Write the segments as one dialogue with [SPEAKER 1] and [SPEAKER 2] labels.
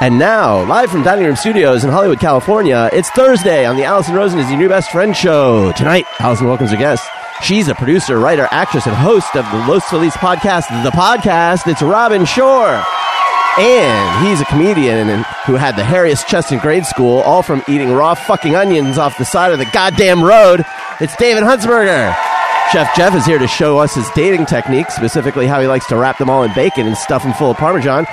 [SPEAKER 1] And now, live from Dining Room Studios in Hollywood, California, it's Thursday on the Allison Rosen is Your New Best Friend show. Tonight, Allison welcomes her guest. She's a producer, writer, actress, and host of the Los Feliz podcast, The Podcast. It's Robin Shore. And he's a comedian and- who had the hairiest chest in grade school, all from eating raw fucking onions off the side of the goddamn road. It's David Huntsberger. Chef Jeff is here to show us his dating techniques, specifically how he likes to wrap them all in bacon and stuff them full of Parmesan.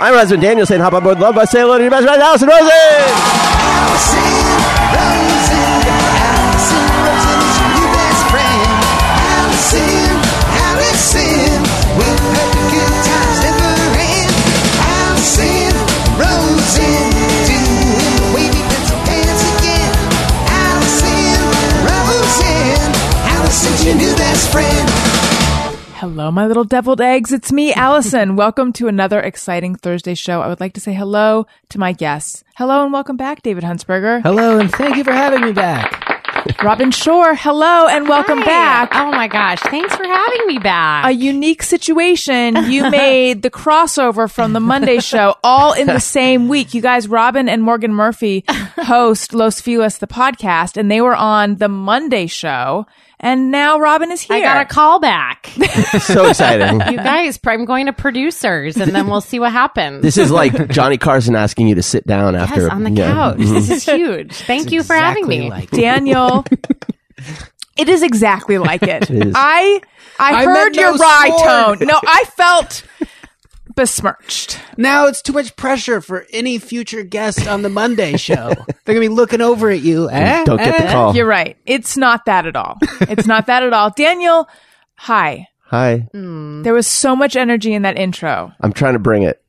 [SPEAKER 1] I'm Rasmus Daniel saying hop on board Love by Say Hello to your best friend, Allison Rosen!
[SPEAKER 2] Your new best friend.
[SPEAKER 3] Hello, my little deviled eggs. It's me, Allison. welcome to another exciting Thursday show. I would like to say hello to my guests. Hello and welcome back, David Huntsberger.
[SPEAKER 4] Hello, and thank you for having me back.
[SPEAKER 3] Robin Shore, hello and welcome
[SPEAKER 5] Hi.
[SPEAKER 3] back.
[SPEAKER 5] Oh my gosh. Thanks for having me back.
[SPEAKER 3] A unique situation. You made the crossover from the Monday show all in the same week. You guys, Robin and Morgan Murphy host Los Feliz, the podcast, and they were on the Monday show. And now Robin is here.
[SPEAKER 5] I got a call back. you
[SPEAKER 1] So exciting.
[SPEAKER 5] guys, I'm going to producers and then we'll see what happens.
[SPEAKER 1] This is like Johnny Carson asking you to sit down
[SPEAKER 5] yes,
[SPEAKER 1] after.
[SPEAKER 5] on the
[SPEAKER 1] yeah.
[SPEAKER 5] couch. This is huge. Thank you for having
[SPEAKER 4] Exactly
[SPEAKER 5] me.
[SPEAKER 4] like-
[SPEAKER 3] Daniel. it is exactly like it. I I,
[SPEAKER 4] I
[SPEAKER 3] heard
[SPEAKER 4] meant no
[SPEAKER 3] your rye
[SPEAKER 4] sword.
[SPEAKER 3] tone. No, I felt besmirched.
[SPEAKER 4] now it's too much pressure for any future guest on the Monday show. They're gonna be looking over at you. Eh?
[SPEAKER 1] Don't get the
[SPEAKER 5] Uh,
[SPEAKER 4] Eh?
[SPEAKER 1] call.
[SPEAKER 3] You're right. It's not that at all. It's not that at all. Daniel, hi.
[SPEAKER 1] Hi.
[SPEAKER 5] Mm.
[SPEAKER 3] There was so much energy in that intro.
[SPEAKER 1] I'm trying to bring it.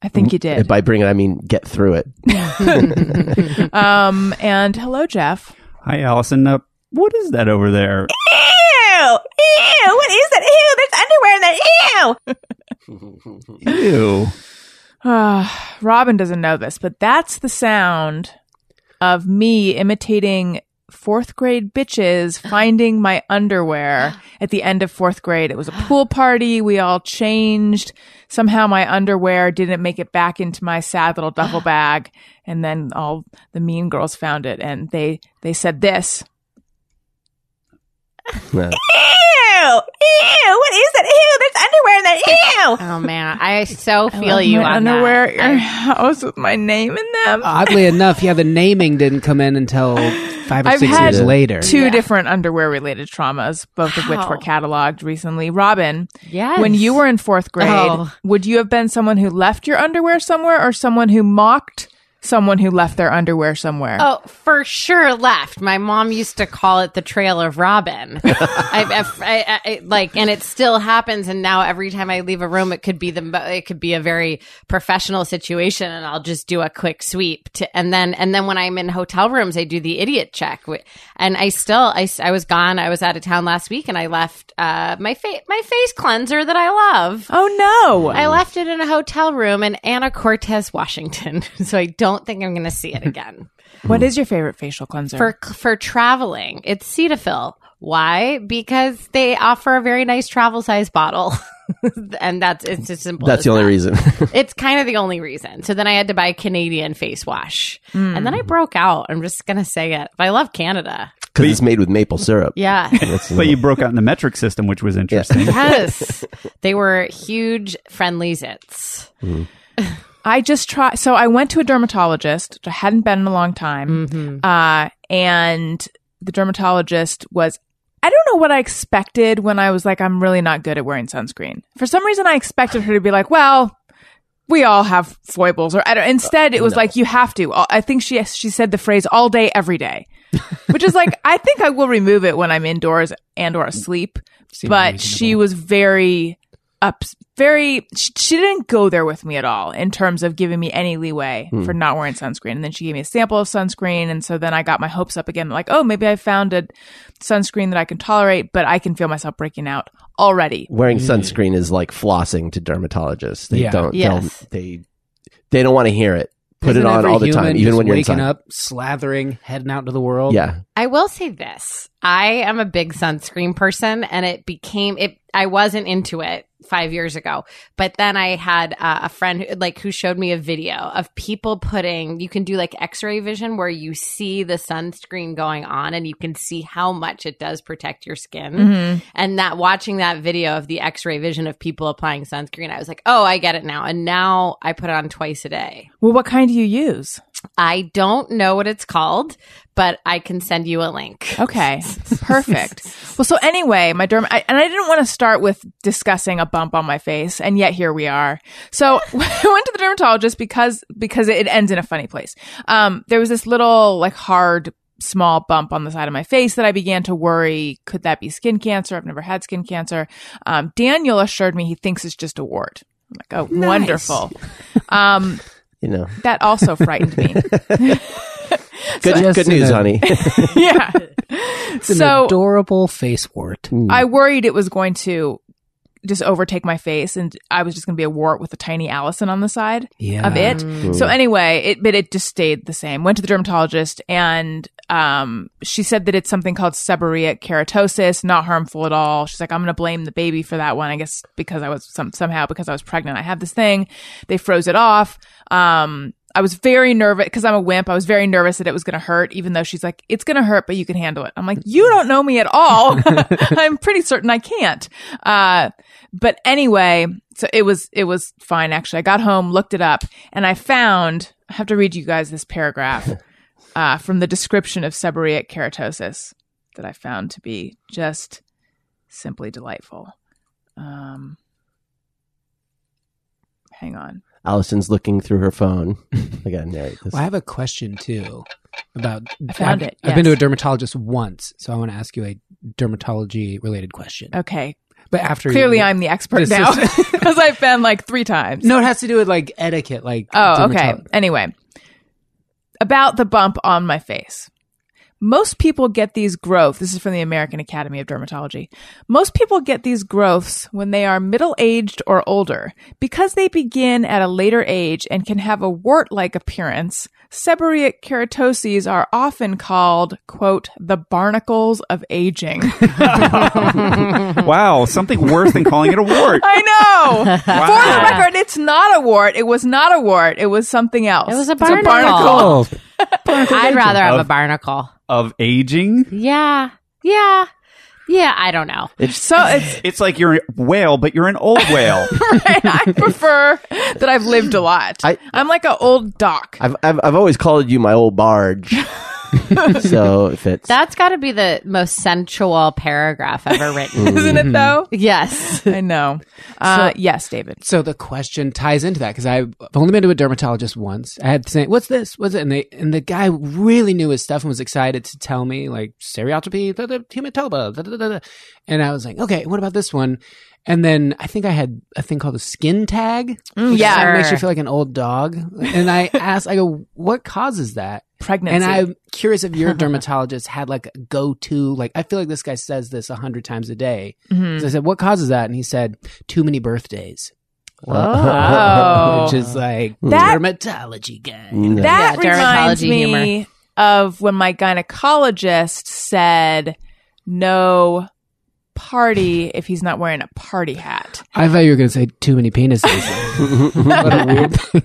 [SPEAKER 3] I think you did.
[SPEAKER 1] By bring it, I mean get through it.
[SPEAKER 3] Um, and hello, Jeff.
[SPEAKER 6] Hi, Allison. Uh, what is that over there?
[SPEAKER 3] Ew! Ew! What is that? Ew! There's underwear in there. Ew!
[SPEAKER 6] Ew.
[SPEAKER 3] Robin doesn't know this, but that's the sound of me imitating fourth grade bitches finding my underwear at the end of fourth grade. It was a pool party. We all changed. Somehow my underwear didn't make it back into my sad little duffel bag. And then all the mean girls found it and they, they said this.
[SPEAKER 1] Yeah.
[SPEAKER 3] Ew! Ew! What is that? Ew! There's underwear in there. Ew!
[SPEAKER 5] Oh man, I so feel
[SPEAKER 3] Left
[SPEAKER 5] you
[SPEAKER 3] my
[SPEAKER 5] on that.
[SPEAKER 3] underwear at your house with my name in them.
[SPEAKER 4] Oddly enough, yeah, the naming didn't come in until five or
[SPEAKER 3] I've
[SPEAKER 4] six
[SPEAKER 3] had
[SPEAKER 4] years later.
[SPEAKER 3] two different underwear related traumas, both of which
[SPEAKER 5] Wow.
[SPEAKER 3] were cataloged recently. Robin,
[SPEAKER 5] Yes.
[SPEAKER 3] when you were in fourth grade,
[SPEAKER 5] Oh.
[SPEAKER 3] would you have been someone who left your underwear somewhere or someone who mocked someone who left their underwear somewhere?
[SPEAKER 5] Oh, for sure left. My mom used to call it the Trail of Robin. I, I- I- I- like, and it still happens. And now every time I leave a room, it could be the mo- it could be a very professional situation, and I'll just do a quick sweep. To, and then and then when I'm in hotel rooms, I do the idiot check. wh- And I still I, s- I was gone. I was out of town last week, and I left uh, my fa- my face cleanser that I love.
[SPEAKER 3] Oh, no.
[SPEAKER 5] I left it in a hotel room in Anna Cortez, Washington. so I don't think I'm going to see it again
[SPEAKER 3] what is your favorite facial cleanser?
[SPEAKER 5] for for traveling. It's Cetaphil. Why? Because they offer a very nice travel size bottle. and that's it's as simple.
[SPEAKER 1] That's
[SPEAKER 5] as
[SPEAKER 1] the only
[SPEAKER 5] that.
[SPEAKER 1] reason.
[SPEAKER 5] It's kind of the only reason. So then I had to buy Canadian face wash, and then I broke out. I'm just gonna say it. But I love Canada.
[SPEAKER 1] Because it's made with maple syrup.
[SPEAKER 5] Yeah.
[SPEAKER 1] That's-
[SPEAKER 6] But you broke out in the metric system, which was interesting.
[SPEAKER 5] yes, they were huge friendly zits.
[SPEAKER 3] I just tried. So I went to a dermatologist, which I hadn't been in a long time. Uh, and the dermatologist was, I don't know what I expected when I was like, I'm really not good at wearing sunscreen. For some reason, I expected her to be like, well, we all have foibles, or I don't, instead, it was like you have to. uh, I think she she said the phrase "all day, every day," which is like I think I will remove it when I'm indoors and or asleep. but she was very up, very. She, she didn't go there with me at all in terms of giving me any leeway for not wearing sunscreen. And then she gave me a sample of sunscreen, and so then I got my hopes up again, like oh maybe I found a sunscreen that I can tolerate, but I can feel myself breaking out already.
[SPEAKER 1] Wearing sunscreen is like flossing to dermatologists. They
[SPEAKER 4] Yeah.
[SPEAKER 1] don't.
[SPEAKER 5] Yes.
[SPEAKER 1] they'll- They they don't want to hear it. Put
[SPEAKER 4] Isn't
[SPEAKER 1] it on
[SPEAKER 4] every
[SPEAKER 1] all the
[SPEAKER 4] human
[SPEAKER 1] time, even
[SPEAKER 4] just
[SPEAKER 1] when you're
[SPEAKER 4] waking
[SPEAKER 1] inside.
[SPEAKER 4] up, slathering, heading out into the world.
[SPEAKER 1] Yeah.
[SPEAKER 5] I will say this. I am a big sunscreen person and it became it I wasn't into it 5 years ago. But then I had uh, a friend who, like who showed me a video of people putting you can do like x-ray vision where you see the sunscreen going on and you can see how much it does protect your skin. And that watching that video of the x-ray vision of people applying sunscreen, I was like, "Oh, I get it now." And now I put it on twice a day.
[SPEAKER 3] Well, what kind do you use?
[SPEAKER 5] I don't know what it's called, but I can send you a link.
[SPEAKER 3] Okay, perfect. Well, so anyway, my derm, I, and I didn't want to start with discussing a bump on my face, and yet here we are. So I went to the dermatologist because because it ends in a funny place. Um, there was this little like hard small bump on the side of my face that I began to worry could that be skin cancer? I've never had skin cancer. Um, Daniel assured me he thinks it's just a wart. I'm like, oh, wonderful. Um,
[SPEAKER 1] You know,
[SPEAKER 3] that also frightened me.
[SPEAKER 1] good,
[SPEAKER 4] Yes,
[SPEAKER 1] good
[SPEAKER 4] you
[SPEAKER 1] news,
[SPEAKER 4] know.
[SPEAKER 1] honey.
[SPEAKER 3] yeah.
[SPEAKER 4] It's an
[SPEAKER 3] so Mm.
[SPEAKER 4] adorable face wart.
[SPEAKER 3] I worried it was going to just overtake my face and I was just going to be a wart with a tiny Allison on the side
[SPEAKER 4] Yeah.
[SPEAKER 3] of it. So anyway, it but it just stayed the same. Went to the dermatologist and um she said that it's something called seborrheic keratosis, not harmful at all. She's like I'm going to blame the baby for that one. I guess because I was some, somehow because I was pregnant, I had this thing. They froze it off. Um I was very nervous because I'm a wimp. I was very nervous that it was going to hurt, even though she's like, it's going to hurt, but you can handle it. I'm like, you don't know me at all. I'm pretty certain I can't. Uh, but anyway, so it was, it was fine. Actually, I got home, looked it up and I found, I have to read you guys this paragraph, uh, from the description of seborrheic keratosis that I found to be just simply delightful. Um, hang on.
[SPEAKER 1] Allison's looking through her phone. I gotta narrate this.
[SPEAKER 4] Well, I have a question too about.
[SPEAKER 3] I found
[SPEAKER 4] I've,
[SPEAKER 3] it,
[SPEAKER 4] I've been to a
[SPEAKER 3] yes.
[SPEAKER 4] dermatologist once, so I want to ask you a dermatology related question.
[SPEAKER 3] Okay.
[SPEAKER 4] But after you-
[SPEAKER 3] Clearly, I'm the expert
[SPEAKER 4] This
[SPEAKER 3] now
[SPEAKER 4] is-
[SPEAKER 3] because I've been like three times.
[SPEAKER 4] No, it has to do with like etiquette, like
[SPEAKER 3] Oh, okay.
[SPEAKER 4] dermatolo-
[SPEAKER 3] Anyway, about the bump on my face. Most people get these growths. This is from the American Academy of Dermatology. Most people get these growths when they are middle aged or older. Because they begin at a later age and can have a wart like appearance, seborrheic keratoses are often called, quote, the barnacles of aging.
[SPEAKER 6] wow, something worse than calling it a wart.
[SPEAKER 3] I know. For the
[SPEAKER 6] Wow.
[SPEAKER 3] record, it's not a wart. It was not a wart. It was something else.
[SPEAKER 5] It was a
[SPEAKER 3] It's
[SPEAKER 5] barnacle.
[SPEAKER 4] Oh,
[SPEAKER 5] I'd rather have a
[SPEAKER 6] Of-
[SPEAKER 5] barnacle.
[SPEAKER 6] Of aging?
[SPEAKER 5] Yeah. Yeah. Yeah. I don't know.
[SPEAKER 3] So it's.
[SPEAKER 6] It's like you're a whale, but you're an old whale.
[SPEAKER 3] I prefer that I've lived a lot. I,
[SPEAKER 1] I-
[SPEAKER 3] am like an old doc.
[SPEAKER 1] I've, I've I've always called you my old barge, so it fits.
[SPEAKER 5] That's got to be the most sensual paragraph ever written.
[SPEAKER 3] Isn't it though?
[SPEAKER 5] yes.
[SPEAKER 3] I know. Uh, yes, David.
[SPEAKER 4] So the question ties into that because I've only been to a dermatologist once. I had to say, "What's this? What's it?" And they and the guy really knew his stuff and was excited to tell me like seriatropy, da, da, hematoba, da, da, da, da. and I was like, "Okay, what about this one?" And then I think I had a thing called a skin tag. which
[SPEAKER 3] Mm, yeah.
[SPEAKER 4] sort of makes you
[SPEAKER 5] Sure.
[SPEAKER 4] feel like an old dog. And I asked, I go, "What causes that?"
[SPEAKER 3] Pregnancy.
[SPEAKER 4] And I'm curious if your dermatologist had like a go to, like, I feel like this guy says this a hundred times a day.
[SPEAKER 3] Mm-hmm.
[SPEAKER 4] So I said, What causes that? And he said, Too many birthdays.
[SPEAKER 3] Oh.
[SPEAKER 4] Which is like
[SPEAKER 3] That-
[SPEAKER 4] dermatology guy.
[SPEAKER 1] No.
[SPEAKER 3] that
[SPEAKER 5] Yeah,
[SPEAKER 3] reminds
[SPEAKER 5] dermatology
[SPEAKER 3] me
[SPEAKER 5] humor.
[SPEAKER 3] of when my gynecologist said no party if he's not wearing a party hat.
[SPEAKER 4] I thought you were going to say too many penises. what a weird thing.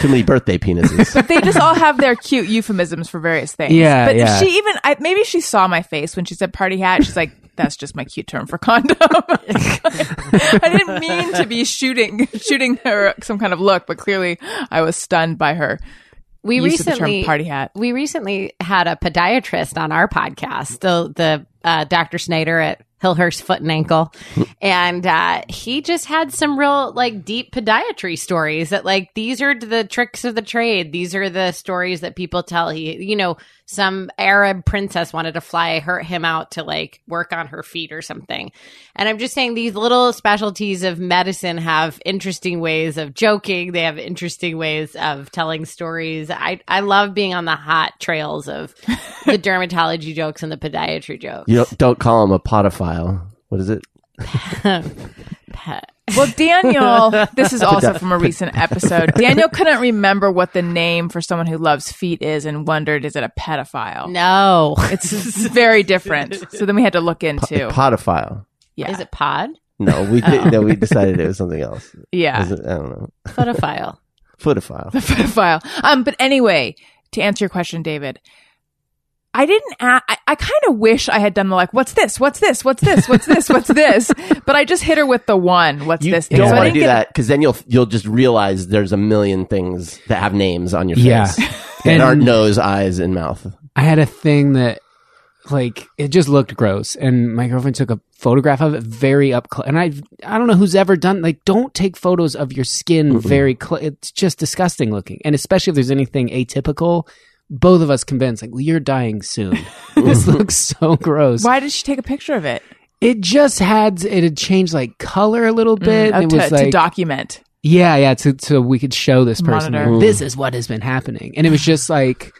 [SPEAKER 1] Too many birthday penises.
[SPEAKER 3] They just all have their cute euphemisms for various things.
[SPEAKER 4] Yeah,
[SPEAKER 3] but
[SPEAKER 4] yeah.
[SPEAKER 3] she even I, maybe she saw my face when she said party hat. She's like, "That's just my cute term for condom." I didn't mean to be shooting shooting her some kind of look, but clearly I was stunned by her
[SPEAKER 5] We
[SPEAKER 3] use of the term
[SPEAKER 5] recently
[SPEAKER 3] party hat.
[SPEAKER 5] We recently had a podiatrist on our podcast, the the uh, Dr. Snyder at Hillhurst Foot and Ankle, and uh, he just had some real like deep podiatry stories that like these are the tricks of the trade. These are the stories that people tell. He, you know, some Arab princess wanted to fly her him out to like work on her feet or something. And I'm just saying these little specialties of medicine have interesting ways of joking. They have interesting ways of telling stories. I, I love being on the hot trails of the dermatology jokes and the podiatry jokes.
[SPEAKER 1] you don't, don't call him a potophile. What is it?
[SPEAKER 5] pet.
[SPEAKER 3] Well, Daniel, this is also from a recent episode. Daniel couldn't remember what the name for someone who loves feet is and wondered, is it a pedophile?
[SPEAKER 5] No.
[SPEAKER 3] It's very different. So then we had to look into.
[SPEAKER 1] Podophile.
[SPEAKER 3] yeah.
[SPEAKER 5] Is it pod?
[SPEAKER 1] No, we
[SPEAKER 4] Oh.
[SPEAKER 1] did, no, we decided it was something else.
[SPEAKER 3] yeah.
[SPEAKER 1] Is it- I don't know.
[SPEAKER 5] Pedophile.
[SPEAKER 1] Footophile.
[SPEAKER 3] pedophile. Um, but anyway, to answer your question, David, I didn't. A- I, I kind of wish I had done the like, what's this? What's this? What's this? What's this? What's this? But I just hit her with the one. What's
[SPEAKER 1] You
[SPEAKER 3] this? thing.
[SPEAKER 1] don't
[SPEAKER 3] So I
[SPEAKER 1] want to
[SPEAKER 3] didn't
[SPEAKER 1] do
[SPEAKER 3] get-
[SPEAKER 1] that because then you'll you'll just realize there's a million things that have names on your face.
[SPEAKER 4] Yeah.
[SPEAKER 1] That
[SPEAKER 4] And-
[SPEAKER 1] aren't nose, eyes, and mouth.
[SPEAKER 4] I had a thing that like it just looked gross and my girlfriend took a photograph of it very up close and I I don't know who's ever done like don't take photos of your skin very close it's just disgusting looking and especially if there's anything atypical both of us convinced like well, you're dying soon this looks so gross
[SPEAKER 3] Why did she take a picture of it?
[SPEAKER 4] it just had it had changed like color a little bit
[SPEAKER 3] Oh,
[SPEAKER 4] it
[SPEAKER 3] to,
[SPEAKER 4] was
[SPEAKER 3] to
[SPEAKER 4] like
[SPEAKER 3] document.
[SPEAKER 4] yeah, yeah. So, so we could show this person
[SPEAKER 3] Monitor.
[SPEAKER 4] like, this is what has been happening, and it was just like,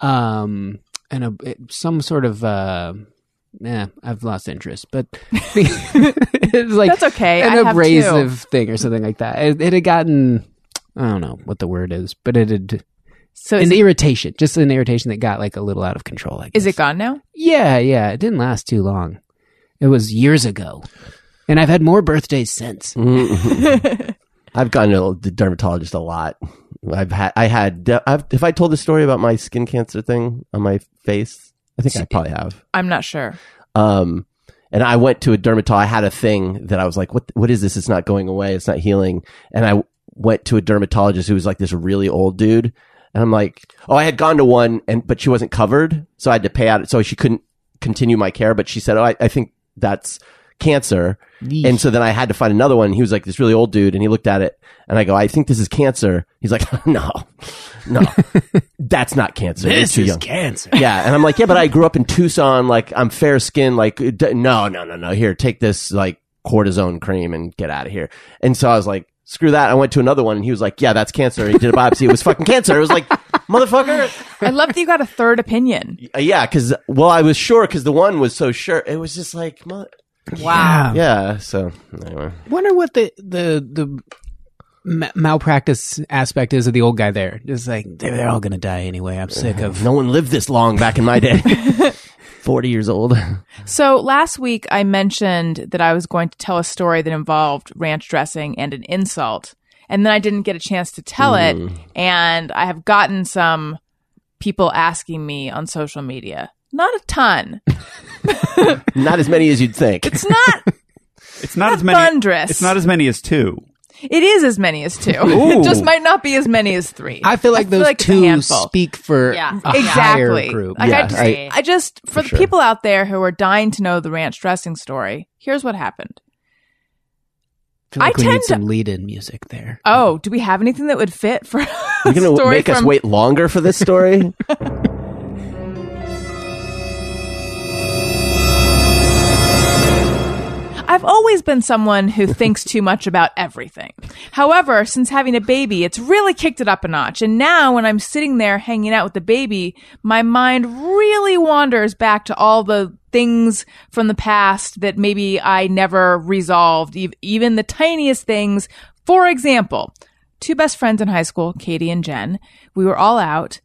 [SPEAKER 4] um, and a it- some sort of, uh, yeah, I've lost interest, but it was like
[SPEAKER 3] That's okay. I
[SPEAKER 4] an
[SPEAKER 3] have
[SPEAKER 4] abrasive thing or something like that. It, it had gotten, I don't know what the word is, but it had
[SPEAKER 3] So is,
[SPEAKER 4] an
[SPEAKER 3] it,
[SPEAKER 4] irritation, just an irritation that got like a little out of control. I guess.
[SPEAKER 3] is it gone now?
[SPEAKER 4] Yeah, yeah. It didn't last too long. It was years ago, and I've had more birthdays since.
[SPEAKER 1] Mm-hmm. I've gone to the dermatologist a lot. I've had I had I've, have I told the story about my skin cancer thing on my face? I think I probably have.
[SPEAKER 3] I'm not sure.
[SPEAKER 1] Um, and I went to a dermatologist. I had a thing that I was like, what, what is this? It's not going away. It's not healing. And I went to a dermatologist who was like this really old dude. And I'm like, oh, I had gone to one and, but she wasn't covered. So I had to pay out. So she couldn't continue my care. But she said, oh, I, I think that's cancer. And so then I had to find another one. He was like this really old dude and he looked at it and I go, I think this is cancer. He's like, no, no, that's not cancer. You're too young.
[SPEAKER 4] cancer.
[SPEAKER 1] Yeah, and I'm like, yeah, but I grew up in Tucson. Like, I'm fair skinned. Like, d- no, no, no, no. Here, take this like cortisone cream and get out of here. And so I was like, screw that. I went to another one, and he was like, yeah, that's cancer. He did a biopsy. It was fucking cancer. It was like, motherfucker.
[SPEAKER 3] I love that you got a third opinion.
[SPEAKER 1] Uh, Yeah, because well, I was sure because the one was so sure. It was just like, mo-
[SPEAKER 4] Wow.
[SPEAKER 1] yeah. So anyway,
[SPEAKER 4] Wonder what the the the ma- malpractice aspect is of the old guy there. Just like they're, they're all gonna die anyway. I'm sick of.
[SPEAKER 1] no one lived this long back in my day. Forty years old.
[SPEAKER 3] So last week I mentioned that I was going to tell a story that involved ranch dressing and an insult. And then I didn't get a chance to tell it. And I have gotten some people asking me on social media. Not a ton.
[SPEAKER 1] Not as many as you'd think.
[SPEAKER 3] It's not,
[SPEAKER 6] It's not
[SPEAKER 3] That's
[SPEAKER 6] as many.
[SPEAKER 3] thunderous.
[SPEAKER 6] It's not as many as two.
[SPEAKER 3] it is as many as two.
[SPEAKER 6] Ooh.
[SPEAKER 3] Just might not be as many as three.
[SPEAKER 4] I feel like those
[SPEAKER 3] it's a
[SPEAKER 4] two
[SPEAKER 3] handful.
[SPEAKER 4] speak for
[SPEAKER 5] Yeah.
[SPEAKER 4] a
[SPEAKER 3] exactly.
[SPEAKER 4] higher group.
[SPEAKER 3] Like I
[SPEAKER 1] Yeah,
[SPEAKER 3] just,
[SPEAKER 1] I-
[SPEAKER 3] I, just for, the
[SPEAKER 1] sure.
[SPEAKER 3] people out there who are dying to know the ranch dressing story, here's what happened.
[SPEAKER 4] feel
[SPEAKER 3] I
[SPEAKER 4] like we
[SPEAKER 3] tend
[SPEAKER 4] need
[SPEAKER 3] to-
[SPEAKER 4] some lead-in music there.
[SPEAKER 3] Oh, do we have anything that would fit for?
[SPEAKER 1] You're gonna w-
[SPEAKER 3] story
[SPEAKER 1] make us
[SPEAKER 3] from-
[SPEAKER 1] wait longer for this story.
[SPEAKER 3] I've always been someone who thinks too much about everything. However, since having a baby, it's really kicked it up a notch. And now when I'm sitting there hanging out with the baby, my mind really wanders back to all the things from the past that maybe I never resolved, ev- even the tiniest things. For example, two best friends in high school, Katie and Jen, we were all out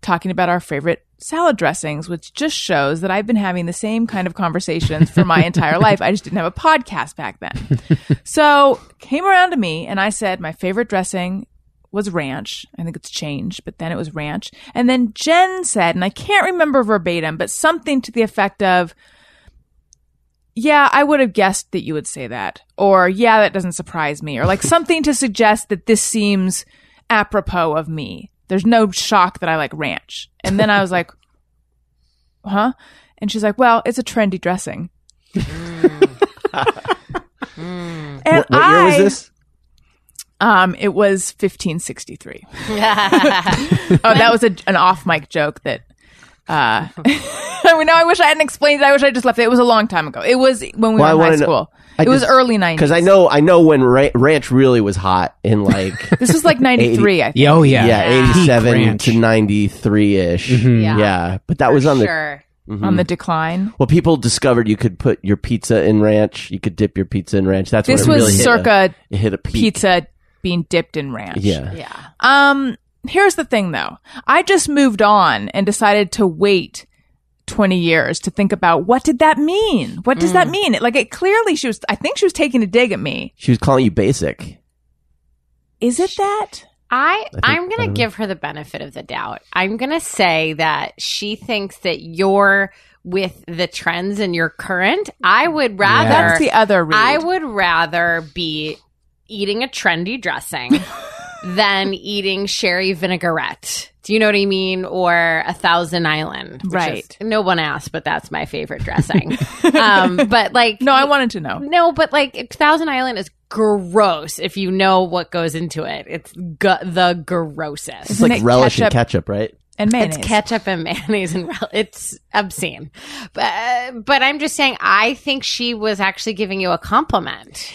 [SPEAKER 3] talking about our favorite salad dressings, which just shows that I've been having the same kind of conversations for my entire life. I just didn't have a podcast back then. so came around to me and I said my favorite dressing was ranch. I think it's changed, but then it was ranch. And then Jen said, and I can't remember verbatim, but something to the effect of, yeah, I would have guessed that you would say that. Or, yeah, that doesn't surprise me. Or, like, something to suggest that this seems apropos of me. There's no shock that I like ranch. And then I was like, huh? And she's like, well, it's a trendy dressing. and
[SPEAKER 1] what what year was
[SPEAKER 3] I-
[SPEAKER 1] this?
[SPEAKER 3] Um, it was 1563. oh, that was a, an off mic joke that. Uh, I mean, now I wish I hadn't explained it. I wish I just left it. It was a long time ago. It was when we
[SPEAKER 1] Well, I
[SPEAKER 3] were in
[SPEAKER 1] wanna
[SPEAKER 3] high
[SPEAKER 1] know-
[SPEAKER 3] school.
[SPEAKER 1] I
[SPEAKER 3] it was
[SPEAKER 1] just-
[SPEAKER 3] early 90s.
[SPEAKER 1] because I know I know when ra- ranch really was hot in like
[SPEAKER 3] This was like 93, I think.
[SPEAKER 4] Yeah, oh yeah,
[SPEAKER 1] yeah,
[SPEAKER 5] Yeah.
[SPEAKER 1] eighty seven
[SPEAKER 4] Peak ranch. Mm-hmm.
[SPEAKER 1] to ninety three ish.
[SPEAKER 5] Yeah.
[SPEAKER 1] Yeah, but that Mm, was on the Mm-hmm.
[SPEAKER 5] Sure.
[SPEAKER 3] on the decline.
[SPEAKER 1] Well, people discovered you could put your pizza in ranch. You could dip your pizza in ranch. That's
[SPEAKER 3] This
[SPEAKER 1] when it
[SPEAKER 3] was
[SPEAKER 1] really hit
[SPEAKER 3] circa
[SPEAKER 1] a, it hit a peak.
[SPEAKER 3] pizza being dipped in ranch.
[SPEAKER 1] Yeah.
[SPEAKER 5] Yeah.
[SPEAKER 3] Um, here's the thing though. I just moved on and decided to wait 20 years to think about what did that mean? What does
[SPEAKER 5] Mm.
[SPEAKER 3] that mean? Like it clearly she was, I think she was taking a dig at me.
[SPEAKER 1] She was calling you basic.
[SPEAKER 3] Is it that?
[SPEAKER 5] I,
[SPEAKER 1] think-
[SPEAKER 5] I'm
[SPEAKER 1] I don't
[SPEAKER 5] going
[SPEAKER 1] know.
[SPEAKER 5] to give her the benefit of the doubt. I'm going to say that she thinks that you're with the trends and you're current. I would rather.
[SPEAKER 3] That's the other read.
[SPEAKER 5] I would rather be eating a trendy dressing than eating sherry vinaigrette. Do you know what I mean? Or a Thousand Island. which is-
[SPEAKER 3] Right.
[SPEAKER 5] no one asked, but that's my favorite dressing. um, but like,
[SPEAKER 3] no, I wanted to know.
[SPEAKER 5] no, but like Thousand Island is gross if you know what goes into it. It's gu- the grossest.
[SPEAKER 1] It's
[SPEAKER 3] Isn't
[SPEAKER 1] like
[SPEAKER 3] it
[SPEAKER 1] relish and
[SPEAKER 3] ketchup?
[SPEAKER 1] ketchup, right?
[SPEAKER 3] And mayonnaise.
[SPEAKER 5] It's ketchup and mayonnaise and rel- it's obscene. But but I'm just saying I think she was actually giving you a compliment.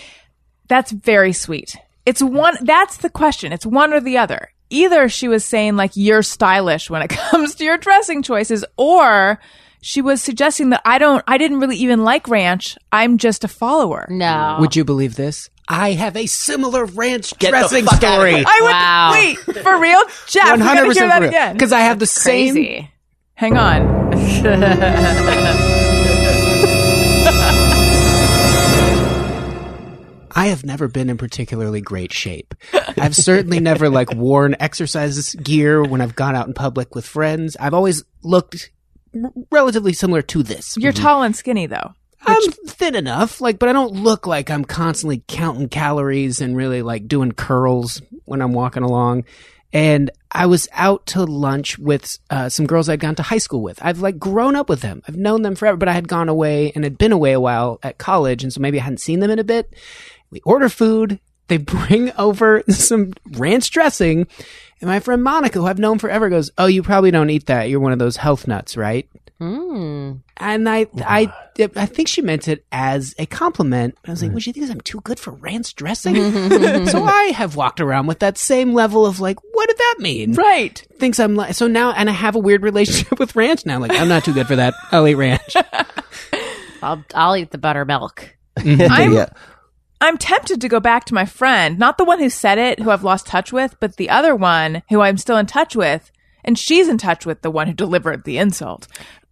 [SPEAKER 3] That's very sweet. It's one. That's the question. It's one or the other. Either she was saying like you're stylish when it comes to your dressing choices, or she was suggesting that I don't. I didn't really even like ranch. I'm just a follower.
[SPEAKER 5] No.
[SPEAKER 4] Would you believe this? I have a similar ranch
[SPEAKER 1] Get the
[SPEAKER 4] dressing
[SPEAKER 1] fuck outta
[SPEAKER 4] story.
[SPEAKER 1] here.
[SPEAKER 3] I would
[SPEAKER 5] Wow.
[SPEAKER 3] wait for real, Jeff. One hundred percent that again.
[SPEAKER 4] Because I have the same.
[SPEAKER 5] crazy.
[SPEAKER 3] Hang on.
[SPEAKER 4] I have never been in particularly great shape. I've certainly never like worn exercise gear when I've gone out in public with friends. I've always looked r- relatively similar to this.
[SPEAKER 3] You're tall and skinny though.
[SPEAKER 4] I'm thin enough, like, but I don't look like I'm constantly counting calories and really like doing curls when I'm walking along. And I was out to lunch with uh, some girls I'd gone to high school with. I've like grown up with them. I've known them forever, but I had gone away and had been away a while at college, and so maybe I hadn't seen them in a bit. We order food. They bring over some ranch dressing, and my friend Monica, who I've known forever, goes, "Oh, you probably don't eat that. You're one of those health nuts, right?" and I, I, I think she meant it as a compliment. I
[SPEAKER 1] Hmm.
[SPEAKER 4] was like, "Well, she thinks I'm too good for ranch dressing." so I have walked around with that same level of like, "What did that mean?"
[SPEAKER 3] Right.
[SPEAKER 4] Thinks I'm like so now, and I have a weird relationship with ranch now. Like, I'm not too good for that. I'll eat ranch.
[SPEAKER 5] I'll I'll eat the buttermilk.
[SPEAKER 4] Mm-hmm.
[SPEAKER 3] I'm
[SPEAKER 1] yeah.
[SPEAKER 3] I'm tempted to go back to my friend, not the one who said it, who I've lost touch with, but the other one who I'm still in touch with, and she's in touch with the one who delivered the insult.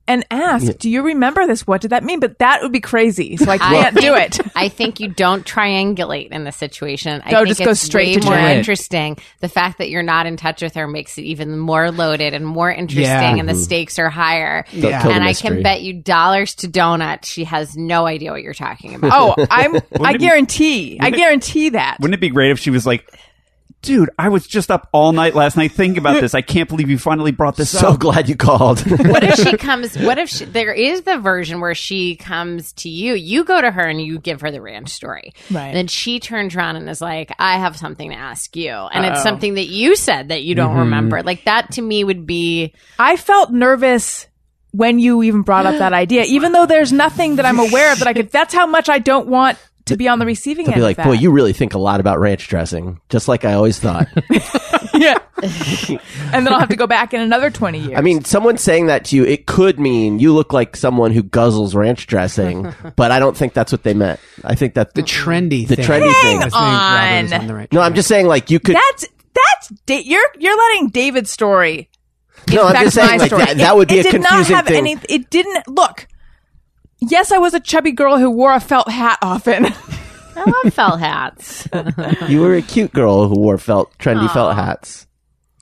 [SPEAKER 3] And ask, do you remember this? What did that mean? But that would be crazy. So I can't do it.
[SPEAKER 5] I think you don't triangulate in this situation. I
[SPEAKER 3] No,
[SPEAKER 5] think
[SPEAKER 3] just
[SPEAKER 5] it's
[SPEAKER 3] go straight
[SPEAKER 5] way
[SPEAKER 3] to
[SPEAKER 5] more
[SPEAKER 4] Janet.
[SPEAKER 5] interesting. The fact that you're not in touch with her makes it even more loaded and more interesting,
[SPEAKER 4] Yeah.
[SPEAKER 5] and the stakes are higher.
[SPEAKER 1] Don't kill the
[SPEAKER 5] And I
[SPEAKER 1] mystery.
[SPEAKER 5] can bet you dollars to donut she has no idea what you're talking about.
[SPEAKER 3] Oh, I'm, I
[SPEAKER 6] it be-
[SPEAKER 3] guarantee, I guarantee that.
[SPEAKER 6] Wouldn't it be great if she was like, dude, I was just up all night last night thinking about this. I can't believe you finally brought this
[SPEAKER 1] So
[SPEAKER 6] up.
[SPEAKER 1] glad you called.
[SPEAKER 5] what if she comes? What if she, there is the version where she comes to you? You go to her and you give her the ranch story.
[SPEAKER 3] Right.
[SPEAKER 5] Then she turns around and is like, "I have something to ask you," and it's something that you said that you don't
[SPEAKER 1] Mm-hmm.
[SPEAKER 5] remember. Like that to me would be
[SPEAKER 3] I felt nervous when you even brought up that idea, even though there's nothing that I'm aware of that I could, that's how much I don't want to be on the receiving
[SPEAKER 1] I'd
[SPEAKER 3] end
[SPEAKER 1] be
[SPEAKER 3] of
[SPEAKER 1] like,
[SPEAKER 3] that.
[SPEAKER 1] boy, you really think a lot about ranch dressing, just like I always thought.
[SPEAKER 3] yeah. and then I'll have to go back in another 20 years.
[SPEAKER 1] I mean, someone saying that to you, it could mean you look like someone who guzzles ranch dressing, but I don't think that's what they meant. I think that
[SPEAKER 4] The trendy,
[SPEAKER 1] The
[SPEAKER 4] thing.
[SPEAKER 1] trendy thing.
[SPEAKER 4] I think Robin was on the right
[SPEAKER 1] no, I'm just saying, like you could.
[SPEAKER 3] That's that's da- you're you're letting David's story.
[SPEAKER 1] no, I'm
[SPEAKER 3] back
[SPEAKER 1] just
[SPEAKER 3] to
[SPEAKER 1] saying,
[SPEAKER 3] my
[SPEAKER 1] like
[SPEAKER 3] story.
[SPEAKER 1] that, that would be
[SPEAKER 3] it
[SPEAKER 1] a
[SPEAKER 3] did
[SPEAKER 1] confusing
[SPEAKER 3] not have
[SPEAKER 1] thing.
[SPEAKER 3] Any, it didn't look. Yes, I was a chubby girl who wore a felt hat often.
[SPEAKER 5] I love felt hats.
[SPEAKER 1] You were a cute girl who wore felt trendy felt hats.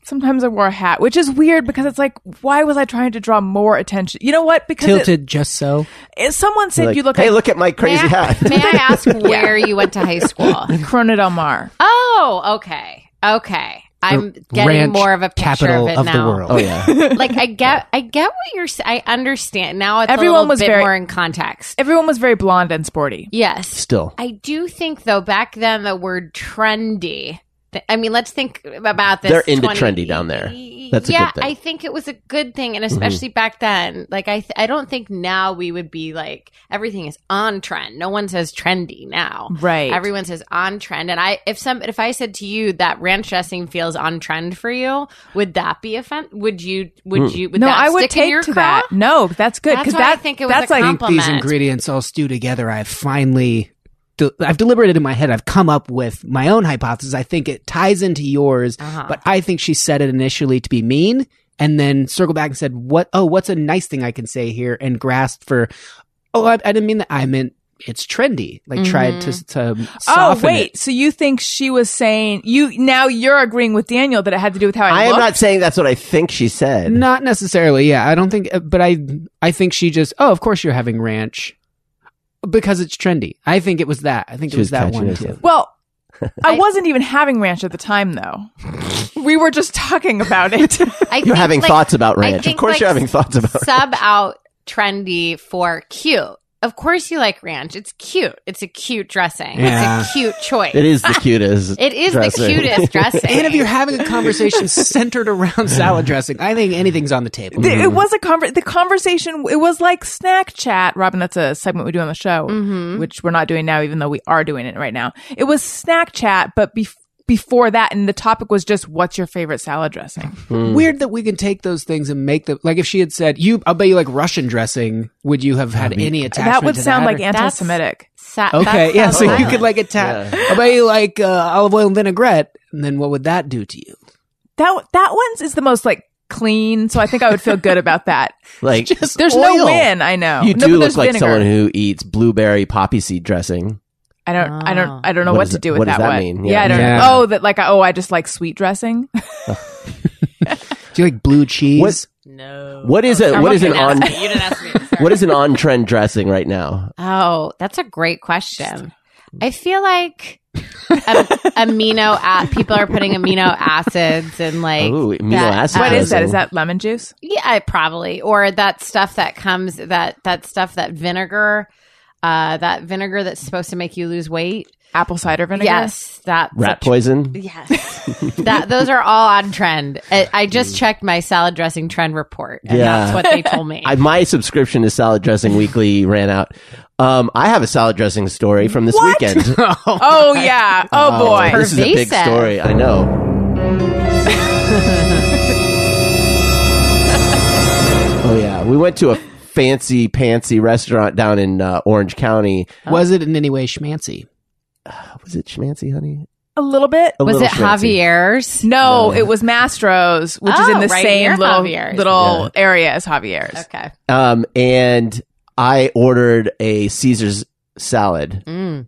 [SPEAKER 3] Sometimes I wore a hat, which is weird because it's like, why was I trying to draw more attention? You know what? Because it-
[SPEAKER 4] Tilted just so.
[SPEAKER 3] it- someone said
[SPEAKER 1] Like,
[SPEAKER 3] you look
[SPEAKER 1] hey,
[SPEAKER 3] like
[SPEAKER 1] look at my crazy
[SPEAKER 5] may, I,
[SPEAKER 1] hat.
[SPEAKER 5] may I ask where you went to high school?
[SPEAKER 3] Corona Del Mar.
[SPEAKER 5] Oh, okay, okay. I'm getting
[SPEAKER 4] ranch
[SPEAKER 5] more of a picture
[SPEAKER 4] capital
[SPEAKER 5] of it
[SPEAKER 4] of the
[SPEAKER 5] now.
[SPEAKER 4] world.
[SPEAKER 1] oh yeah,
[SPEAKER 5] Like I get, I get what you're. s- I understand now. It's
[SPEAKER 3] Everyone
[SPEAKER 5] a little
[SPEAKER 3] was
[SPEAKER 5] bit
[SPEAKER 3] very-
[SPEAKER 5] more in context.
[SPEAKER 3] Everyone was very blonde and sporty.
[SPEAKER 5] Yes,
[SPEAKER 1] still.
[SPEAKER 5] I do think though back then the word trendy. th- I mean, let's think about this.
[SPEAKER 1] They're into trendy down there. That's a
[SPEAKER 5] yeah,
[SPEAKER 1] good thing.
[SPEAKER 5] I think it was a good thing, and especially back then. Like I, th- I don't think now we would be like everything is on trend. No one says trendy now,
[SPEAKER 3] Right.
[SPEAKER 5] Everyone says on trend, and I, if some, if I said to you that ranch dressing feels on trend for you, would that be offend? Would you? Would
[SPEAKER 1] Hmm.
[SPEAKER 5] you? Would
[SPEAKER 3] no,
[SPEAKER 5] that
[SPEAKER 3] I would
[SPEAKER 5] stick in your
[SPEAKER 3] take to that.
[SPEAKER 5] craw?
[SPEAKER 3] No, that's good
[SPEAKER 5] That's
[SPEAKER 3] because
[SPEAKER 5] why I
[SPEAKER 3] that
[SPEAKER 5] think it was
[SPEAKER 3] that's
[SPEAKER 5] a
[SPEAKER 3] like
[SPEAKER 5] compliment.
[SPEAKER 4] these
[SPEAKER 5] Implement.
[SPEAKER 4] ingredients all stew together, I've finally, de- I've deliberated in my head. I've come up with my own hypothesis. I think it ties into yours,
[SPEAKER 3] Uh-huh.
[SPEAKER 4] but I think she said it initially to be mean, and then circle back and said, "What? Oh, what's a nice thing I can say here?" And grasp for, "Oh, I, I didn't mean that. I meant it's trendy." Like tried to to
[SPEAKER 3] Oh
[SPEAKER 4] soften
[SPEAKER 3] wait,
[SPEAKER 4] it.
[SPEAKER 3] so you think she was saying you now you're agreeing with Daniel that it had to do with how I,
[SPEAKER 1] I am
[SPEAKER 3] looked?
[SPEAKER 1] not saying that's what I think she said.
[SPEAKER 4] Not necessarily, yeah. I don't think, uh, but I, I think she just. Oh, of course you're having ranch, because it's trendy. I think it was that. I think
[SPEAKER 1] She
[SPEAKER 4] it was,
[SPEAKER 1] was
[SPEAKER 4] that
[SPEAKER 1] catching
[SPEAKER 4] one
[SPEAKER 1] herself.
[SPEAKER 4] too.
[SPEAKER 3] Well, I wasn't even having ranch at the time though. we were just talking about it.
[SPEAKER 5] I
[SPEAKER 1] You're
[SPEAKER 5] think,
[SPEAKER 1] having
[SPEAKER 5] like,
[SPEAKER 1] thoughts about
[SPEAKER 5] I
[SPEAKER 1] ranch. Of
[SPEAKER 5] think,
[SPEAKER 1] course,
[SPEAKER 5] like,
[SPEAKER 1] you're having thoughts about ranch.
[SPEAKER 5] sub out trendy for cute. Of course, you like ranch. It's cute. It's a cute dressing.
[SPEAKER 4] Yeah.
[SPEAKER 5] It's a cute choice.
[SPEAKER 1] It is the cutest.
[SPEAKER 5] It is
[SPEAKER 1] dressing.
[SPEAKER 5] the cutest dressing.
[SPEAKER 4] And if you're having a conversation centered around salad dressing, I think anything's on the table.
[SPEAKER 3] The-
[SPEAKER 1] Mm-hmm.
[SPEAKER 3] It was a conver- the conversation. It was like snack chat, Robin. That's a segment we do on the show,
[SPEAKER 1] Mm-hmm.
[SPEAKER 3] which we're not doing now, even though we are doing it right now. It was snack chat, but bef- before that, and the topic was just what's your favorite salad dressing.
[SPEAKER 4] Weird that we can take those things and make them like if she had said, "You, I'll bet you like Russian dressing." Would you have had any attachment?
[SPEAKER 3] that would
[SPEAKER 4] to
[SPEAKER 3] sounds
[SPEAKER 4] that
[SPEAKER 3] like
[SPEAKER 4] or-
[SPEAKER 3] anti-Semitic.
[SPEAKER 5] Sa-
[SPEAKER 4] Okay,
[SPEAKER 5] that's
[SPEAKER 4] yeah.
[SPEAKER 5] how
[SPEAKER 4] So you
[SPEAKER 5] violent.
[SPEAKER 4] could like attach. I'll bet you like uh, olive oil and vinaigrette, and then what would that do to you?
[SPEAKER 3] That that one's is the most like clean, so I think I would feel good about that.
[SPEAKER 1] like
[SPEAKER 3] There's no
[SPEAKER 4] Oil.
[SPEAKER 3] win. I know
[SPEAKER 1] you do
[SPEAKER 3] no, but
[SPEAKER 1] look
[SPEAKER 3] there's
[SPEAKER 1] like
[SPEAKER 3] vinegar.
[SPEAKER 1] someone who eats blueberry poppy seed dressing.
[SPEAKER 3] I don't. I don't. I don't know
[SPEAKER 1] Ah. What
[SPEAKER 3] what,
[SPEAKER 1] does
[SPEAKER 3] to
[SPEAKER 1] it-
[SPEAKER 3] do with
[SPEAKER 1] what does
[SPEAKER 3] that,
[SPEAKER 1] that
[SPEAKER 3] one.
[SPEAKER 1] mean?
[SPEAKER 3] Yeah.
[SPEAKER 1] Yeah.
[SPEAKER 3] I don't.
[SPEAKER 4] Yeah.
[SPEAKER 3] know. Oh, that like. Oh, I just like sweet dressing.
[SPEAKER 4] Do you like blue cheese?
[SPEAKER 1] What-
[SPEAKER 5] No.
[SPEAKER 1] What is a
[SPEAKER 5] I'm
[SPEAKER 1] what is an
[SPEAKER 5] looking
[SPEAKER 1] on
[SPEAKER 5] at it. You didn't ask me. Sorry.
[SPEAKER 1] what is an on trend dressing right now?
[SPEAKER 5] Oh, that's a great question. I feel like am- amino a- people are putting amino acids and like
[SPEAKER 1] Ooh, amino
[SPEAKER 5] that-
[SPEAKER 1] acid
[SPEAKER 3] What is
[SPEAKER 1] dressing.
[SPEAKER 3] that? Is that lemon juice?
[SPEAKER 5] Yeah, probably. Or that stuff that comes that that stuff that vinegar, uh, that vinegar that's supposed to make you lose weight.
[SPEAKER 3] Apple cider vinegar.
[SPEAKER 5] Yes, that's
[SPEAKER 1] rat poison?
[SPEAKER 5] Yes, that those are all on trend. I, I just checked my salad dressing trend report, and
[SPEAKER 1] Mm. Yeah.
[SPEAKER 5] that's what they told me.
[SPEAKER 1] I, my subscription to Salad Dressing Weekly ran out. Um, I have a salad dressing story from this weekend. Um,
[SPEAKER 3] Oh yeah. Oh boy.
[SPEAKER 1] This is a big
[SPEAKER 5] Pervasive.
[SPEAKER 1] story. I know. oh yeah, we went to a fancy pantsy restaurant down in uh, Orange County.
[SPEAKER 4] was it in any way schmancy?
[SPEAKER 1] Was it schmancy, honey?
[SPEAKER 3] A little bit.
[SPEAKER 1] A
[SPEAKER 5] was
[SPEAKER 1] little
[SPEAKER 5] it
[SPEAKER 1] schmancy.
[SPEAKER 5] Javier's?
[SPEAKER 3] No, it was Mastro's, which is in
[SPEAKER 5] Oh,
[SPEAKER 3] the
[SPEAKER 5] right
[SPEAKER 3] same
[SPEAKER 5] near
[SPEAKER 3] little
[SPEAKER 5] Javier's.
[SPEAKER 3] little area as Javier's.
[SPEAKER 5] Okay.
[SPEAKER 1] Um, and I ordered a Caesar's salad,
[SPEAKER 5] Mm.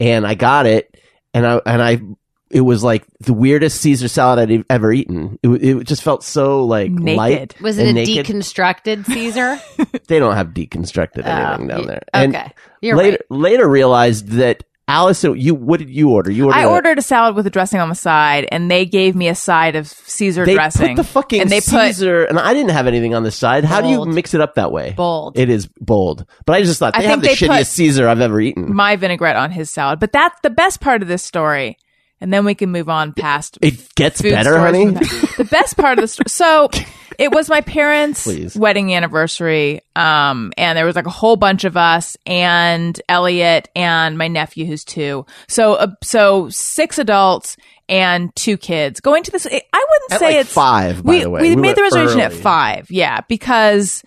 [SPEAKER 1] and I got it, and I and I. It was like the weirdest Caesar salad I'd ever eaten. It, it just felt so like
[SPEAKER 3] Naked.
[SPEAKER 1] light.
[SPEAKER 5] Was it
[SPEAKER 1] and
[SPEAKER 5] a
[SPEAKER 1] naked.
[SPEAKER 5] deconstructed Caesar?
[SPEAKER 1] They don't have deconstructed anything
[SPEAKER 5] Oh,
[SPEAKER 1] down
[SPEAKER 5] y-
[SPEAKER 1] there. And
[SPEAKER 5] okay. You're
[SPEAKER 1] later
[SPEAKER 5] right.
[SPEAKER 1] later realized that Allison, you what did you order? You ordered
[SPEAKER 3] I
[SPEAKER 1] a-
[SPEAKER 3] ordered a salad with a dressing on the side, and they gave me a side of Caesar
[SPEAKER 1] They
[SPEAKER 3] dressing.
[SPEAKER 1] put the fucking
[SPEAKER 3] and they put
[SPEAKER 1] Caesar, and I didn't have anything on the side. How do you
[SPEAKER 5] Bold.
[SPEAKER 1] mix it up that way?
[SPEAKER 5] Bold.
[SPEAKER 1] It is bold, but I just thought
[SPEAKER 3] I
[SPEAKER 1] they have the
[SPEAKER 3] think they
[SPEAKER 1] shittiest
[SPEAKER 3] put-
[SPEAKER 1] Caesar I've ever eaten.
[SPEAKER 3] my vinaigrette on his salad. But that's the best part of this story, and then we can move on past
[SPEAKER 1] it gets
[SPEAKER 3] food
[SPEAKER 1] better,
[SPEAKER 3] stores
[SPEAKER 1] honey.
[SPEAKER 3] with that. The best part of the story. So it was my parents'
[SPEAKER 1] Please.
[SPEAKER 3] wedding anniversary. Um, and there was like a whole bunch of us and Elliot and my nephew who's two. So, uh, so six adults and two kids going to this. I wouldn't
[SPEAKER 1] At
[SPEAKER 3] say
[SPEAKER 1] like
[SPEAKER 3] it's
[SPEAKER 1] five, by
[SPEAKER 3] we,
[SPEAKER 1] the way.
[SPEAKER 3] we,
[SPEAKER 1] We
[SPEAKER 3] made the
[SPEAKER 1] went
[SPEAKER 3] reservation at
[SPEAKER 1] early.
[SPEAKER 3] five. Yeah. Because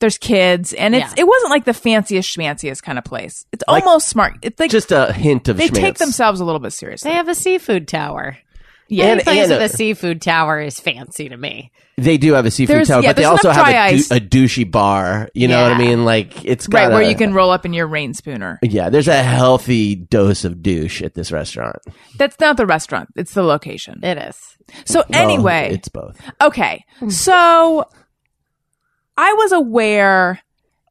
[SPEAKER 3] there's kids and it's,
[SPEAKER 5] Yeah.
[SPEAKER 3] it wasn't like the fanciest schmanciest kind of place. It's almost smart. It's like
[SPEAKER 1] Just a hint of
[SPEAKER 3] they take
[SPEAKER 1] schmance.
[SPEAKER 3] themselves a little bit seriously.
[SPEAKER 5] They have a seafood tower.
[SPEAKER 3] Yeah.
[SPEAKER 5] Any
[SPEAKER 1] And-
[SPEAKER 5] place
[SPEAKER 1] and
[SPEAKER 5] with
[SPEAKER 1] a-
[SPEAKER 5] a seafood tower is fancy to me.
[SPEAKER 1] They do have a seafood
[SPEAKER 3] There's-
[SPEAKER 1] tower,
[SPEAKER 3] yeah,
[SPEAKER 1] but they
[SPEAKER 3] there's
[SPEAKER 1] also
[SPEAKER 3] enough
[SPEAKER 1] have
[SPEAKER 3] dry
[SPEAKER 1] a,
[SPEAKER 3] ice.
[SPEAKER 1] dou- a douchey bar. You know what I
[SPEAKER 5] Yeah.
[SPEAKER 1] mean? Like it's
[SPEAKER 3] Right,
[SPEAKER 1] got
[SPEAKER 3] where
[SPEAKER 1] a-
[SPEAKER 3] you can roll up in your rain spooner.
[SPEAKER 1] Yeah, there's a healthy dose of douche at this restaurant.
[SPEAKER 3] That's not the restaurant. It's the location.
[SPEAKER 5] It is.
[SPEAKER 3] So
[SPEAKER 1] Well,
[SPEAKER 3] anyway,
[SPEAKER 1] it's both.
[SPEAKER 3] okay. So I was aware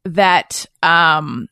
[SPEAKER 3] that um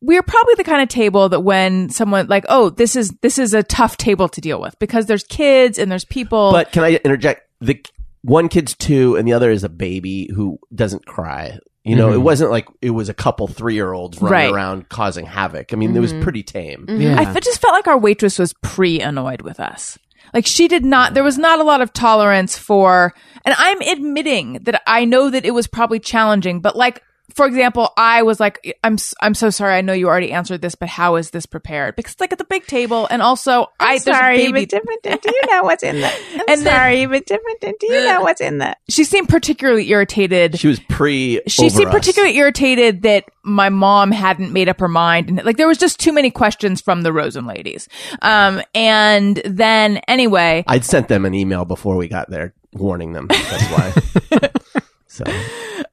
[SPEAKER 3] we're probably the kind of table that when someone like, oh, this is this is a tough table to deal with because there's kids and there's people.
[SPEAKER 1] But can I interject? The one kid's two, and the other is a baby who doesn't cry. You know, it wasn't like it was a couple three year olds running
[SPEAKER 3] Mm-hmm. Right. Mm-hmm.
[SPEAKER 1] around causing havoc. I mean, it was pretty tame.
[SPEAKER 4] Yeah.
[SPEAKER 3] I fe- just felt like our waitress was pre annoyed with us. Like she did not, there was not a lot of tolerance for, and I'm admitting that I know that it was probably challenging, but like, for example, I was like, I'm, s- I'm so sorry. I know you already answered this, but how is this prepared? Because it's like at the big table and also I, there's a
[SPEAKER 7] sorry,
[SPEAKER 3] baby-
[SPEAKER 7] but different. than- Do you know what's in that? I'm
[SPEAKER 3] And then-
[SPEAKER 7] sorry, but different. than- Do you know what's in that?
[SPEAKER 3] she seemed particularly irritated.
[SPEAKER 1] She was pre.
[SPEAKER 3] she
[SPEAKER 1] over
[SPEAKER 3] seemed
[SPEAKER 1] us.
[SPEAKER 3] particularly irritated that my mom hadn't made up her mind and like there was just too many questions from the rosen ladies um and then anyway
[SPEAKER 1] I'd sent them an email before we got there, warning them. That's why. so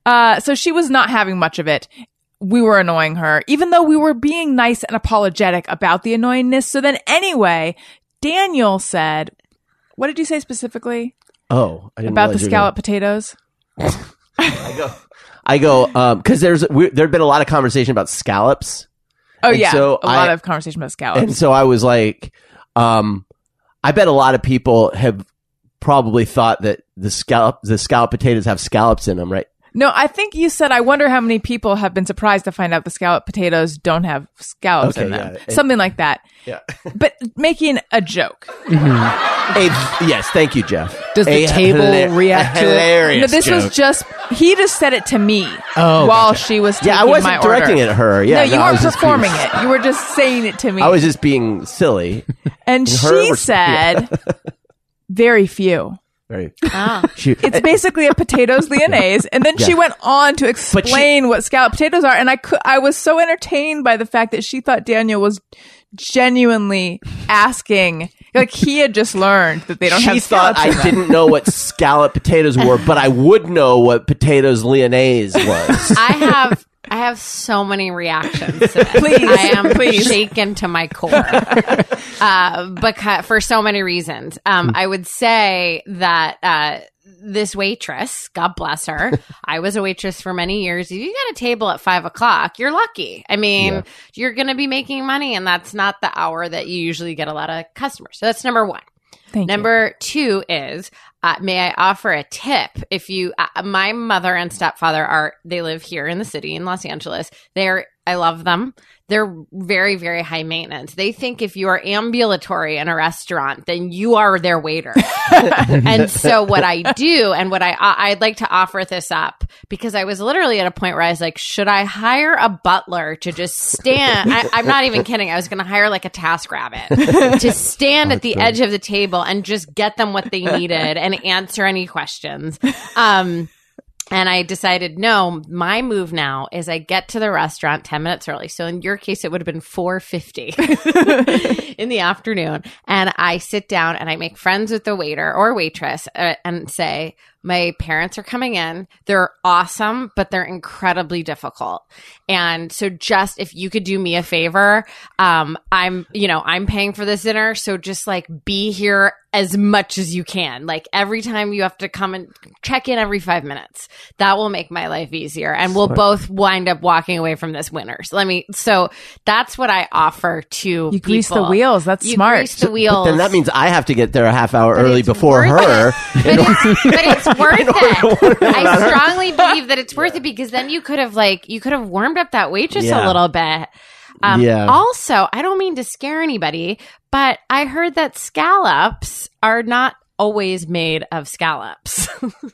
[SPEAKER 3] uh so she was not having much of it we were annoying her even though we were being nice and apologetic about the annoyingness so then anyway daniel said what did you say specifically
[SPEAKER 1] oh, I didn't
[SPEAKER 3] about the
[SPEAKER 1] realize you were gonna-
[SPEAKER 3] scallop potatoes
[SPEAKER 1] I go because there's we, there'd been a lot of conversation about scallops,
[SPEAKER 3] oh
[SPEAKER 1] And
[SPEAKER 3] yeah
[SPEAKER 1] so
[SPEAKER 3] a lot
[SPEAKER 1] I-
[SPEAKER 3] of conversation about
[SPEAKER 1] and
[SPEAKER 3] scallops
[SPEAKER 1] so I was like, um, I bet a lot of people have probably thought that the scallop the scallop potatoes have scallops in them, right?
[SPEAKER 3] no i think you said i wonder how many people have been surprised to find out the scallop potatoes don't have scallops
[SPEAKER 1] Okay,
[SPEAKER 3] in them
[SPEAKER 1] yeah.
[SPEAKER 3] something like that
[SPEAKER 1] Yeah.
[SPEAKER 3] but making a joke.
[SPEAKER 1] A, yes, thank you, Jeff.
[SPEAKER 4] Does the
[SPEAKER 1] A
[SPEAKER 4] table
[SPEAKER 1] hila-
[SPEAKER 4] react
[SPEAKER 1] a
[SPEAKER 4] to it?
[SPEAKER 1] hilarious
[SPEAKER 3] No, this
[SPEAKER 1] joke.
[SPEAKER 3] was just he just said it to me
[SPEAKER 4] Oh,
[SPEAKER 3] while she was taking
[SPEAKER 1] yeah. I
[SPEAKER 3] my
[SPEAKER 1] wasn't
[SPEAKER 3] order.
[SPEAKER 1] directing it at her. Yeah,
[SPEAKER 3] no, you
[SPEAKER 1] I
[SPEAKER 3] were
[SPEAKER 1] was just
[SPEAKER 3] performing
[SPEAKER 1] being-
[SPEAKER 3] it. You were just saying it to me.
[SPEAKER 1] I was just being silly.
[SPEAKER 3] and
[SPEAKER 1] her
[SPEAKER 3] she
[SPEAKER 1] was-
[SPEAKER 3] said, "Very few."
[SPEAKER 1] Very.
[SPEAKER 5] Ah.
[SPEAKER 1] She,
[SPEAKER 3] It's basically a potatoes lyonnaise, and then she
[SPEAKER 1] Yeah.
[SPEAKER 3] went on to explain what scallop potatoes are. And I could, I was so entertained by the fact that she thought Daniel was genuinely asking, like he had just learned that they don't
[SPEAKER 1] she
[SPEAKER 3] have
[SPEAKER 1] thought
[SPEAKER 3] scallops. in
[SPEAKER 1] I
[SPEAKER 3] them.
[SPEAKER 1] didn't know what scallop potatoes were, but I would know what potatoes lyonnaise was.
[SPEAKER 5] I have I have so many reactions. To this.
[SPEAKER 3] Please,
[SPEAKER 5] I am
[SPEAKER 3] please.
[SPEAKER 5] shaken to my core uh, because for so many reasons. Um, I would say that. Uh, this waitress, God bless her. I was a waitress for many years. If you got a table at five o'clock, you're lucky. I mean,
[SPEAKER 1] Yeah.
[SPEAKER 5] you're going to be making money, and that's not the hour that you usually get a lot of customers. So that's number one.
[SPEAKER 3] Thank you.
[SPEAKER 5] Number two is, uh, may I offer a tip? If you, uh, my mother and stepfather are, they live here in the city in Los Angeles. They're, I love them. They're very, very high maintenance. They think if you are ambulatory in a restaurant, then you are their waiter. and so what I do and what I, I- I'd like to offer this up because I was literally at a point where I was like, should I hire a butler to just stand? I, I'm not even kidding. I was going to hire like a task rabbit to stand at the edge of the table and just get them what they needed and answer any questions. Um, and I decided, no, my move now is I get to the restaurant 10 minutes early. So in your case, it would have been 4.50 in the afternoon. And I sit down and I make friends with the waiter or waitress uh, and say, my parents are coming in. They're awesome, but they're incredibly difficult. And so just if you could do me a favor, um, I'm, you know, I'm paying for this dinner. So just like be here as much as you can. Like every time you have to come and check in every five minutes. That will make my life easier. And we'll both wind up walking away from this winners. Let me, so that's what I offer to
[SPEAKER 3] You grease the
[SPEAKER 5] people.
[SPEAKER 3] wheels. That's
[SPEAKER 5] You
[SPEAKER 3] smart.
[SPEAKER 5] Grease the wheels.
[SPEAKER 1] But then that means I have to get there a half hour early
[SPEAKER 5] it's
[SPEAKER 1] before
[SPEAKER 5] worth
[SPEAKER 1] her.
[SPEAKER 5] But it's, but it's worth it. I strongly believe that it's worth it because then you could have like you could have warmed up that waitress
[SPEAKER 1] Yeah.
[SPEAKER 5] a little bit. Um,
[SPEAKER 1] Yeah.
[SPEAKER 5] Also, I don't mean to scare anybody, but I heard that scallops are not always made of scallops.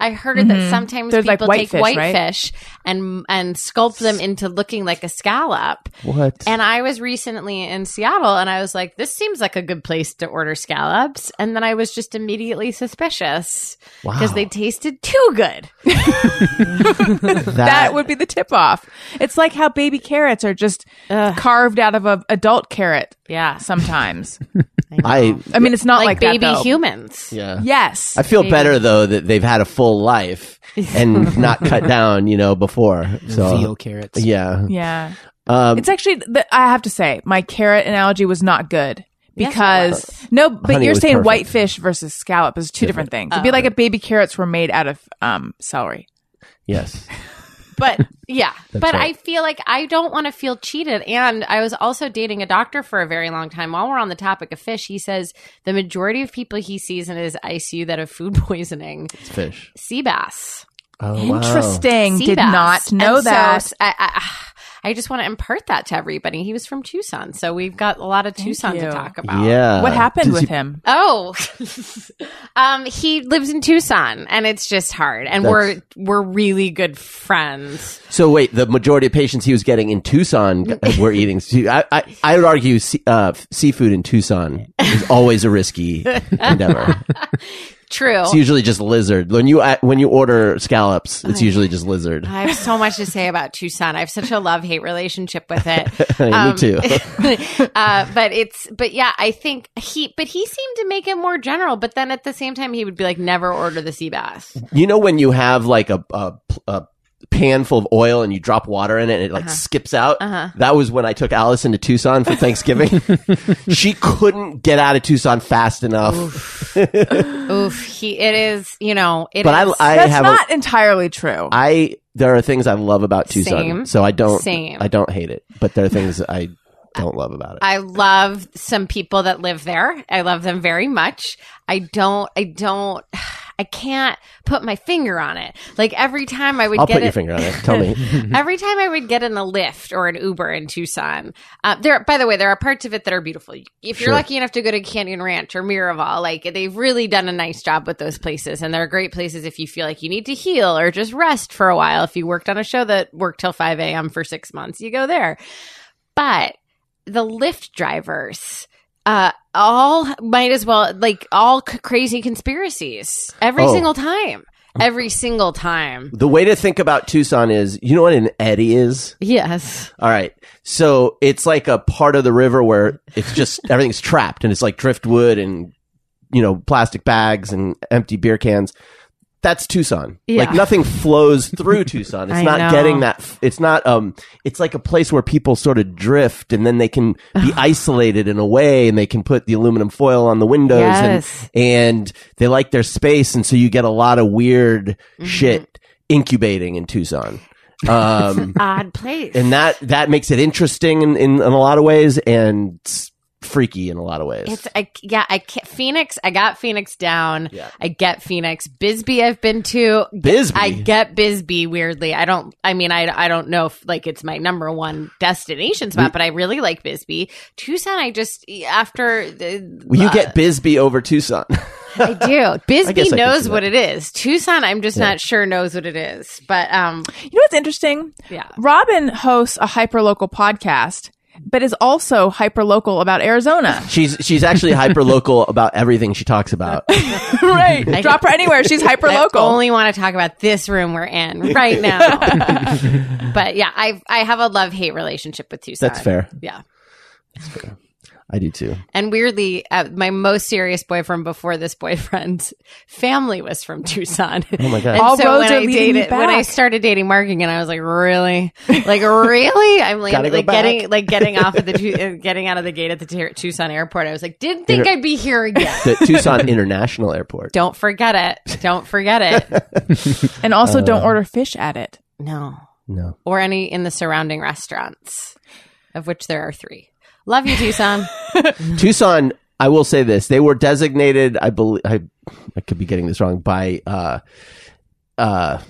[SPEAKER 5] I heard that sometimes
[SPEAKER 3] There's,
[SPEAKER 5] people
[SPEAKER 3] Mm-hmm. like,
[SPEAKER 5] take
[SPEAKER 3] whitefish, right?
[SPEAKER 5] whitefish and and sculpt them into looking like a scallop.
[SPEAKER 1] What?
[SPEAKER 5] And I was recently in Seattle and I was like, this seems like a good place to order scallops. And then I was just immediately suspicious because
[SPEAKER 1] Wow.
[SPEAKER 5] they tasted too good.
[SPEAKER 1] that,
[SPEAKER 3] that would be the tip off. It's like how baby carrots are just carved out of a adult carrot
[SPEAKER 5] Yeah.
[SPEAKER 3] sometimes.
[SPEAKER 1] I.
[SPEAKER 3] I mean, it's not
[SPEAKER 5] Like,
[SPEAKER 3] like, that,
[SPEAKER 5] baby
[SPEAKER 3] though.
[SPEAKER 5] humans.
[SPEAKER 1] Yeah.
[SPEAKER 3] Yes.
[SPEAKER 1] I feel better though that they've had a full life and not cut down, you know, before.
[SPEAKER 4] Veal
[SPEAKER 1] So
[SPEAKER 4] carrots.
[SPEAKER 1] yeah,
[SPEAKER 3] yeah.
[SPEAKER 1] um,
[SPEAKER 3] It's actually, the, I have to say, my carrot analogy was not good.
[SPEAKER 5] Yes, it
[SPEAKER 3] Because no, but
[SPEAKER 1] Honey, it
[SPEAKER 3] you're
[SPEAKER 1] was
[SPEAKER 3] saying
[SPEAKER 1] perfect.
[SPEAKER 3] whitefish versus scallop is two different,
[SPEAKER 5] Oh.
[SPEAKER 3] things. It'd be like if baby carrots were made out of um, celery.
[SPEAKER 1] yes,
[SPEAKER 5] But yeah, but
[SPEAKER 1] right.
[SPEAKER 5] I feel like I don't want to feel cheated. And I was also dating a doctor for a very long time. While we're on the topic of fish, he says the majority of people he sees in his ICU that have food poisoning,
[SPEAKER 1] it's fish.
[SPEAKER 5] sea bass.
[SPEAKER 1] Oh, wow.
[SPEAKER 3] Interesting.
[SPEAKER 5] sea
[SPEAKER 3] Did
[SPEAKER 5] bass.
[SPEAKER 3] not know
[SPEAKER 5] And so
[SPEAKER 3] that.
[SPEAKER 5] s- I, I- I I just want to impart that to everybody. He was from Tucson, so we've got a lot of Tucson
[SPEAKER 3] you.
[SPEAKER 5] to talk about.
[SPEAKER 1] Yeah.
[SPEAKER 3] What happened
[SPEAKER 1] Oh, Uh, Did
[SPEAKER 3] with
[SPEAKER 1] you-
[SPEAKER 3] him?
[SPEAKER 5] Oh, um, he lives in Tucson, and it's just hard. And
[SPEAKER 1] That's-
[SPEAKER 5] we're we're really good friends.
[SPEAKER 1] So wait, the majority of patients he was getting in Tucson g- were eating. sea- I, I, I would argue sea, uh, f- seafood in Tucson is always a risky endeavor.
[SPEAKER 5] True.
[SPEAKER 1] It's usually just lizard. When you uh, when you order scallops, it's usually just lizard.
[SPEAKER 5] I have so much to say about Tucson. I have such a love hate relationship with it.
[SPEAKER 3] um,
[SPEAKER 5] Um,
[SPEAKER 1] Me too.
[SPEAKER 5] uh, but it's, but yeah, I think he, but he seemed to make it more general. But then at the same time, he would be like, never order the sea bass.
[SPEAKER 1] You know when you have like a a, a pan full of oil and you drop water in it and it like
[SPEAKER 3] Uh-huh.
[SPEAKER 1] skips out. That was when I took Allison to Tucson for Thanksgiving. she couldn't get out of Tucson fast enough.
[SPEAKER 5] Oof. He, it is, you know, it is.
[SPEAKER 1] but I I
[SPEAKER 3] That's
[SPEAKER 1] have
[SPEAKER 3] not
[SPEAKER 1] a,
[SPEAKER 3] entirely true.
[SPEAKER 1] I there are things I love about Tucson.
[SPEAKER 5] Same.
[SPEAKER 1] So I don't
[SPEAKER 5] Same.
[SPEAKER 1] I don't hate it, but there are things I don't love about it.
[SPEAKER 5] I love some people that live there. I love them very much. I don't, I don't, I can't put my finger on it. Like every time I would
[SPEAKER 1] I'll
[SPEAKER 5] get
[SPEAKER 1] put your
[SPEAKER 5] it,
[SPEAKER 1] finger on it. Tell me.
[SPEAKER 5] Every time I would get in a Lyft or an Uber in Tucson, uh, there. By the way, there are parts of it that are beautiful. If you're
[SPEAKER 1] Sure.
[SPEAKER 5] lucky enough to go to Canyon Ranch or Miraval, like they've really done a nice job with those places, and they're great places if you feel like you need to heal or just rest for a while. If you worked on a show that worked till five a.m. for six months, you go there. But the Lyft drivers. Uh, all might as well like all c- crazy conspiracies every
[SPEAKER 1] Oh.
[SPEAKER 5] single time, every single time.
[SPEAKER 1] The way to think about Tucson is, you know what an eddy is?
[SPEAKER 5] Yes.
[SPEAKER 1] All right. So it's like a part of the river where it's just everything's trapped and it's like driftwood and, you know, plastic bags and empty beer cans. That's Tucson.
[SPEAKER 5] Yeah.
[SPEAKER 1] Like nothing flows through Tucson. It's
[SPEAKER 5] I
[SPEAKER 1] not
[SPEAKER 5] know.
[SPEAKER 1] getting that. f- It's not, um, it's like a place where people sort of drift and then they can be isolated in a way and they can put the aluminum foil on the windows
[SPEAKER 5] Yes.
[SPEAKER 1] and, and they like their space. And so you get a lot of weird
[SPEAKER 5] Mm-hmm.
[SPEAKER 1] shit incubating in Tucson. Um,
[SPEAKER 5] odd place.
[SPEAKER 1] and that that makes it interesting in, in, in a lot of ways and s- freaky in a lot of ways.
[SPEAKER 5] it's I, yeah, I can't, Phoenix. I got Phoenix down.
[SPEAKER 1] Yeah.
[SPEAKER 5] I get Phoenix. Bisbee, I've been to.
[SPEAKER 1] Bisbee.
[SPEAKER 5] I get Bisbee. Weirdly, I don't. I mean, I I don't know if like it's my number one destination spot, but I really like Bisbee. Tucson, I just e, after the,
[SPEAKER 1] Well, you get Bisbee over Tucson.
[SPEAKER 5] I do.
[SPEAKER 1] I
[SPEAKER 5] Bisbee
[SPEAKER 1] can
[SPEAKER 5] knows
[SPEAKER 1] see
[SPEAKER 5] what
[SPEAKER 1] that.
[SPEAKER 5] it is. Tucson, I'm just not sure knows what it is, but um,
[SPEAKER 3] You know what's interesting?
[SPEAKER 5] Yeah.
[SPEAKER 3] Robin hosts a hyperlocal podcast, but is also hyperlocal about Arizona.
[SPEAKER 1] she's she's actually hyper local about everything she talks about.
[SPEAKER 3] right. Drop her anywhere. She's hyperlocal.
[SPEAKER 5] I only want to talk about this room we're in right now. but yeah, I I have a love hate relationship with Tucson.
[SPEAKER 1] That's fair.
[SPEAKER 5] Yeah.
[SPEAKER 1] I do too.
[SPEAKER 5] And weirdly, uh, my most serious boyfriend before this boyfriend's family was from Tucson. Oh
[SPEAKER 1] my God.
[SPEAKER 5] And
[SPEAKER 3] All
[SPEAKER 5] so
[SPEAKER 3] roads
[SPEAKER 5] when
[SPEAKER 3] are
[SPEAKER 5] I
[SPEAKER 3] leading you
[SPEAKER 5] dated, when I
[SPEAKER 3] back.
[SPEAKER 5] started dating Mark again, I was like, really, like really, I'm like,
[SPEAKER 1] Gotta go
[SPEAKER 5] like
[SPEAKER 1] back.
[SPEAKER 5] getting like getting off at the Tu- uh, getting out of the gate at the Tu- Tucson airport. I was like, didn't think I'd be here again.
[SPEAKER 1] The Tucson International Airport.
[SPEAKER 5] Don't forget it. Don't forget it.
[SPEAKER 3] and also
[SPEAKER 1] Uh.
[SPEAKER 3] don't order fish at it.
[SPEAKER 5] No,
[SPEAKER 1] No.
[SPEAKER 5] or any in the surrounding restaurants, of which there are three. Love you, Tucson.
[SPEAKER 1] Tucson, I will say this: they were designated. I believe I, I could be getting this wrong by uh, uh,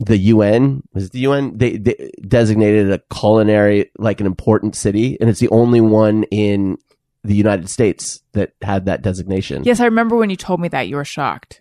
[SPEAKER 1] the UN. Was it the UN? They, they designated a culinary like an important city, and it's the only one in the United States that had that designation.
[SPEAKER 3] Yes, I remember when you told me that you were shocked.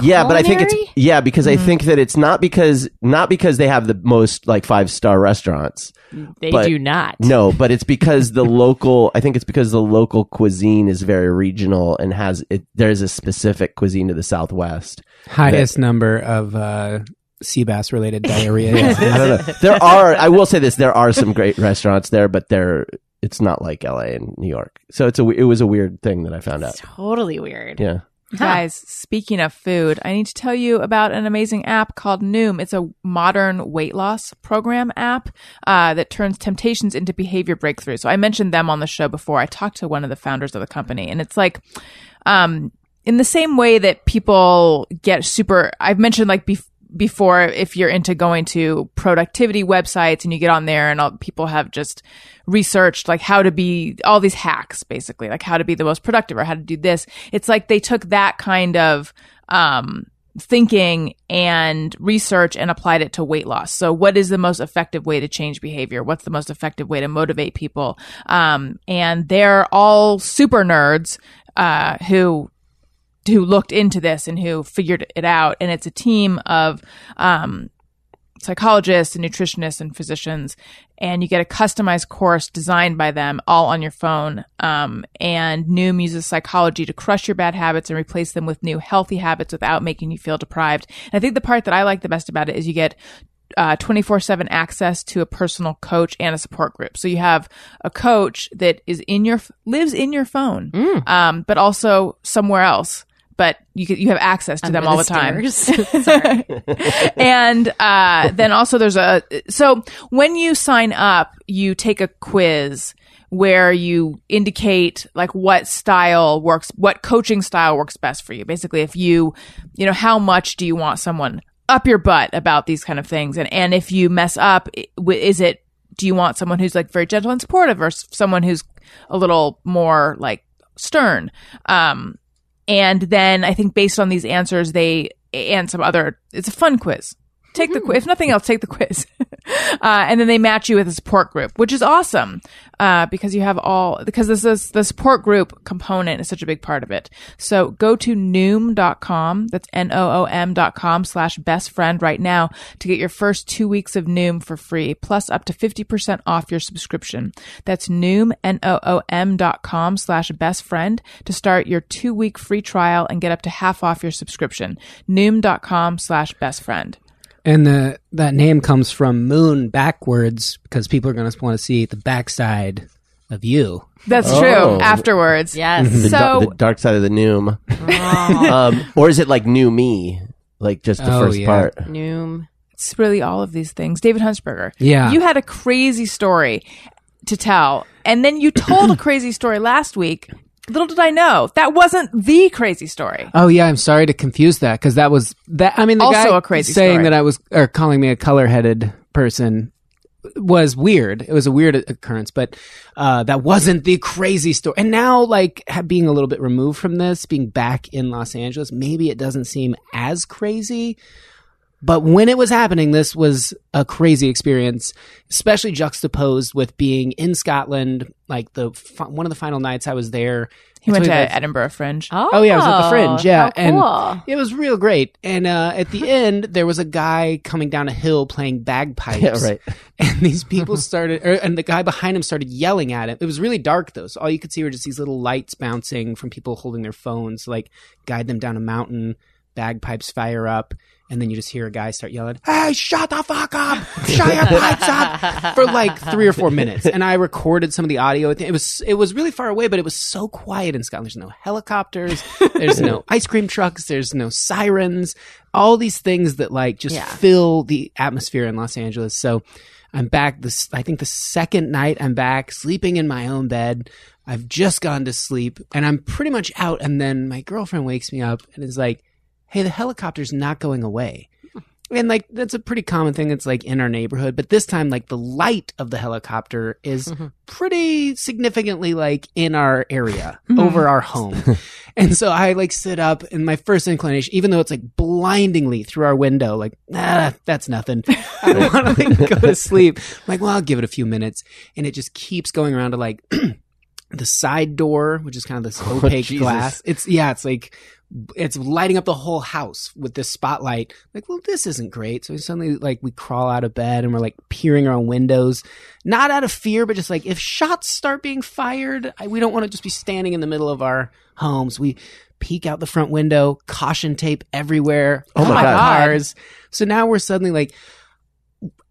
[SPEAKER 1] yeah, but I think it's
[SPEAKER 5] Culinary?
[SPEAKER 1] yeah because I think that it's not because not because they have the most like five star restaurants.
[SPEAKER 5] They
[SPEAKER 1] But-
[SPEAKER 5] do not.
[SPEAKER 1] No, but it's because the local. I think it's because the local cuisine is very regional and has it, there's a specific cuisine to the Southwest.
[SPEAKER 4] Highest number of uh, sea bass related diarrhea.
[SPEAKER 1] I don't know. There are. I will say this: there are some great restaurants there, but they're it's not like L.A. and New York. So it's a it was a weird thing that I found out.
[SPEAKER 5] It's totally weird.
[SPEAKER 1] Yeah.
[SPEAKER 3] Guys, speaking of food, I need to tell you about an amazing app called Noom. It's a modern weight loss program app uh, that turns temptations into behavior breakthroughs. So I mentioned them on the show before. I talked to one of the founders of the company, and it's like, um, in the same way that people get super, I've mentioned like bef- before, if you're into going to productivity websites and you get on there and all people have just researched like how to be all these hacks basically, like how to be the most productive or how to do this. It's like they took that kind of, um, thinking and research and applied it to weight loss. So, what is the most effective way to change behavior? What's the most effective way to motivate people? Um, and they're all super nerds uh, who who looked into this and who figured it out. And it's a team of um, psychologists and nutritionists and physicians and you get a customized course designed by them all on your phone um, and noom uses psychology to crush your bad habits and replace them with new healthy habits without making you feel deprived and i think the part that i like the best about it is you get uh, 24-7 access to a personal coach and a support group so you have a coach that is in your lives in your phone um, but also somewhere else but you, get- you have access to them all the time
[SPEAKER 5] time.
[SPEAKER 3] and uh, then also there's a so when you sign up you take a quiz where you indicate like what style works what coaching style works best for you basically if you you know how much do you want someone up your butt about these kind of things and and if you mess up i- wi- is it do you want someone who's like very gentle and supportive or s- someone who's a little more like stern um and then I think based on these answers, they and some other. It's a fun quiz. Take the quiz. If nothing else, take the quiz. uh, and then they match you with a support group, which is awesome uh, because you have all because this is the support group component is such a big part of it. So go to noom.com. That's n o o m dot com slash best friend right now to get your first two weeks of Noom for free, plus up to fifty percent off your subscription. That's Noom n o o m dot com slash best friend to start your two week free trial and get up to half off your subscription. Noom.com slash best friend.
[SPEAKER 4] And the that name comes from moon backwards because people are going to want to see the backside of you.
[SPEAKER 3] That's
[SPEAKER 1] Oh.
[SPEAKER 3] true. Afterwards,
[SPEAKER 5] Yes.
[SPEAKER 1] The,
[SPEAKER 3] So-
[SPEAKER 4] Mm-hmm.
[SPEAKER 1] da- the dark side of the noom. um, or is it like new me? Like just the
[SPEAKER 4] Oh,
[SPEAKER 1] first
[SPEAKER 4] yeah.
[SPEAKER 1] part.
[SPEAKER 5] Noom.
[SPEAKER 3] it's really all of these things. David Huntsberger.
[SPEAKER 4] Yeah.
[SPEAKER 3] You had a crazy story to tell. And then you told a crazy story last week. Little did I know that wasn't the crazy story.
[SPEAKER 4] Oh yeah, I'm sorry to confuse that because that was that. I mean, the
[SPEAKER 3] Also
[SPEAKER 4] guy
[SPEAKER 3] a crazy
[SPEAKER 4] saying
[SPEAKER 3] story.
[SPEAKER 4] that I was or calling me a color headed person was weird. It was a weird occurrence, but uh, that wasn't the crazy story. And now, like ha- being a little bit removed from this, being back in Los Angeles, maybe it doesn't seem as crazy. But when it was happening, this was a crazy experience, especially juxtaposed with being in Scotland. Like the fi- one of the final nights I was there,
[SPEAKER 3] He
[SPEAKER 4] I
[SPEAKER 3] went
[SPEAKER 4] told
[SPEAKER 3] to
[SPEAKER 4] you guys-
[SPEAKER 3] Edinburgh Fringe.
[SPEAKER 5] Oh,
[SPEAKER 4] Oh yeah, it was at the fringe. Yeah,
[SPEAKER 5] how
[SPEAKER 4] and
[SPEAKER 5] cool.
[SPEAKER 4] it was real great. And uh, at the end, there was a guy coming down a hill playing bagpipes.
[SPEAKER 1] Yeah, right.
[SPEAKER 4] And these people started, er, and the guy behind him started yelling at him. It was really dark though, so all you could see were just these little lights bouncing from people holding their phones, to, like guide them down a mountain. Bagpipes fire up, and then you just hear a guy start yelling, "Hey, shut the fuck up! Shut your pipes up!" for like three or four minutes. And I recorded some of the audio. It was it was really far away, but it was so quiet in Scotland. There's no helicopters. There's no ice cream trucks. There's no sirens. All these things that like just
[SPEAKER 5] Yeah.
[SPEAKER 4] fill the atmosphere in Los Angeles. So I'm back this I think the second night I'm back sleeping in my own bed. I've just gone to sleep and I'm pretty much out and then my girlfriend wakes me up and is like, "Hey, the helicopter's not going away." And like that's a pretty common thing that's like in our neighborhood, but this time like the light of the helicopter is pretty significantly like in our area over our home. and so I like sit up and my first inclination, even though it's like blindingly through our window, like, ah, that's nothing. I want to like go to sleep. I'm like, well, I'll give it a few minutes. And it just keeps going around to like the side door, which is kind of this opaque
[SPEAKER 1] Jesus.
[SPEAKER 4] glass. It's yeah, it's like it's lighting up the whole house with this spotlight. Like, well, this isn't great. So suddenly, like, we crawl out of bed and we're like peering around windows, not out of fear, but just like if shots start being fired, I, we don't want to just be standing in the middle of our homes. We peek out the front window, caution tape everywhere,
[SPEAKER 1] Oh my
[SPEAKER 4] on
[SPEAKER 1] God.
[SPEAKER 4] cars. So now we're suddenly like,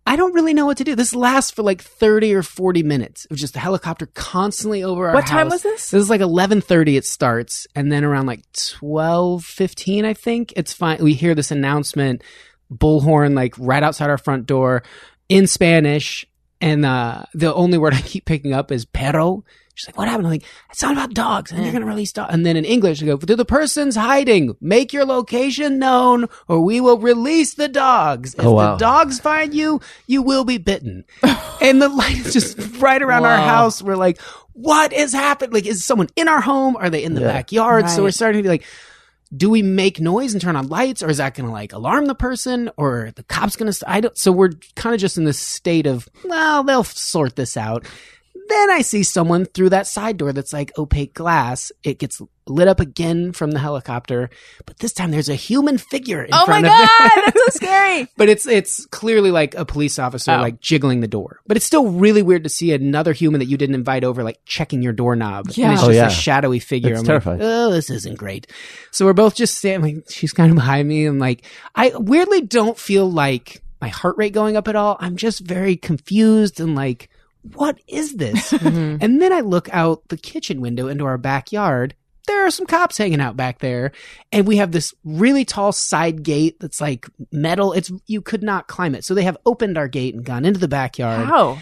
[SPEAKER 4] I don't really know what to do. This lasts for like thirty or forty minutes of just the helicopter constantly over our.
[SPEAKER 3] What time
[SPEAKER 4] house.
[SPEAKER 3] was this?
[SPEAKER 4] This is like 11:30 it starts and then around like 12:15 I think it's fine we hear this announcement bullhorn like right outside our front door in Spanish and uh the only word I keep picking up is perro She's like, what happened? I'm like, it's not about dogs, and you're gonna release dogs. And then in English, they go, to the person's hiding, make your location known, or we will release the dogs. If
[SPEAKER 1] Oh, wow.
[SPEAKER 4] the dogs find you, you will be bitten. and the light is just right around our house. We're like, what is happening? Like, is someone in our home? Are they in the backyard? So we're starting to be like, do we make noise and turn on lights or is that going to like alarm the person or the cops going to st- I don't so we're kind of just in this state of well they'll sort this out then I see someone through that side door that's like opaque glass it gets lit up again from the helicopter but this time there's a human figure in
[SPEAKER 3] Oh my
[SPEAKER 4] front
[SPEAKER 3] god,
[SPEAKER 4] of
[SPEAKER 3] that's so scary.
[SPEAKER 4] but it's it's clearly like a police officer
[SPEAKER 3] Oh.
[SPEAKER 4] like jiggling the door. But it's still really weird to see another human that you didn't invite over like checking your doorknob.
[SPEAKER 3] Yeah.
[SPEAKER 4] And it's
[SPEAKER 3] Oh,
[SPEAKER 4] just
[SPEAKER 1] yeah.
[SPEAKER 4] a shadowy figure.
[SPEAKER 1] That's
[SPEAKER 4] I'm
[SPEAKER 1] terrifying.
[SPEAKER 4] Like, oh, this isn't great. So we're both just standing. Like, she's kind of behind me. I'm like, I weirdly don't feel like my heart rate going up at all. I'm just very confused and like, what is this? and then I look out the kitchen window into our backyard. There are some cops hanging out back there. And we have this really tall side gate that's like metal. It's you could not climb it. So they have opened our gate and gone into the backyard.
[SPEAKER 3] Wow.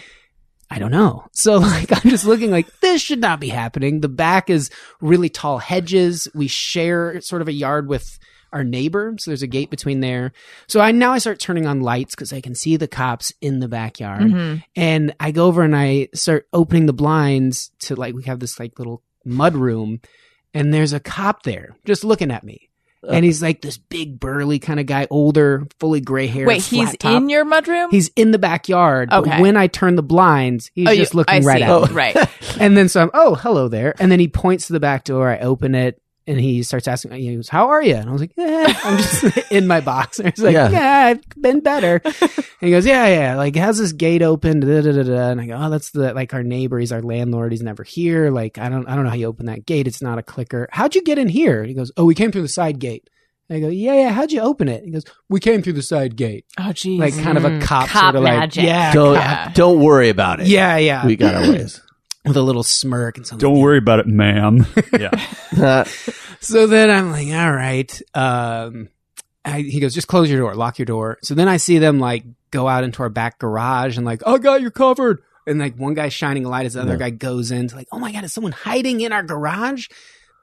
[SPEAKER 4] I don't know. So like I'm just looking like this should not be happening. The back is really tall hedges. We share sort of a yard with our neighbor, so there's a gate between there. So I now I start turning on lights because I can see the cops in the backyard,
[SPEAKER 3] Mhm.
[SPEAKER 4] and I go over and I start opening the blinds to like we have this like little mud room, and there's a cop there just looking at me, and he's like this big burly kind of guy, older, fully gray hair.
[SPEAKER 3] Wait, he's in your mudroom?
[SPEAKER 4] He's in the backyard.
[SPEAKER 3] Okay.
[SPEAKER 4] But when I turn the blinds, he's
[SPEAKER 3] Oh,
[SPEAKER 4] just
[SPEAKER 3] you-
[SPEAKER 4] looking
[SPEAKER 3] I
[SPEAKER 4] right
[SPEAKER 3] see.
[SPEAKER 4] at me.
[SPEAKER 3] Right.
[SPEAKER 4] And then so I'm, oh, hello there. And then he points to the back door. I open it and he starts asking, he goes, how are you? And I was like, eh, I'm just in my box. And he's like,
[SPEAKER 1] Yeah.
[SPEAKER 4] yeah. I've been better. and he goes, yeah, yeah. Like, how's this gate open? Da, da, da, da. And I go, oh, that's the, like our neighbor. He's our landlord. He's never here. Like, I don't, I don't know how you open that gate. It's not a clicker. How'd you get in here? And he goes, oh, we came through the side gate. And I go, yeah, yeah. How'd you open it? He goes, we came through the side gate.
[SPEAKER 3] Oh geez.
[SPEAKER 4] Like kind of a
[SPEAKER 5] Mm,
[SPEAKER 4] cop,
[SPEAKER 5] cop
[SPEAKER 4] sort of
[SPEAKER 5] magic.
[SPEAKER 4] like, yeah,
[SPEAKER 1] don't
[SPEAKER 4] cop.
[SPEAKER 1] don't worry about it.
[SPEAKER 4] yeah, yeah.
[SPEAKER 1] we got our ways.
[SPEAKER 4] with a little smirk and something.
[SPEAKER 6] Don't worry about it, ma'am. Yeah.
[SPEAKER 4] So then I'm like, all right. Um, I, he goes, just close your door, lock your door. So then I see them like go out into our back garage and like, I got you covered. And like one guy's shining a light as the other
[SPEAKER 1] Yeah.
[SPEAKER 4] guy goes in. It's like, oh my God, is someone hiding in our garage?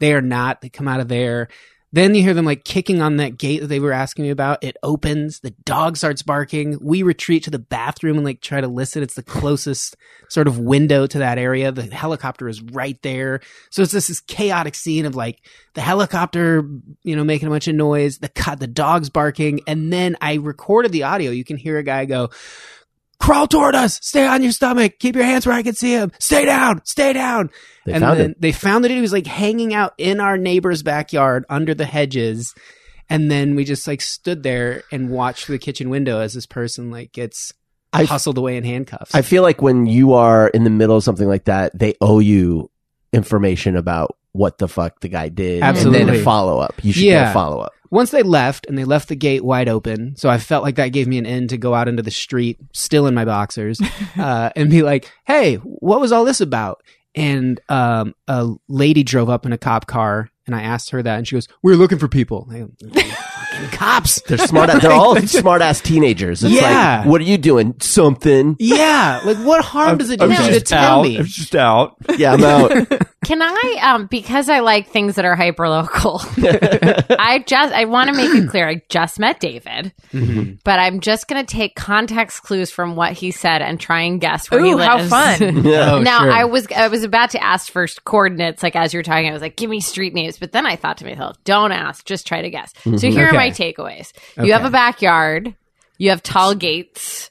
[SPEAKER 4] They are not. They come out of there. Then you hear them like kicking on that gate that they were asking me about. It opens. The dog starts barking. We retreat to the bathroom and like try to listen. It's the closest sort of window to that area. The helicopter is right there. So it's just this chaotic scene of like the helicopter, you know, making a bunch of noise, the co- the dogs barking, and then I recorded the audio. You can hear a guy go, "Crawl toward us. Stay on your stomach. Keep your hands where I can see him. Stay down. Stay down."
[SPEAKER 1] They
[SPEAKER 4] and
[SPEAKER 1] found
[SPEAKER 4] then
[SPEAKER 1] it.
[SPEAKER 4] they found that he was like hanging out in our neighbor's backyard under the hedges. And then we just like stood there and watched through the kitchen window as this person like gets
[SPEAKER 1] I f-
[SPEAKER 4] hustled away in handcuffs.
[SPEAKER 1] I feel like when you are in the middle of something like that, they owe you information about what the fuck the guy did. And then
[SPEAKER 4] Absolutely.
[SPEAKER 1] a follow up. You should get
[SPEAKER 4] Yeah.
[SPEAKER 1] a follow up.
[SPEAKER 4] once they left and they left the gate wide open so i felt like that gave me an end to go out into the street still in my boxers uh, and be like hey what was all this about and um, a lady drove up in a cop car and i asked her that and she goes we were looking for people I go, "Fucking cops
[SPEAKER 1] They're smart. they're all smart ass teenagers. It's
[SPEAKER 4] Yeah.
[SPEAKER 1] like, what are you doing? Something.
[SPEAKER 4] yeah like what harm does it do
[SPEAKER 6] I'm
[SPEAKER 4] you to
[SPEAKER 6] just
[SPEAKER 4] tell
[SPEAKER 6] out.
[SPEAKER 4] me
[SPEAKER 6] I'm just out.
[SPEAKER 1] Yeah, I'm out.
[SPEAKER 5] Can I, um, because I like things that are hyper local, I just, I want to make it clear I just met David, but I'm just going to take context clues from what he said and try and guess where he
[SPEAKER 3] Ooh, how
[SPEAKER 5] lives.
[SPEAKER 3] fun.
[SPEAKER 1] Yeah.
[SPEAKER 4] Oh,
[SPEAKER 5] now
[SPEAKER 4] sure.
[SPEAKER 5] I was I was about to ask for coordinates, like as you were talking, I was like, "Give me street names," but then I thought to myself, "Don't ask, just try to guess." So here are
[SPEAKER 4] Mm-hmm. Okay.
[SPEAKER 5] my takeaways: you have
[SPEAKER 4] Okay.
[SPEAKER 5] a backyard, you have tall gates,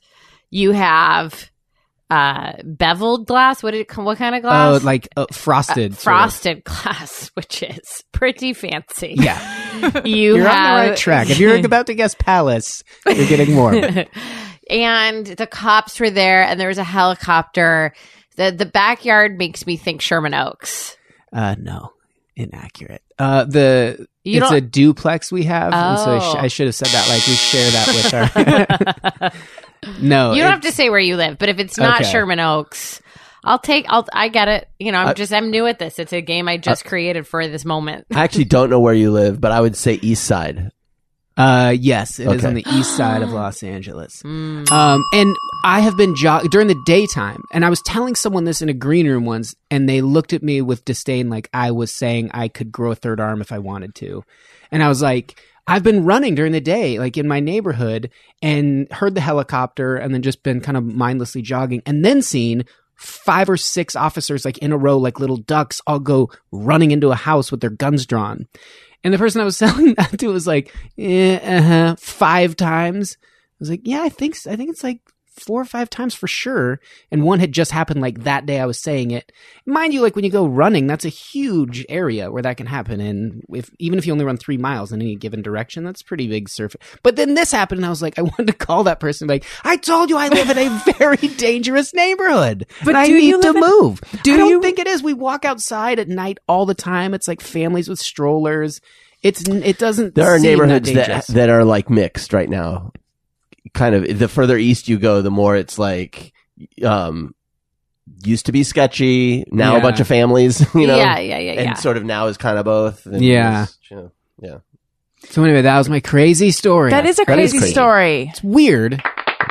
[SPEAKER 5] you have uh beveled glass. What did it, what kind of
[SPEAKER 4] oh
[SPEAKER 5] glass?
[SPEAKER 4] like uh, frosted sort of.
[SPEAKER 5] frosted glass, which is pretty fancy.
[SPEAKER 4] yeah
[SPEAKER 5] you
[SPEAKER 4] you're
[SPEAKER 5] have
[SPEAKER 4] on the right track if you're about to guess palace you're getting warm
[SPEAKER 5] and the cops were there, and there was a helicopter. The the backyard makes me think Sherman Oaks.
[SPEAKER 4] Uh, no, inaccurate. Uh, the
[SPEAKER 5] You
[SPEAKER 4] it's
[SPEAKER 5] don't-
[SPEAKER 4] a duplex we have, and so
[SPEAKER 5] Oh.
[SPEAKER 4] sh- I should have said that. Like we share that with our.
[SPEAKER 1] Oh,
[SPEAKER 4] no,
[SPEAKER 5] You don't have
[SPEAKER 4] it's-
[SPEAKER 5] to say where you live, but if it's not
[SPEAKER 4] Okay.
[SPEAKER 5] Sherman Oaks, I'll take. I'll. I get it. You know, I'm
[SPEAKER 1] I-
[SPEAKER 5] just. I'm new at this. It's a game I just created for this moment.
[SPEAKER 1] I actually don't know where you live, but I would say East Side.
[SPEAKER 4] Uh, yes, it is
[SPEAKER 1] Okay.
[SPEAKER 4] on the east side of Los Angeles. Um, and I have been jog during the daytime, and I was telling someone this in a green room once, and they looked at me with disdain, like I was saying I could grow a third arm if I wanted to, and I was like. I've been running during the day, like in my neighborhood, and heard the helicopter, and then just been kind of mindlessly jogging, and then seen five or six officers, like in a row, like little ducks, all go running into a house with their guns drawn. And the person I was selling that to was like, eh, uh-huh, five times. I was like, yeah, I think s- I think it's like four or five times for sure. And one had just happened like that day I was saying it. Mind you, like when you go running, that's a huge area where that can happen. And if even if you only run three miles in any given direction, that's pretty big surface. But then this happened, and I was like, I wanted to call that person, and be like, I told you I live in a very dangerous neighborhood,
[SPEAKER 3] But
[SPEAKER 4] and I
[SPEAKER 3] do
[SPEAKER 4] need
[SPEAKER 3] you
[SPEAKER 4] to
[SPEAKER 3] live in-
[SPEAKER 4] move.
[SPEAKER 3] do
[SPEAKER 4] I don't
[SPEAKER 3] you-
[SPEAKER 4] think it is. We walk outside at night all the time. It's like families with strollers. It's n- it doesn't.
[SPEAKER 1] There are
[SPEAKER 4] seem
[SPEAKER 1] neighborhoods that
[SPEAKER 4] dangerous.
[SPEAKER 1] that are like mixed right now. Kind of the further east you go, the more it's like um used to be sketchy, now a
[SPEAKER 4] Yeah.
[SPEAKER 1] bunch of families, you know.
[SPEAKER 5] yeah, yeah, yeah,
[SPEAKER 1] And
[SPEAKER 5] yeah.
[SPEAKER 1] sort of now is kind of both. and
[SPEAKER 4] Yeah.
[SPEAKER 1] it's, you know,
[SPEAKER 4] So anyway, that was my crazy story.
[SPEAKER 3] That is a crazy,
[SPEAKER 1] crazy.
[SPEAKER 3] story.
[SPEAKER 4] It's weird.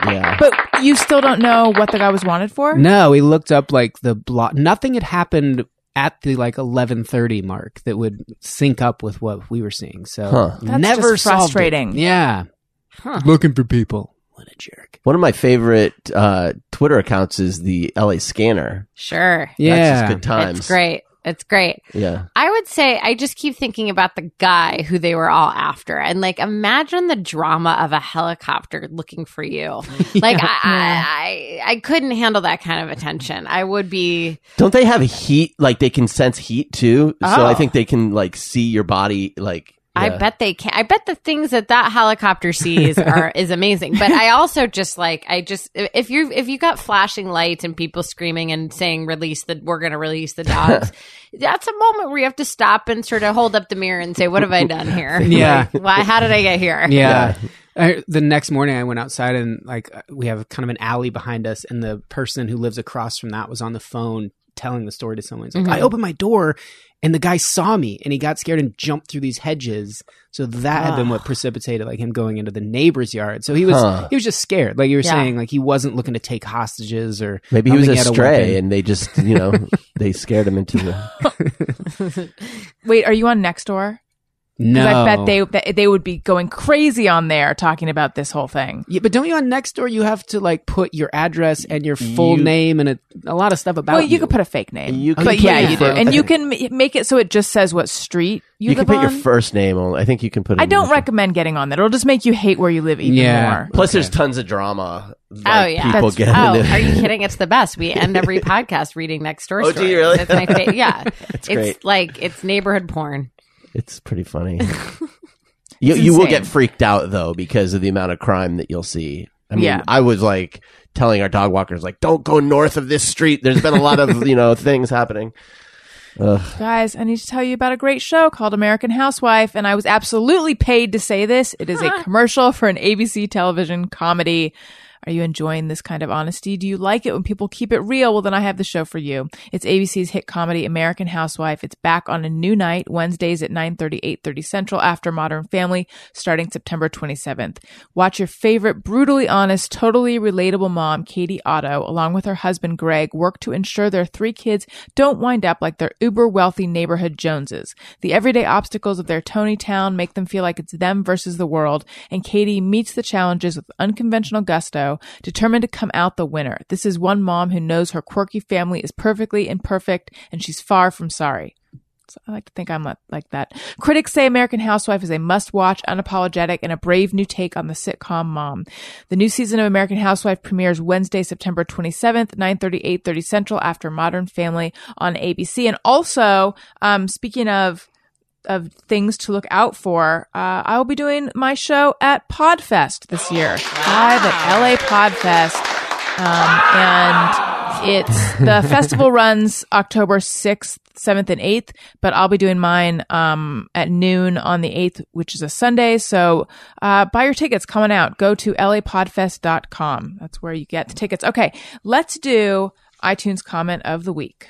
[SPEAKER 1] yeah.
[SPEAKER 3] But you still don't know what the guy was wanted for?
[SPEAKER 4] No, we looked up like the block. Nothing had happened at the like eleven thirty mark that would sync up with what we were seeing. So
[SPEAKER 1] Huh.
[SPEAKER 3] That's
[SPEAKER 4] never
[SPEAKER 3] just
[SPEAKER 4] solved it.
[SPEAKER 3] frustrating.
[SPEAKER 4] Yeah,
[SPEAKER 5] Huh.
[SPEAKER 4] looking for people. What a jerk.
[SPEAKER 1] One of my favorite uh, Twitter accounts is the LA Scanner.
[SPEAKER 5] Sure.
[SPEAKER 1] That's just
[SPEAKER 4] Yeah,
[SPEAKER 1] good times.
[SPEAKER 5] It's great. It's great.
[SPEAKER 1] Yeah.
[SPEAKER 5] I would say I just keep thinking about the guy who they were all after, and like imagine the drama of a helicopter looking for you. Like I, I, I couldn't handle that kind of attention. I would be.
[SPEAKER 1] Don't they have heat? Like they can sense heat too. So
[SPEAKER 5] Oh.
[SPEAKER 1] I think they can like see your body. Like
[SPEAKER 5] I
[SPEAKER 1] yeah.
[SPEAKER 5] bet they can. I bet the things that that helicopter sees are is amazing. But I also just like I just if you if you got flashing lights and people screaming and saying release the we're going to release the dogs. that's a moment where you have to stop and sort of hold up the mirror and say what have I done here?
[SPEAKER 4] Yeah.
[SPEAKER 5] Like, why how did I get here?
[SPEAKER 4] Yeah. I, the next morning, I went outside and like uh, we have kind of an alley behind us, and the person who lives across from that was on the phone telling the story to someone. He's like,
[SPEAKER 5] Mhm.
[SPEAKER 1] Mm-hmm.
[SPEAKER 4] I opened my door, and the guy saw me, and he got scared and jumped through these hedges. So that had been what precipitated like him going into the neighbor's yard. So he was
[SPEAKER 1] Ah. Huh.
[SPEAKER 4] he was just scared, like you were
[SPEAKER 5] Yeah.
[SPEAKER 4] saying, like he wasn't looking to take hostages or
[SPEAKER 1] Maybe he was a
[SPEAKER 4] something, he had a
[SPEAKER 1] stray
[SPEAKER 4] weapon.
[SPEAKER 1] and they just, you know, they scared him into the.
[SPEAKER 3] Wait, are you on Nextdoor?
[SPEAKER 4] no.
[SPEAKER 3] Because I bet they that they would be going crazy on there talking about this whole thing.
[SPEAKER 4] Yeah, but don't you on Nextdoor? You have to like put your address and your full
[SPEAKER 1] You-
[SPEAKER 4] name and a, a lot of stuff about.
[SPEAKER 3] well, you,
[SPEAKER 4] you
[SPEAKER 3] could put a fake name,
[SPEAKER 1] You could
[SPEAKER 3] but
[SPEAKER 1] put
[SPEAKER 3] yeah,
[SPEAKER 1] your
[SPEAKER 3] you do,
[SPEAKER 1] first-
[SPEAKER 3] and you can m- make it so it just says what street you,
[SPEAKER 1] You, can
[SPEAKER 3] live
[SPEAKER 1] put your
[SPEAKER 3] on.
[SPEAKER 1] first name only. I think you can put.
[SPEAKER 3] I
[SPEAKER 1] an
[SPEAKER 3] don't
[SPEAKER 1] initial.
[SPEAKER 3] recommend getting on that. It'll just make you hate where you live even
[SPEAKER 4] Yeah.
[SPEAKER 3] more.
[SPEAKER 1] Plus, there's tons of drama. like,
[SPEAKER 5] Oh, yeah.
[SPEAKER 1] people
[SPEAKER 3] That's-
[SPEAKER 1] get
[SPEAKER 5] Oh,
[SPEAKER 1] into-
[SPEAKER 5] are you kidding? It's the best. We end every podcast reading next door.
[SPEAKER 1] Oh, do
[SPEAKER 5] stories.
[SPEAKER 1] you really?
[SPEAKER 5] That's my favorite. Yeah, it's
[SPEAKER 1] great.
[SPEAKER 5] like it's neighborhood porn.
[SPEAKER 1] It's pretty funny. you you will
[SPEAKER 3] insane.
[SPEAKER 1] get freaked out though because of the amount of crime that you'll see. I mean,
[SPEAKER 3] Yeah.
[SPEAKER 1] I was like telling our dog walkers like, "Don't go north of this street." There's been a lot of you know things happening.
[SPEAKER 3] Guys, I need to tell you about a great show called American Housewife, and I was absolutely paid to say this. It is a commercial for an ABC television comedy. Are you enjoying this kind of honesty? Do you like it when people keep it real? Well, then I have the show for you. It's ABC's hit comedy American Housewife. It's back on a new night, Wednesdays at 9:30, 8:30 Central after Modern Family, starting September 27th. Watch your favorite brutally honest, totally relatable mom, Katie Otto, along with her husband Greg, work to ensure their three kids don't wind up like their uber wealthy neighborhood Joneses. The everyday obstacles of their Tony town make them feel like it's them versus the world, and Katie meets the challenges with unconventional gusto, determined to come out the winner. This is one mom who knows her quirky family is perfectly imperfect, and she's far from sorry. I like to think I'm like- like that. Critics say American Housewife is a must watch, unapologetic, and a brave new take on the sitcom mom. The new season of American Housewife premieres Wednesday, September 27th, 9:30, 8:30 Central after Modern Family on ABC. And also, um, speaking of of things to look out for, uh, I will be doing my show at Podfest this year, live at LA Podfest. Um, and it's the festival runs October 6th, 7th, and 8th, but I'll be doing mine um, at noon on the 8th, which is a Sunday. So uh, buy your tickets. Come on out. Go to lapodfest.com. That's where you get the tickets. Okay, let's do iTunes comment of the week.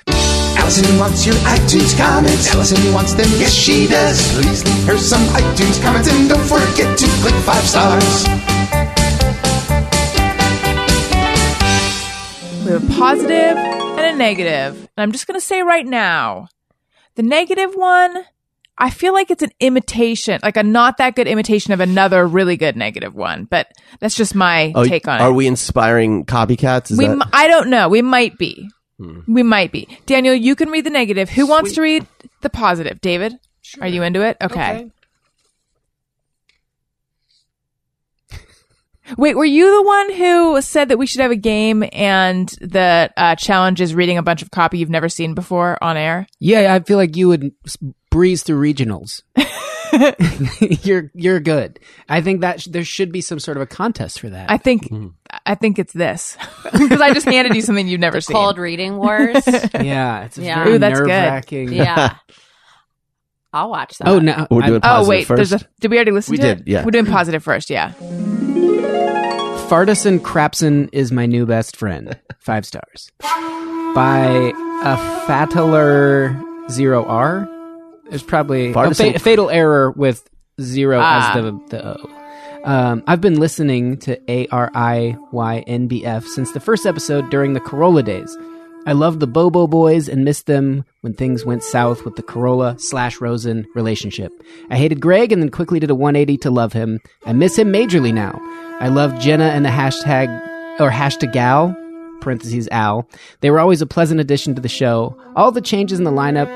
[SPEAKER 2] Allison wants your iTunes comments. Allison wants them, yes she does. Please leave her some iTunes comments and don't forget to click five stars.
[SPEAKER 3] We have a positive and a negative. And I'm just going to say right now the negative one, I feel like it's an imitation, like a not that good imitation of another really good negative one. But that's just my
[SPEAKER 1] Oh,
[SPEAKER 3] take on
[SPEAKER 1] are
[SPEAKER 3] it.
[SPEAKER 1] we inspiring copycats? Is
[SPEAKER 3] we,
[SPEAKER 1] that- Hmm.
[SPEAKER 3] mi- I don't know. We might be. We might be. Daniel, you can read the negative. Who wants to read the positive? David? Are you into it? Okay. Wait, were you the one who said that we should have a game and the uh, challenge is reading a bunch of copy you've never seen before on air?
[SPEAKER 4] Yeah, I feel like you would s- breeze through regionals. you're you're good. I think that sh- there should be some sort of a contest for that.
[SPEAKER 3] I think
[SPEAKER 1] Mm-hmm.
[SPEAKER 3] I think it's this because I just handed you something you've never seen.
[SPEAKER 5] Cold reading wars.
[SPEAKER 4] yeah, it's
[SPEAKER 5] Yeah.
[SPEAKER 4] very
[SPEAKER 3] Ooh, that's good.
[SPEAKER 4] nerve-wracking.
[SPEAKER 5] yeah. I'll watch that.
[SPEAKER 4] Oh, no.
[SPEAKER 1] We're
[SPEAKER 4] I-
[SPEAKER 1] doing
[SPEAKER 3] Oh
[SPEAKER 1] positive
[SPEAKER 3] wait,
[SPEAKER 1] first.
[SPEAKER 3] there's a. Did we already listen?
[SPEAKER 1] We
[SPEAKER 3] to
[SPEAKER 1] did,
[SPEAKER 3] It?
[SPEAKER 1] yeah.
[SPEAKER 3] We're doing positive first. Yeah.
[SPEAKER 4] Fartison Crapson is my new best friend. Five stars. By a fataler zero R. There's probably a,
[SPEAKER 1] Fartison-
[SPEAKER 4] fa- a fatal error with zero
[SPEAKER 3] Ah.
[SPEAKER 4] as the, the O. Um, I've been listening to A R I Y N B F since the first episode during the Corolla days. I love the Bobo Boys and missed them when things went south with the Corolla slash Rosen relationship. I hated Greg and then quickly did a 180 to love him. I miss him majorly now. I love Jenna and the hashtag or hashtag gal parentheses Al. They were always a pleasant addition to the show. All the changes in the lineup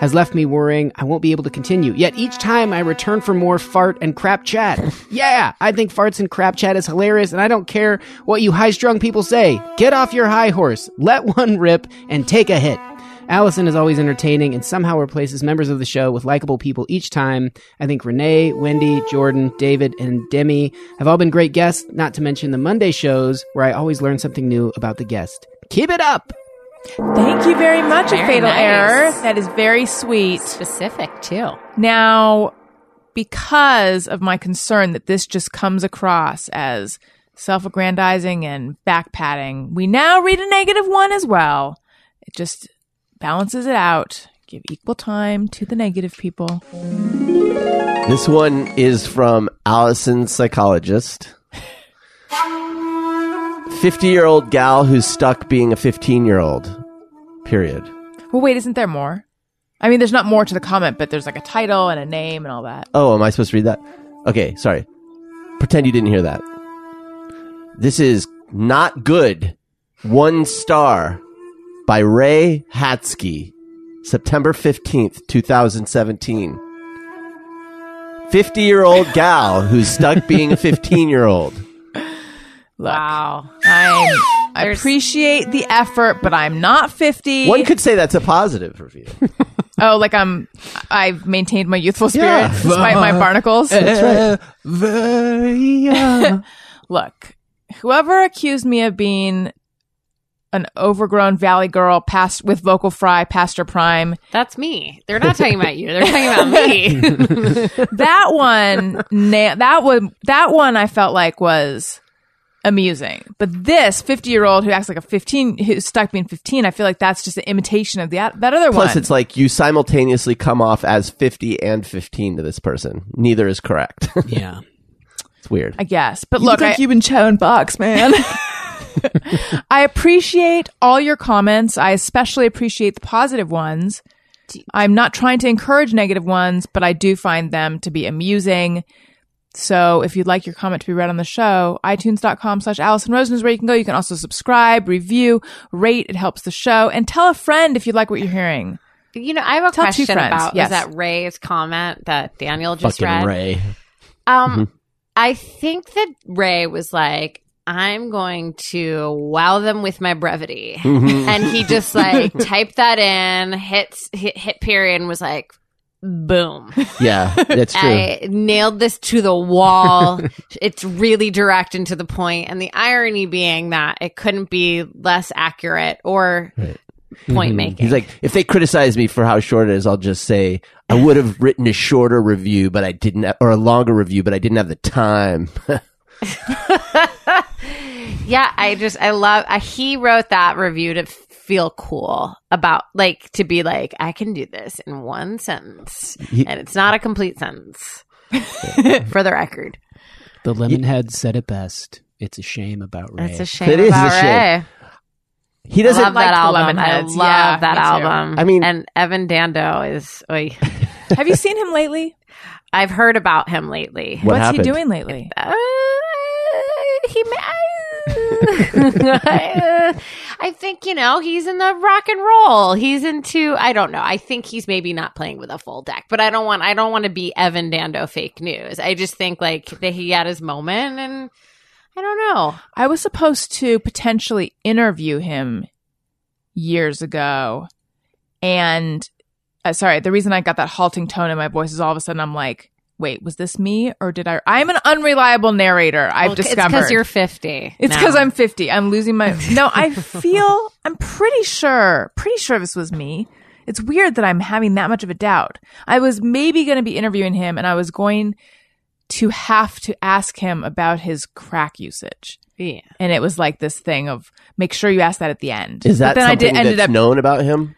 [SPEAKER 4] has left me worrying I won't be able to continue. Yet each time I return for more fart and crap chat. yeah, I think farts and crap chat is hilarious, and I don't care what you high strung people say. Get off your high horse, let one rip, and take a hit. Allison is always entertaining and somehow replaces members of the show with likable people each time. I think Renee, Wendy, Jordan, David, and Demi have all been great guests, not to mention the Monday shows where I always learn something new about the guest. Keep it up!
[SPEAKER 3] Thank you very much, a
[SPEAKER 5] Very
[SPEAKER 3] fatal
[SPEAKER 5] nice.
[SPEAKER 3] error. That is very sweet.
[SPEAKER 5] Specific too.
[SPEAKER 3] Now, because of my concern that this just comes across as self aggrandizing and backpatting, we now read a negative one as well. It just balances it out. Give equal time to the negative people.
[SPEAKER 1] This one is from Allison, psychologist. 50 year old gal who's stuck being a 15 year old. Period.
[SPEAKER 3] Well, wait, isn't there more? I mean, there's not more to the comment, but there's like a title and a name and all that.
[SPEAKER 1] Oh, am I supposed to read that? Okay, sorry. Pretend you didn't hear that. This is Not Good, One Star by Ray Hatsky, September 15th, 2017. 50 year old gal who's stuck being a 15 year old.
[SPEAKER 3] Look,
[SPEAKER 5] Wow.
[SPEAKER 3] I'm, I
[SPEAKER 5] There's-
[SPEAKER 3] appreciate the effort, but I'm not 50.
[SPEAKER 1] One could say that's a positive review.
[SPEAKER 3] oh, like I'm, I've maintained my youthful spirit
[SPEAKER 1] Yeah.
[SPEAKER 3] despite my barnacles. look, whoever accused me of being an overgrown valley girl past with vocal fry pastor prime
[SPEAKER 5] That's me. They're not talking about you. They're talking about me.
[SPEAKER 3] that one na- that one that one i felt like was amusing but this 50 year old who acts like a 15 who's stuck being 15 i feel like that's just an imitation of the that other
[SPEAKER 1] Plus,
[SPEAKER 3] one
[SPEAKER 1] it's like you simultaneously come off as 50 and 15 to this person. Neither is correct.
[SPEAKER 4] Yeah.
[SPEAKER 1] it's weird.
[SPEAKER 3] i guess but look I,
[SPEAKER 7] you've been chowing box, man.
[SPEAKER 3] I appreciate all your comments i especially appreciate the positive ones I'm not trying to encourage negative ones, but I do find them to be amusing. So if you'd like your comment to be read on the show, itunes.com slash Allison Rosen is where you can go. You can also subscribe, review, rate. It helps the show. And tell a friend if you like what you're hearing.
[SPEAKER 5] you know, I have a
[SPEAKER 3] Tell two
[SPEAKER 5] question
[SPEAKER 3] friends,
[SPEAKER 5] about
[SPEAKER 3] yes.
[SPEAKER 5] was that Ray's comment that Daniel just read.
[SPEAKER 1] Ray.
[SPEAKER 5] Um,
[SPEAKER 3] Mm-hmm.
[SPEAKER 5] I think that Ray was like, I'm going to wow them with my brevity.
[SPEAKER 3] Mm.
[SPEAKER 1] Mm-hmm.
[SPEAKER 5] And he just like typed that in, hits hit, hit period, and was like, boom.
[SPEAKER 1] Yeah, that's true.
[SPEAKER 5] I nailed this to the wall. it's really direct and to the point. And the irony being that it couldn't be less accurate or point making.
[SPEAKER 1] He's like, if they criticize me for how short it is, I'll just say I would have written a shorter review, but I didn't, ha- or a longer review, but I didn't have the time.
[SPEAKER 5] Yeah, I just I love uh, he wrote that review to f- feel cool about like to be like I can do this in one sentence
[SPEAKER 1] He-
[SPEAKER 5] and it's not a complete sentence. For the record,
[SPEAKER 4] The Lemonhead said it best. It's a shame about Ray.
[SPEAKER 5] it's a shame.
[SPEAKER 1] It is
[SPEAKER 5] about
[SPEAKER 1] a shame.
[SPEAKER 5] Ray.
[SPEAKER 1] he
[SPEAKER 5] I love
[SPEAKER 1] doesn't.
[SPEAKER 5] that
[SPEAKER 3] like the
[SPEAKER 5] album. I
[SPEAKER 3] Lemonheads.
[SPEAKER 5] love
[SPEAKER 3] Yeah,
[SPEAKER 5] that
[SPEAKER 3] me too.
[SPEAKER 5] album.
[SPEAKER 1] I mean-
[SPEAKER 5] and Evan Dando is. Oy.
[SPEAKER 3] Have you seen him lately?
[SPEAKER 5] I've heard about him lately.
[SPEAKER 1] What
[SPEAKER 3] What's
[SPEAKER 1] happened?
[SPEAKER 3] he doing lately?
[SPEAKER 5] Uh, he. ma- I, uh, I think you know he's in the rock and roll. He's into I don't know. I think he's maybe not playing with a full deck, but I don't want I don't want to be Evan Dando fake news. I just think like that he had his moment, and I don't know.
[SPEAKER 3] I was supposed to potentially interview him years ago. And uh, sorry, the reason I got that halting tone in my voice is all of a sudden I'm like, wait, was this me or did I? I'm an unreliable narrator. I've
[SPEAKER 5] Well,
[SPEAKER 3] discovered.
[SPEAKER 5] it's because you're fifty.
[SPEAKER 3] It's
[SPEAKER 5] now.
[SPEAKER 3] because I'm 50. I'm losing my. No, I feel. I'm pretty sure. Pretty sure this was me. It's weird that I'm having that much of a doubt. I was maybe going to be interviewing him, and I was going to have to ask him about his crack usage.
[SPEAKER 5] Yeah.
[SPEAKER 3] And it was like this thing of make sure you ask that at the end.
[SPEAKER 1] Is that
[SPEAKER 3] Oh. but then I
[SPEAKER 1] something
[SPEAKER 3] did ended
[SPEAKER 1] that's
[SPEAKER 3] up?
[SPEAKER 1] known about him?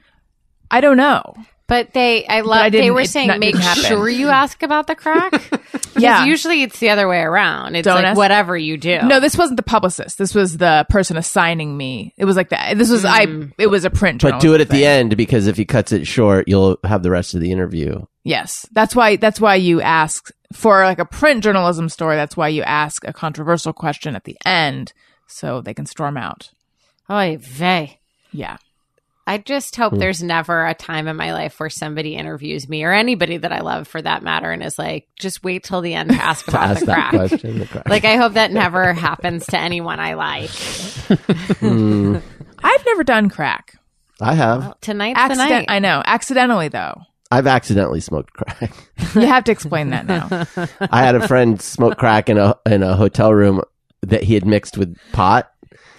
[SPEAKER 3] I don't know.
[SPEAKER 5] But they, I
[SPEAKER 3] I
[SPEAKER 5] love. They
[SPEAKER 3] didn't-
[SPEAKER 5] were
[SPEAKER 3] it
[SPEAKER 5] saying,
[SPEAKER 3] not-
[SPEAKER 5] make
[SPEAKER 3] didn't happen.
[SPEAKER 5] sure you ask about the crack. Because
[SPEAKER 3] Yeah.
[SPEAKER 5] usually it's the other way around. It's
[SPEAKER 3] Don't
[SPEAKER 5] like
[SPEAKER 3] ask-
[SPEAKER 5] whatever you do.
[SPEAKER 3] No, this wasn't the publicist. This was the person assigning me. It was like that. This was
[SPEAKER 5] Mm.
[SPEAKER 3] I. It was a print.
[SPEAKER 1] But do it at
[SPEAKER 3] journalism thing.
[SPEAKER 1] the end because if he cuts it short, you'll have the rest of the interview.
[SPEAKER 3] Yes, that's why. That's why you ask for like a print journalism story. That's why you ask a controversial question at the end so they can storm out.
[SPEAKER 5] Oy vey.
[SPEAKER 3] Yeah,
[SPEAKER 5] I just hope
[SPEAKER 1] Hmm.
[SPEAKER 5] there's never a time in my life where somebody interviews me or anybody that I love for that matter and is like, just wait till the end to ask about
[SPEAKER 1] Ask
[SPEAKER 5] the
[SPEAKER 1] that
[SPEAKER 5] crack.
[SPEAKER 1] question. The crack.
[SPEAKER 5] Like, I hope that never happens to anyone I like.
[SPEAKER 3] I've never done crack.
[SPEAKER 1] Hmm. I have.
[SPEAKER 5] Tonight's the night.
[SPEAKER 3] Accident. I know. Accidentally though.
[SPEAKER 1] I've accidentally smoked crack.
[SPEAKER 3] You have to explain that now.
[SPEAKER 1] I had a friend smoke crack in a in a hotel room that he had mixed with pot.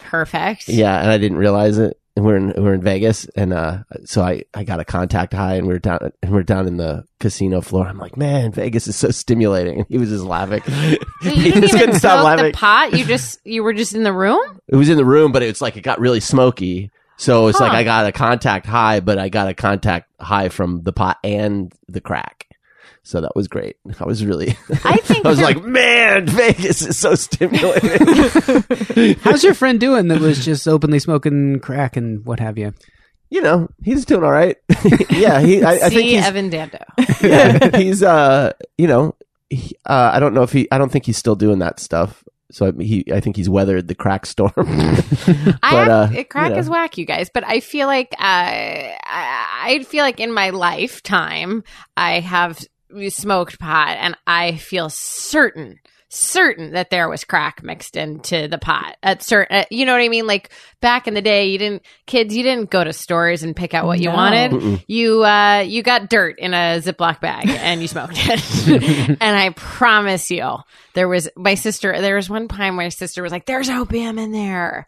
[SPEAKER 5] Perfect.
[SPEAKER 1] Yeah, and I didn't realize it. And we're in we're in Vegas, and uh, so I, I got a contact high, and we are down and we are down in the casino floor. I'm like, man, Vegas is so stimulating. And he was just laughing.
[SPEAKER 5] So
[SPEAKER 1] he
[SPEAKER 5] you didn't
[SPEAKER 1] just
[SPEAKER 5] even
[SPEAKER 1] couldn't stop
[SPEAKER 5] smoke
[SPEAKER 1] laughing.
[SPEAKER 5] the pot. You just you were just in the room.
[SPEAKER 1] it was in the room, but it's like it got really smoky. So it's like I got a contact high, but I got a contact high from the pot and the crack. So that was great. I was really,
[SPEAKER 5] I think
[SPEAKER 1] I was
[SPEAKER 5] you're-
[SPEAKER 1] like, man, Vegas is so stimulating.
[SPEAKER 4] How's your friend doing? That was just openly smoking crack and what have you.
[SPEAKER 1] you know, he's doing all right. yeah, he, I, I think
[SPEAKER 5] see
[SPEAKER 1] he's,
[SPEAKER 5] Evan Dando.
[SPEAKER 1] yeah, he's uh, you know, he, uh, I don't know if he, I don't think he's still doing that stuff. So I, he, I think he's weathered the crack storm.
[SPEAKER 5] I
[SPEAKER 1] But,
[SPEAKER 5] have,
[SPEAKER 1] uh,
[SPEAKER 5] it crack
[SPEAKER 1] you know.
[SPEAKER 5] is whack, you guys. But I feel like uh, I I feel like in my lifetime I have smoked pot, and I feel certain, certain that there was crack mixed into the pot. At certain, uh, you know what I mean? Like back in the day, you didn't kids, you didn't go to stores and pick out what you
[SPEAKER 3] No.
[SPEAKER 5] wanted. You uh, you got dirt in a Ziploc bag and you smoked it. and I promise you, there was my sister. There was one time my sister was like, "There's opium in there."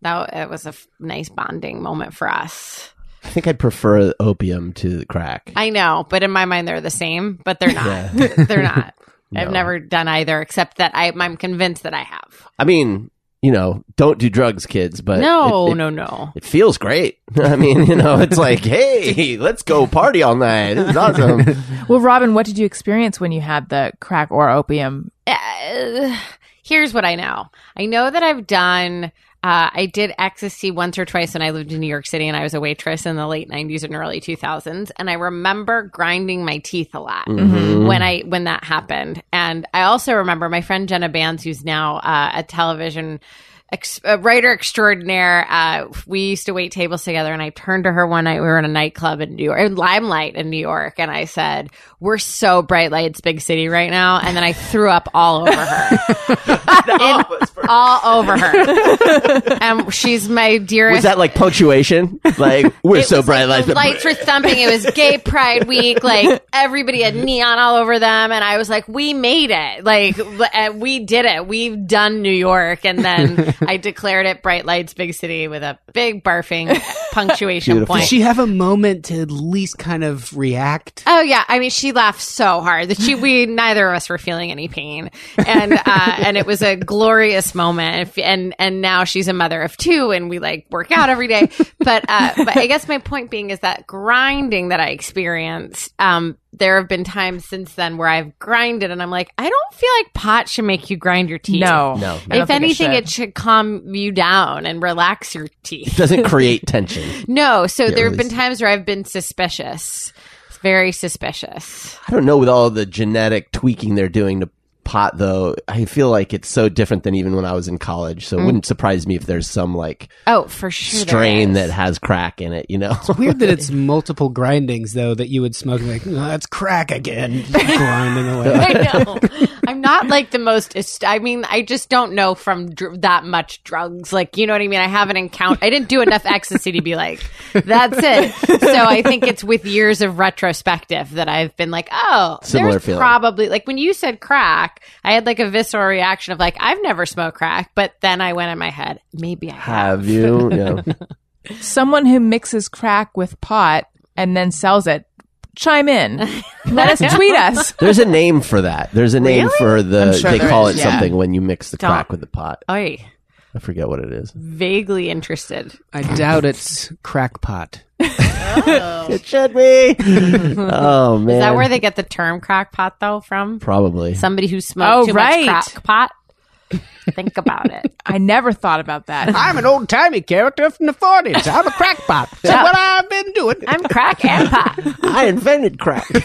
[SPEAKER 5] That it was a f- nice bonding moment for us.
[SPEAKER 1] I think I'd prefer opium to the crack.
[SPEAKER 5] I know, but in my mind they're the same, but they're not. they're not. I've never done either, except that I, I'm convinced that I have.
[SPEAKER 1] I mean, you know, don't do drugs, kids. But
[SPEAKER 5] no,
[SPEAKER 1] it- it-
[SPEAKER 5] no, no.
[SPEAKER 1] it feels great. I mean, you know, it's like, hey, let's go party all night. This is awesome.
[SPEAKER 5] Mm-hmm.
[SPEAKER 3] well, Robin, what did you experience when you had the crack or opium?
[SPEAKER 5] Uh, here's what I know. I know that I've done. Uh, I did ecstasy once or twice when I lived in New York City, and I was a waitress in the late '90s and early 2000s. And I remember grinding my teeth a lot
[SPEAKER 1] Mm-hmm.
[SPEAKER 5] when I when that happened. And I also remember my friend Jenna Bands, who's now uh, a television ex- a writer extraordinaire. Uh, we used to wait tables together, and I turned to her one night. We were in a nightclub in New York, in Limelight in New York, and I said, "We're so bright lights, big city right now." And then I threw up all over her, In- all over her. And she's my dearest.
[SPEAKER 1] Was that like punctuation? Like we're so bright lights.
[SPEAKER 5] The lights were thumping. It was Gay Pride Week. Like everybody had neon all over them, and I was like, "We made it! Like uh, we did it! We've done New York!" And then I declared it bright lights, big city, with a big barfing punctuation
[SPEAKER 1] Beautiful.
[SPEAKER 5] point.
[SPEAKER 1] Did
[SPEAKER 4] She have a moment to at least kind of react.
[SPEAKER 5] Oh yeah, I mean, she laughed so hard that she we neither of us were feeling any pain, and uh, and it was a glorious moment. If- And and now she's a mother of two, and we like work out every day. But uh, but I guess my point being is that grinding that I experienced, um, there have been times since then where I've grinded, and I'm like, I don't feel like pot should make you grind your teeth.
[SPEAKER 3] No,
[SPEAKER 1] No.
[SPEAKER 3] I don't
[SPEAKER 5] If
[SPEAKER 3] think
[SPEAKER 5] anything,
[SPEAKER 3] should.
[SPEAKER 5] it should calm you down and relax your teeth.
[SPEAKER 1] doesn't create tension.
[SPEAKER 5] No, so there have been
[SPEAKER 1] release.
[SPEAKER 5] times where I've been suspicious, very suspicious.
[SPEAKER 1] I don't know with all the genetic tweaking they're doing to pot though, I feel like it's so different than even when I was in college. So it wouldn't surprise me if there's some like
[SPEAKER 5] Oh, for sure. Mm. there
[SPEAKER 1] strain
[SPEAKER 5] is.
[SPEAKER 1] that has crack in it, you know?
[SPEAKER 4] Weird that it's multiple grindings though that you would smoke. Like "Oh, that's crack again, grinding away.
[SPEAKER 5] I know. I'm not like the most. est- I mean, I just don't know from dr- that much drugs. Like, you know what I mean? I haven't encountered. I didn't do enough ecstasy to be like, that's it. So I think it's with years of retrospective that I've been like, oh,
[SPEAKER 1] Similar
[SPEAKER 5] there's
[SPEAKER 1] feeling.
[SPEAKER 5] probably like when you said crack, I had like a visceral reaction of like, I've never smoked crack, but then I went in my head, maybe I have.
[SPEAKER 1] Have you? Yeah.
[SPEAKER 3] Someone who mixes crack with pot and then sells it, chime in. Let us tweet us.
[SPEAKER 1] There's a name for that. There's a name for the
[SPEAKER 5] I'm sure
[SPEAKER 1] they
[SPEAKER 5] there
[SPEAKER 1] call
[SPEAKER 5] is,
[SPEAKER 1] it
[SPEAKER 5] yeah.
[SPEAKER 1] something when you mix the
[SPEAKER 5] Don't- Mm.
[SPEAKER 1] crack with the pot.
[SPEAKER 5] Oy,
[SPEAKER 1] I forget what it is.
[SPEAKER 5] vaguely interested.
[SPEAKER 4] I doubt it's crackpot.
[SPEAKER 1] It should be. oh man.
[SPEAKER 5] Is that where they get the term crackpot though from?
[SPEAKER 1] Probably.
[SPEAKER 5] somebody who smoked
[SPEAKER 3] Oh,
[SPEAKER 5] too
[SPEAKER 3] right.
[SPEAKER 5] much crack pot. Think about it.
[SPEAKER 3] I never thought about that.
[SPEAKER 4] I'm an old timey character from the 40s. I'm a crackpot. That's what I've been doing.
[SPEAKER 5] I'm crack and pot.
[SPEAKER 1] I invented crack.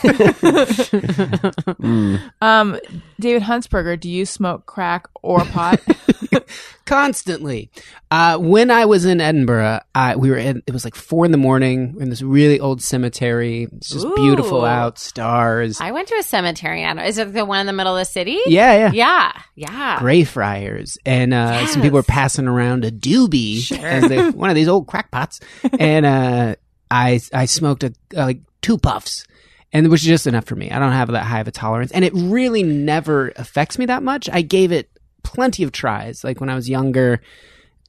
[SPEAKER 3] Um, David Huntsberger, do you smoke crack or pot?
[SPEAKER 4] constantly. Uh, when I was in Edinburgh, I, we were in, it was like four in the morning. We're in this really old cemetery. It's just
[SPEAKER 5] Ooh.
[SPEAKER 4] beautiful out, stars.
[SPEAKER 5] I went to a cemetery. I don't- Is it the one in the middle of the city?
[SPEAKER 4] yeah, yeah.
[SPEAKER 5] Yeah. Yeah.
[SPEAKER 4] Greyfriars and uh, some people were passing around a doobie, as they, one of these old crackpots, and uh, I I smoked a, uh, like two puffs, and it was just enough for me. I don't have that high of a tolerance, and it really never affects me that much. I gave it plenty of tries, like when I was younger.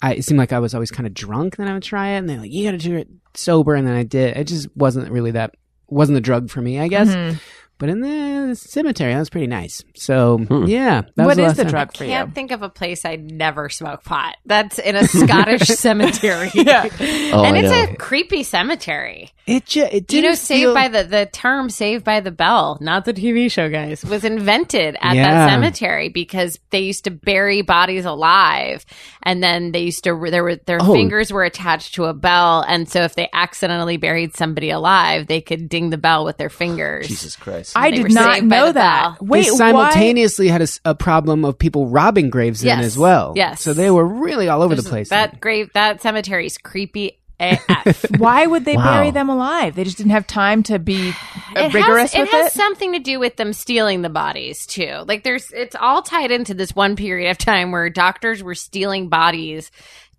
[SPEAKER 4] I, it seemed like I was always kind of drunk. Then I would try it, and they're like, "You got to do it sober," and then I did. It just wasn't really that wasn't the drug for me, I guess.
[SPEAKER 3] Mm-hmm. Hmm.
[SPEAKER 4] But in the cemetery, that was pretty nice. So yeah, that was
[SPEAKER 3] what is
[SPEAKER 4] last
[SPEAKER 3] the
[SPEAKER 4] time.
[SPEAKER 3] drug for you?
[SPEAKER 5] Can't think of a place I'd never smoke pot. That's in a Scottish cemetery. and
[SPEAKER 1] Oh, I
[SPEAKER 5] it's
[SPEAKER 1] know.
[SPEAKER 5] a creepy cemetery.
[SPEAKER 4] It ju- it
[SPEAKER 5] Do you
[SPEAKER 4] didn't
[SPEAKER 5] know Saved
[SPEAKER 4] feel-
[SPEAKER 5] by the the term Saved by the Bell, not the TV show guys, was invented at
[SPEAKER 4] Yeah.
[SPEAKER 5] that cemetery because they used to bury bodies alive, and then they used to there were
[SPEAKER 4] Oh.
[SPEAKER 5] their fingers were attached to a bell, and so if they accidentally buried somebody alive, they could ding the bell with their fingers.
[SPEAKER 1] Jesus Christ.
[SPEAKER 3] I
[SPEAKER 5] They
[SPEAKER 3] did
[SPEAKER 5] were
[SPEAKER 3] not
[SPEAKER 5] saved by
[SPEAKER 3] know
[SPEAKER 5] the
[SPEAKER 3] that.
[SPEAKER 5] bell.
[SPEAKER 3] Wait,
[SPEAKER 4] they
[SPEAKER 3] why?
[SPEAKER 4] simultaneously had a, s- a problem of people robbing graves in
[SPEAKER 5] Yes,
[SPEAKER 4] as well.
[SPEAKER 5] yes.
[SPEAKER 4] so they were really all over the place.
[SPEAKER 5] That grave, that cemetery is creepy. AF.
[SPEAKER 3] Why would they
[SPEAKER 1] Wow.
[SPEAKER 3] bury them alive? They just didn't have time to be uh,
[SPEAKER 5] It has-
[SPEAKER 3] rigorous
[SPEAKER 5] it
[SPEAKER 3] with
[SPEAKER 5] has
[SPEAKER 3] it.
[SPEAKER 5] something to do with them stealing the bodies too like there's it's all tied into this one period of time where doctors were stealing bodies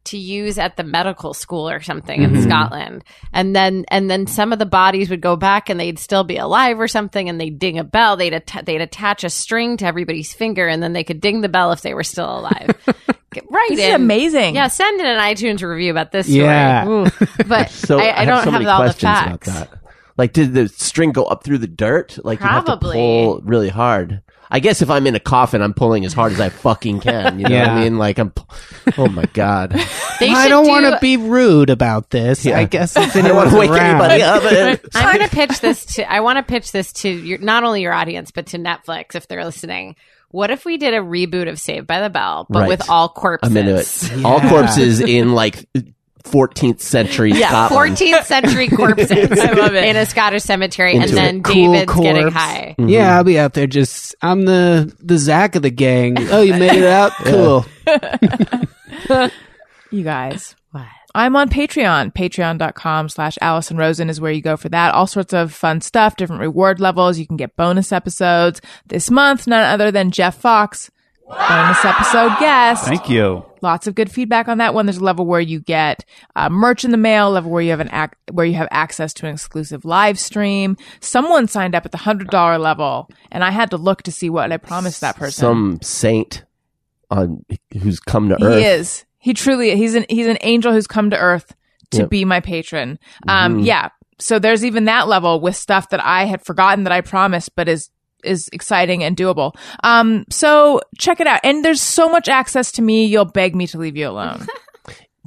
[SPEAKER 5] to use at the medical school or something in Scotland and then and then some of the bodies would go back and they'd still be alive or something and they'd ding a bell they'd atta they'd attach a string to everybody's finger and then they could ding the bell if they were still alive Get right
[SPEAKER 3] This
[SPEAKER 5] in.
[SPEAKER 3] is amazing.
[SPEAKER 5] yeah send in an iTunes review about this story
[SPEAKER 4] Yeah.
[SPEAKER 5] Ooh. but
[SPEAKER 1] So
[SPEAKER 5] I, I,
[SPEAKER 1] have
[SPEAKER 5] don't
[SPEAKER 1] so
[SPEAKER 5] have,
[SPEAKER 1] many
[SPEAKER 5] all the
[SPEAKER 1] questions about
[SPEAKER 5] facts
[SPEAKER 1] that. Like, did the string go up through the dirt? Like, you have to
[SPEAKER 5] Probably.
[SPEAKER 1] pull really hard. I guess if I'm in a coffin, I'm pulling as hard as I fucking can. You know what
[SPEAKER 4] Yeah.
[SPEAKER 1] I mean? Like, I'm. pu- Oh my god.
[SPEAKER 5] They
[SPEAKER 4] I
[SPEAKER 5] should
[SPEAKER 4] don't
[SPEAKER 5] do-
[SPEAKER 4] want to be rude about this.
[SPEAKER 1] Yeah.
[SPEAKER 4] I guess if
[SPEAKER 1] I don't want
[SPEAKER 4] anyone's
[SPEAKER 1] to wake
[SPEAKER 4] around,
[SPEAKER 1] anybody up. But
[SPEAKER 5] I'm going to pitch this to. I want to pitch this to your not only your audience but to Netflix if they're listening. What if we did a reboot of Saved by the Bell, but
[SPEAKER 1] Right.
[SPEAKER 5] with all corpses?
[SPEAKER 1] I'm into it. All
[SPEAKER 4] Yeah.
[SPEAKER 1] corpses in like 14th century
[SPEAKER 5] Yeah,
[SPEAKER 1] Scotland.
[SPEAKER 5] 14th century corpses. I love it. In a Scottish cemetery, and
[SPEAKER 1] Into
[SPEAKER 5] then
[SPEAKER 4] Cool
[SPEAKER 5] David's
[SPEAKER 4] corpse. Mm-hmm.
[SPEAKER 5] getting high.
[SPEAKER 4] Yeah, I'll be out there. Just I'm the the Zach of the gang. Oh, you made it out. Cool.
[SPEAKER 3] you guys. I'm on Patreon. Patreon.com slash Allison Rosen is where you go for that. All sorts of fun stuff, different reward levels. You can get bonus episodes. This month, none other than Jeff Fox, bonus episode guest.
[SPEAKER 6] Thank you.
[SPEAKER 3] Lots of good feedback on that one. There's a level where you get uh, merch in the mail, a level where you have an ac- where you have access to an exclusive live stream. Someone signed up at the hundred dollar level, and I had to look to see what I promised that person.
[SPEAKER 1] Some saint on who's come to
[SPEAKER 3] He
[SPEAKER 1] earth.
[SPEAKER 3] is. He truly he's an he's an angel who's come to earth to
[SPEAKER 1] Yep.
[SPEAKER 3] be my patron. Um
[SPEAKER 1] Mm-hmm.
[SPEAKER 3] yeah. So there's even that level with stuff that I had forgotten that I promised but is is exciting and doable. Um so check it out. And there's so much access to me, you'll beg me to leave you alone.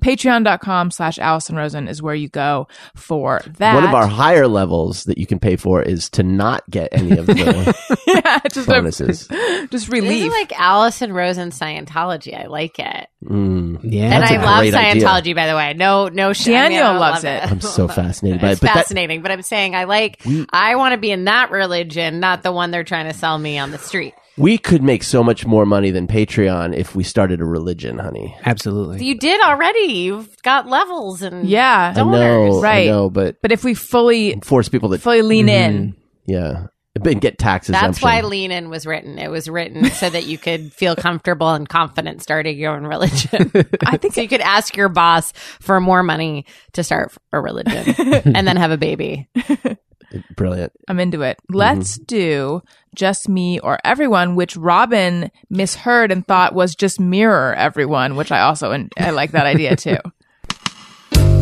[SPEAKER 3] Patreon.com slash Allison Rosen is where you go for that.
[SPEAKER 1] One of our higher levels that you can pay for is to not get any of the
[SPEAKER 3] yeah, just,
[SPEAKER 1] bonuses.
[SPEAKER 3] just
[SPEAKER 5] This
[SPEAKER 3] relief.
[SPEAKER 5] is like Allison Rose in Scientology. I like it,
[SPEAKER 1] Mm.
[SPEAKER 4] Yeah,
[SPEAKER 5] and
[SPEAKER 1] That's a
[SPEAKER 5] I love
[SPEAKER 1] great idea.
[SPEAKER 5] Scientology. By the way, no, no, shit. I mean,
[SPEAKER 3] Daniel
[SPEAKER 5] I
[SPEAKER 3] loves
[SPEAKER 5] love
[SPEAKER 3] it.
[SPEAKER 1] I'm so fascinated by it.
[SPEAKER 5] It's
[SPEAKER 1] But that,
[SPEAKER 5] fascinating, but I'm saying I like. I want to be in that religion, not the one they're trying to sell me on the street.
[SPEAKER 1] We could make so much more money than Patreon if we started a religion, honey.
[SPEAKER 4] Absolutely.
[SPEAKER 5] You did already. You've got levels and
[SPEAKER 3] Yeah.
[SPEAKER 5] Don't-
[SPEAKER 1] I
[SPEAKER 5] Donors.
[SPEAKER 1] know,
[SPEAKER 3] Right.
[SPEAKER 1] I know, but
[SPEAKER 3] But if we fully
[SPEAKER 1] force people to
[SPEAKER 3] fully lean in,
[SPEAKER 1] yeah, and get tax
[SPEAKER 5] That's
[SPEAKER 1] exemption.
[SPEAKER 5] why Lean In was written. It was written so that you could feel comfortable and confident starting your own religion. I think so. You could ask your boss for more money to start a religion and then have a baby.
[SPEAKER 1] brilliant.
[SPEAKER 3] I'm into it.
[SPEAKER 5] Mm-hmm.
[SPEAKER 3] Let's do just me or everyone, which Robin misheard and thought was just mirror everyone, which I also and I like that idea too.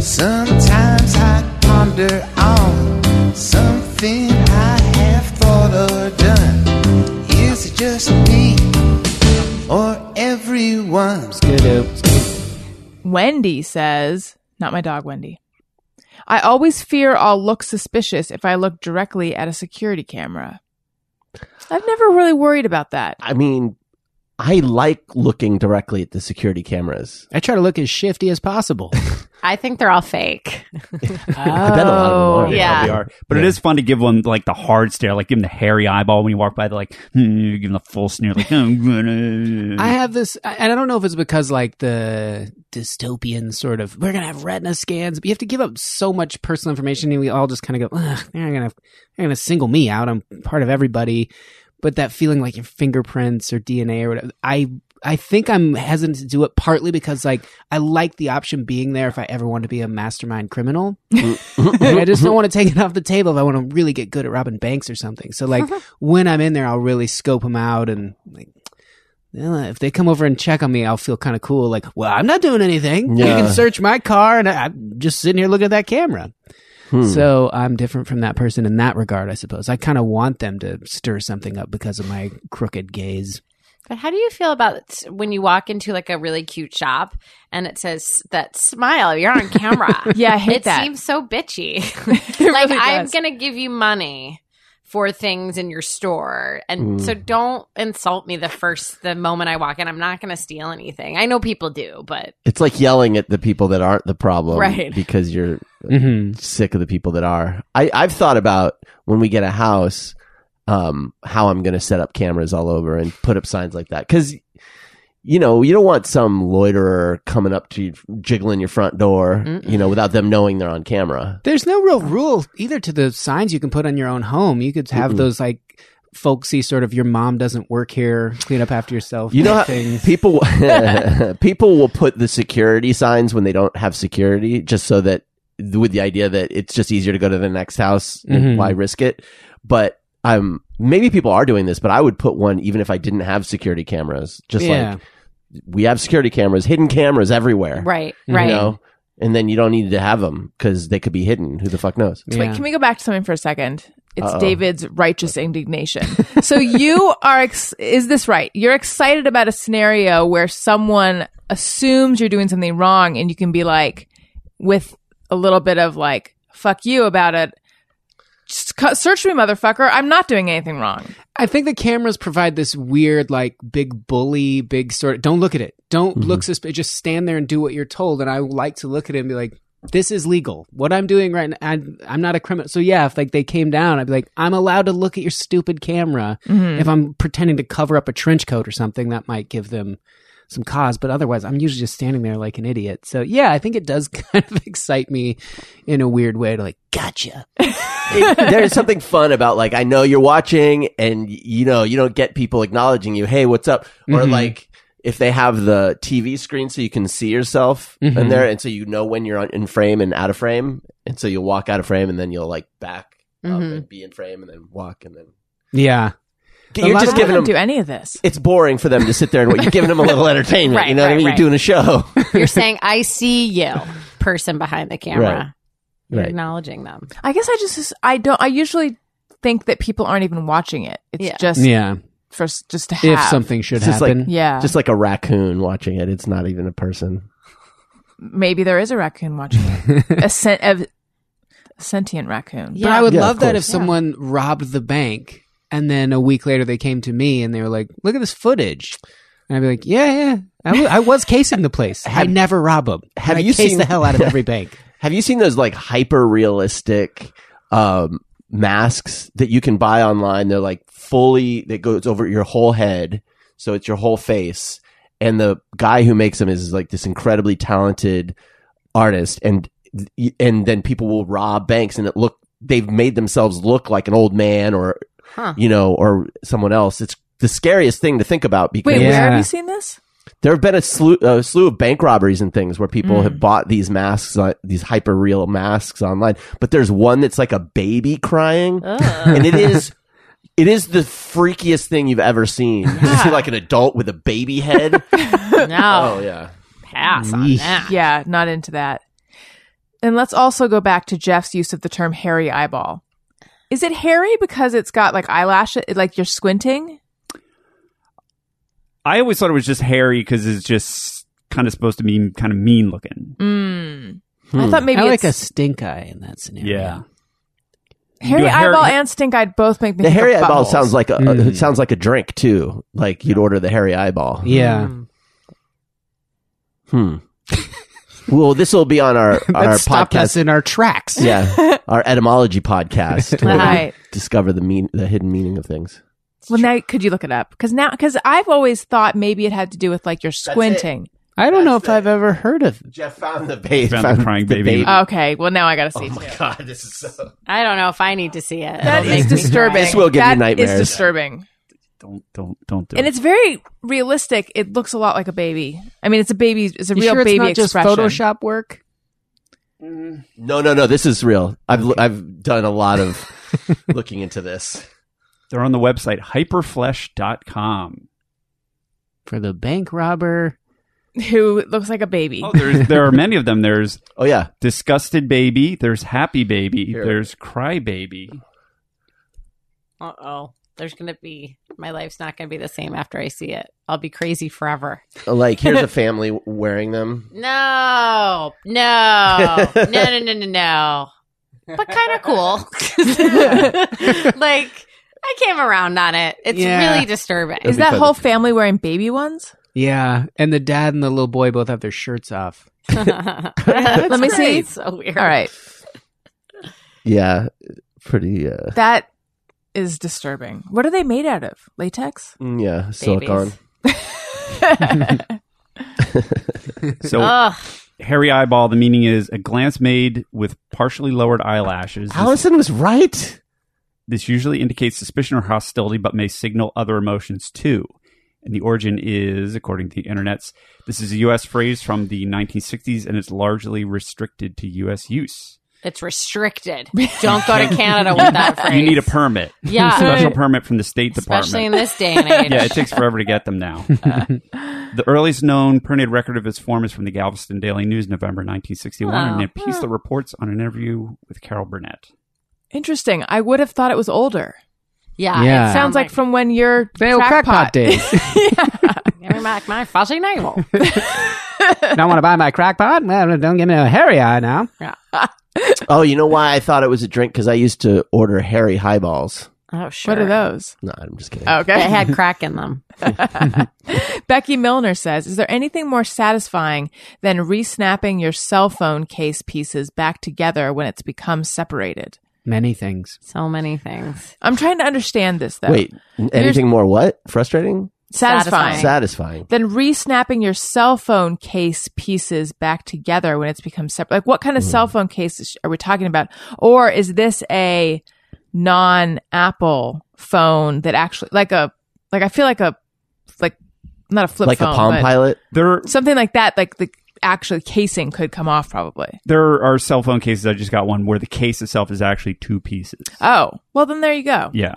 [SPEAKER 2] Sometimes I ponder on something I have thought or done. Is it just me or everyone?
[SPEAKER 3] Wendy says, not my dog, Wendy. I always fear I'll look suspicious if I look directly at a security camera. I've never really worried about that.
[SPEAKER 1] I mean, I like looking directly at the security cameras.
[SPEAKER 4] I try to look as shifty as possible.
[SPEAKER 5] I think they're all fake.
[SPEAKER 1] I bet a lot of them are.
[SPEAKER 5] Oh, Yeah.
[SPEAKER 6] They are. But it is fun to give one like the hard stare, like give them the hairy eyeball when you walk by. They're like, hmm, you give them the full sneer, like, I'm gonna.
[SPEAKER 4] I have this, I- and I don't know if it's because like the dystopian sort of we're gonna have retina scans, but you have to give up so much personal information, and we all just kind of go, Ugh, they're gonna they're gonna single me out. I'm part of everybody, but that feeling like your fingerprints or DNA or whatever, I. I think I'm hesitant to do it partly because like I like the option being there if I ever want to be a mastermind criminal. I just don't want to take it off the table if I want to really get good at robbing banks or something. So like when I'm in there I'll really scope them out and like well, if they come over and check on me, I'll feel kind of cool. Like, well, I'm not doing anything.
[SPEAKER 1] Yeah.
[SPEAKER 4] You can search my car, and I, I'm just sitting here looking at that camera.
[SPEAKER 1] Hmm.
[SPEAKER 4] So I'm different from that person in that regard, I suppose. I kind of want them to stir something up because of my crooked gaze.
[SPEAKER 5] But how do you feel about s- when you walk into like a really cute shop and it says that smile, you're on camera?
[SPEAKER 3] Yeah, I hate
[SPEAKER 5] it
[SPEAKER 3] that.
[SPEAKER 5] seems so bitchy.
[SPEAKER 3] It
[SPEAKER 5] like
[SPEAKER 3] really
[SPEAKER 5] I'm
[SPEAKER 3] does.
[SPEAKER 5] gonna give you money for things in your store, and so don't insult me the first the moment I walk in. I'm not gonna steal anything. I know people do, but
[SPEAKER 1] It's like yelling at the people that aren't the problem,
[SPEAKER 5] Right.
[SPEAKER 1] Because you're
[SPEAKER 4] Mm-hmm.
[SPEAKER 1] sick of the people that are. I, I've thought about when we get a house, um, how I'm going to set up cameras all over and put up signs like that. Because, you know, you don't want some loiterer coming up to you, jiggling your front door, you know, without them knowing they're on camera.
[SPEAKER 4] There's no real rule either to the signs you can put on your own home. You could have those like folksy sort of "your mom doesn't work here, clean up after yourself."
[SPEAKER 1] You know, how
[SPEAKER 4] things.
[SPEAKER 1] people people will put the security signs when they don't have security, just so that with the idea that it's just easier to go to the next house.
[SPEAKER 4] Mhm.
[SPEAKER 1] And why risk it? But um, maybe people are doing this, but I would put one even if I didn't have security cameras. Just
[SPEAKER 4] yeah.
[SPEAKER 1] like we have security cameras, hidden cameras everywhere,
[SPEAKER 5] right,
[SPEAKER 1] You
[SPEAKER 5] right.
[SPEAKER 1] know? And then you don't need to have them because they could be hidden. Who the fuck knows?
[SPEAKER 3] So Wait,
[SPEAKER 4] Yeah.
[SPEAKER 3] can we go back to something for a second? It's
[SPEAKER 1] Uh-oh.
[SPEAKER 3] David's righteous indignation. so you are, ex- is this right? You're excited about a scenario where someone assumes you're doing something wrong and you can be like, with a little bit of like, fuck you about it. Just cu- search me, motherfucker. I'm not doing anything wrong.
[SPEAKER 4] I think the cameras provide this weird, like, big bully, big sort of don't look at it. Don't
[SPEAKER 1] Mm-hmm.
[SPEAKER 4] look suspicious. Just stand there and do what you're told. And I like to look at it and be like, this is legal. What I'm doing right now, I'm, I'm not a criminal. So, yeah, if like they came down, I'd be like, I'm allowed to look at your stupid camera.
[SPEAKER 1] Mm-hmm.
[SPEAKER 4] If I'm pretending to cover up a trench coat or something, that might give them some cause. But otherwise, I'm usually just standing there like an idiot. So, yeah, I think it does kind of excite me in a weird way to like, gotcha.
[SPEAKER 1] it- there's something fun about like I know you're watching, and you know you don't get people acknowledging you. Hey, what's up? Or
[SPEAKER 4] Mhm.
[SPEAKER 1] like if they have the TV screen so you can see yourself in
[SPEAKER 4] Mhm.
[SPEAKER 1] there, and so you know when you're on, in frame and out of frame, and so you'll walk out of frame, and then you'll like back up
[SPEAKER 5] Mhm.
[SPEAKER 1] and be in frame, and then walk, and then
[SPEAKER 4] Yeah.
[SPEAKER 1] you're
[SPEAKER 4] lot
[SPEAKER 1] just
[SPEAKER 4] of
[SPEAKER 1] giving
[SPEAKER 3] I don't
[SPEAKER 1] them.
[SPEAKER 3] do any of this.
[SPEAKER 1] it's boring for them to sit there and you're giving them a little entertainment.
[SPEAKER 5] Right,
[SPEAKER 1] you know what
[SPEAKER 5] right,
[SPEAKER 1] I mean?
[SPEAKER 5] right.
[SPEAKER 1] You're doing a show.
[SPEAKER 5] You're saying I see you, person behind the camera.
[SPEAKER 1] Right.
[SPEAKER 5] You're
[SPEAKER 1] Right.
[SPEAKER 5] acknowledging them.
[SPEAKER 3] I guess I just, I don't, I usually think that people aren't even watching it. It's
[SPEAKER 5] Yeah.
[SPEAKER 3] just
[SPEAKER 4] Yeah.
[SPEAKER 3] for, s- just to have.
[SPEAKER 4] If something should
[SPEAKER 1] It's just like-
[SPEAKER 4] happen.
[SPEAKER 3] Yeah.
[SPEAKER 1] Just like a raccoon watching it. It's not even a person.
[SPEAKER 3] maybe there is a raccoon watching it. a, sen- a, a sentient raccoon.
[SPEAKER 4] But I would
[SPEAKER 1] Yeah,
[SPEAKER 4] love
[SPEAKER 1] of
[SPEAKER 4] that if
[SPEAKER 1] course.
[SPEAKER 4] someone robbed the bank and then a week later they came to me and they were like, look at this footage. And I'd be like, yeah, yeah. I wa- I was casing the place. I never rob them.
[SPEAKER 1] have
[SPEAKER 4] I
[SPEAKER 1] you
[SPEAKER 4] case
[SPEAKER 1] seen-
[SPEAKER 4] the hell out of every bank?
[SPEAKER 1] Have you seen those like hyper realistic um masks that you can buy online. They're like fully that goes over your whole head, so it's your whole face. And the guy who makes them is like this incredibly talented artist, and and then people will rob banks, and it look they've made themselves look like an old man or
[SPEAKER 5] Huh.
[SPEAKER 1] you know or someone else. It's the scariest thing to think about because
[SPEAKER 3] Wait, where have
[SPEAKER 4] Yeah.
[SPEAKER 3] you seen this?
[SPEAKER 1] there have been a slew, a slew of bank robberies and things where people
[SPEAKER 3] Mm.
[SPEAKER 1] have bought these masks, uh, these hyper real masks online. But there's one that's like a baby crying, and it is. It is the freakiest thing you've ever seen. You see like an adult with a baby head.
[SPEAKER 5] no,
[SPEAKER 1] oh yeah.
[SPEAKER 5] pass on
[SPEAKER 4] Yeesh.
[SPEAKER 5] that.
[SPEAKER 3] Yeah, not into that. And let's also go back to Jeff's use of the term hairy eyeball. Is it hairy because it's got like eyelashes, like you're squinting?
[SPEAKER 6] I always thought it was just hairy because it's just kind of supposed to be kind of mean looking.
[SPEAKER 1] Hmm.
[SPEAKER 3] Mm. I thought maybe
[SPEAKER 4] I like a
[SPEAKER 3] it's
[SPEAKER 4] stink eye in that scenario.
[SPEAKER 6] Yeah.
[SPEAKER 3] hairy
[SPEAKER 6] Do a hair-
[SPEAKER 3] eyeball and stink eye both make me
[SPEAKER 1] The
[SPEAKER 3] think
[SPEAKER 1] hairy
[SPEAKER 3] of
[SPEAKER 1] eyeball
[SPEAKER 3] buttholes.
[SPEAKER 1] sounds like a,
[SPEAKER 4] Mm.
[SPEAKER 1] it sounds like a drink too. Like you'd order the hairy eyeball.
[SPEAKER 4] Yeah.
[SPEAKER 5] Mm.
[SPEAKER 1] Hmm. well, this will be on our
[SPEAKER 4] That
[SPEAKER 1] our
[SPEAKER 4] stopped
[SPEAKER 1] podcast.
[SPEAKER 4] us in our tracks.
[SPEAKER 1] yeah, our etymology podcast. where we
[SPEAKER 3] Right.
[SPEAKER 1] Discover the mean the hidden meaning of things.
[SPEAKER 3] Well, now could you look it up? Because now, because I've always thought maybe it had to do with like you're squinting.
[SPEAKER 4] I don't know if I've ever heard of
[SPEAKER 1] Jeff found the baby.
[SPEAKER 6] Found the crying baby.
[SPEAKER 3] Okay, well now I gotta see.
[SPEAKER 1] Oh
[SPEAKER 3] too.
[SPEAKER 1] my god, this is so.
[SPEAKER 5] I don't know if I need to see it.
[SPEAKER 3] That
[SPEAKER 5] It'll
[SPEAKER 3] is
[SPEAKER 5] make me
[SPEAKER 3] disturbing.
[SPEAKER 5] cry.
[SPEAKER 1] This will give you
[SPEAKER 3] That is
[SPEAKER 1] nightmares.
[SPEAKER 3] disturbing,
[SPEAKER 6] Don't don't don't do
[SPEAKER 3] and
[SPEAKER 6] it.
[SPEAKER 3] it's very realistic. It looks a lot like a baby. I mean, it's a baby. It's a
[SPEAKER 4] You
[SPEAKER 3] real
[SPEAKER 4] sure it's
[SPEAKER 3] baby
[SPEAKER 4] not just
[SPEAKER 3] expression.
[SPEAKER 4] Photoshop work.
[SPEAKER 1] No, no, no. This is real. I've I've done a lot of looking into this.
[SPEAKER 6] They're on the website hyperflesh.com.
[SPEAKER 4] for the bank robber.
[SPEAKER 3] Who looks like a baby?
[SPEAKER 6] Oh, there's there are many of them. There's
[SPEAKER 1] Oh yeah,
[SPEAKER 6] disgusted baby. There's happy baby.
[SPEAKER 1] Here.
[SPEAKER 6] There's cry baby.
[SPEAKER 5] Uh oh. There's going to be, my life's not going to be the same after I see it. I'll be crazy forever.
[SPEAKER 1] like here's a family wearing them.
[SPEAKER 5] No, no, no, no, no, no, no. But kind of cool. like, I came around on it. It's
[SPEAKER 4] Yeah.
[SPEAKER 5] really disturbing.
[SPEAKER 3] is
[SPEAKER 1] be
[SPEAKER 3] that
[SPEAKER 1] fun
[SPEAKER 3] whole
[SPEAKER 1] to-
[SPEAKER 3] family wearing baby ones?
[SPEAKER 4] Yeah, and the dad and the little boy both have their shirts off.
[SPEAKER 3] Let me see.
[SPEAKER 5] It's so weird.
[SPEAKER 3] All right,
[SPEAKER 1] Yeah, pretty. Uh,
[SPEAKER 3] that is disturbing. What are they made out of? Latex?
[SPEAKER 1] mm, yeah, silicon.
[SPEAKER 6] So
[SPEAKER 5] Ugh.
[SPEAKER 6] hairy eyeball. The meaning is a glance made with partially lowered eyelashes. This-
[SPEAKER 1] Allison was right.
[SPEAKER 6] This usually indicates suspicion or hostility, but may signal other emotions too. And the origin is, according to the internets, this is a U.S. phrase from the 1960s, and it's largely restricted to U.S. use.
[SPEAKER 5] It's restricted. Don't go to Canada with that phrase.
[SPEAKER 6] You need a permit,
[SPEAKER 5] Yeah.
[SPEAKER 6] special permit from the State
[SPEAKER 5] Especially in Uh.
[SPEAKER 6] Department.
[SPEAKER 5] this day and age.
[SPEAKER 6] yeah, it takes forever to get them now. the earliest known printed record of its form is from the Galveston Daily News, November 1961, and a piece that reports on an interview with Carol Burnett.
[SPEAKER 3] Interesting. I would have thought it was older.
[SPEAKER 5] yeah.
[SPEAKER 4] Yeah.
[SPEAKER 1] Uh,
[SPEAKER 5] it
[SPEAKER 3] Sounds like from when you're
[SPEAKER 4] Fail crackpot,
[SPEAKER 3] crackpot.
[SPEAKER 4] days.
[SPEAKER 5] Give me back my fuzzy navel.
[SPEAKER 4] Don't want to buy my crackpot? Well, don't give me a hairy eye now.
[SPEAKER 1] Oh, you know why I thought it was a drink? Because I used to order hairy highballs.
[SPEAKER 5] Oh, sure.
[SPEAKER 3] What are those?
[SPEAKER 1] No, I'm just kidding.
[SPEAKER 3] Okay.
[SPEAKER 5] They had crack in them.
[SPEAKER 3] Becky Milner says, Is there anything more satisfying than re-snapping your cell phone case pieces back together when it's become separated?
[SPEAKER 4] Many things.
[SPEAKER 5] So many things.
[SPEAKER 3] I'm trying to understand this though.
[SPEAKER 1] Wait, n- anything more? What? Frustrating?
[SPEAKER 3] satisfying.
[SPEAKER 5] Satisfying.
[SPEAKER 1] Satisfying?
[SPEAKER 3] Then re-snapping your cell phone case pieces back together when it's become separate. Like, what kind of
[SPEAKER 1] Hmm.
[SPEAKER 3] cell phone case are we talking about? Or is this a non-Apple phone that actually, like a, like I feel like a, like not a flip
[SPEAKER 1] Like
[SPEAKER 3] phone,
[SPEAKER 1] a Palm
[SPEAKER 3] but
[SPEAKER 1] Pilot?
[SPEAKER 6] There,
[SPEAKER 3] something like that. Like the actual casing could come off probably.
[SPEAKER 6] there are cell phone cases. I just got one where the case itself is actually two pieces.
[SPEAKER 3] Oh, well then there you go.
[SPEAKER 6] Yeah.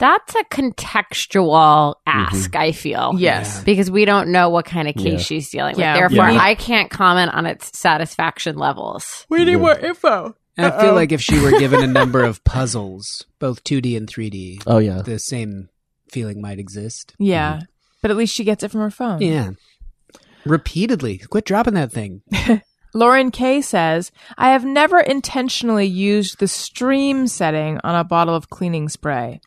[SPEAKER 5] That's a contextual ask,
[SPEAKER 1] Mm-hmm.
[SPEAKER 5] I feel.
[SPEAKER 3] Yes.
[SPEAKER 5] Because we don't know what kind of case she's dealing with.
[SPEAKER 3] Yeah.
[SPEAKER 5] Therefore,
[SPEAKER 6] Yeah.
[SPEAKER 5] I can't comment on its satisfaction levels.
[SPEAKER 3] We need more info.
[SPEAKER 4] And I feel like if she were given a number of puzzles, both 2D and 3D,
[SPEAKER 1] Oh yeah.
[SPEAKER 4] the same feeling might exist.
[SPEAKER 3] Yeah.
[SPEAKER 1] Mm-hmm.
[SPEAKER 3] But at least she gets it from her phone.
[SPEAKER 4] Yeah. Repeatedly. Quit dropping that thing.
[SPEAKER 3] Lauren Kay says, I have never intentionally used the stream setting on a bottle of cleaning spray.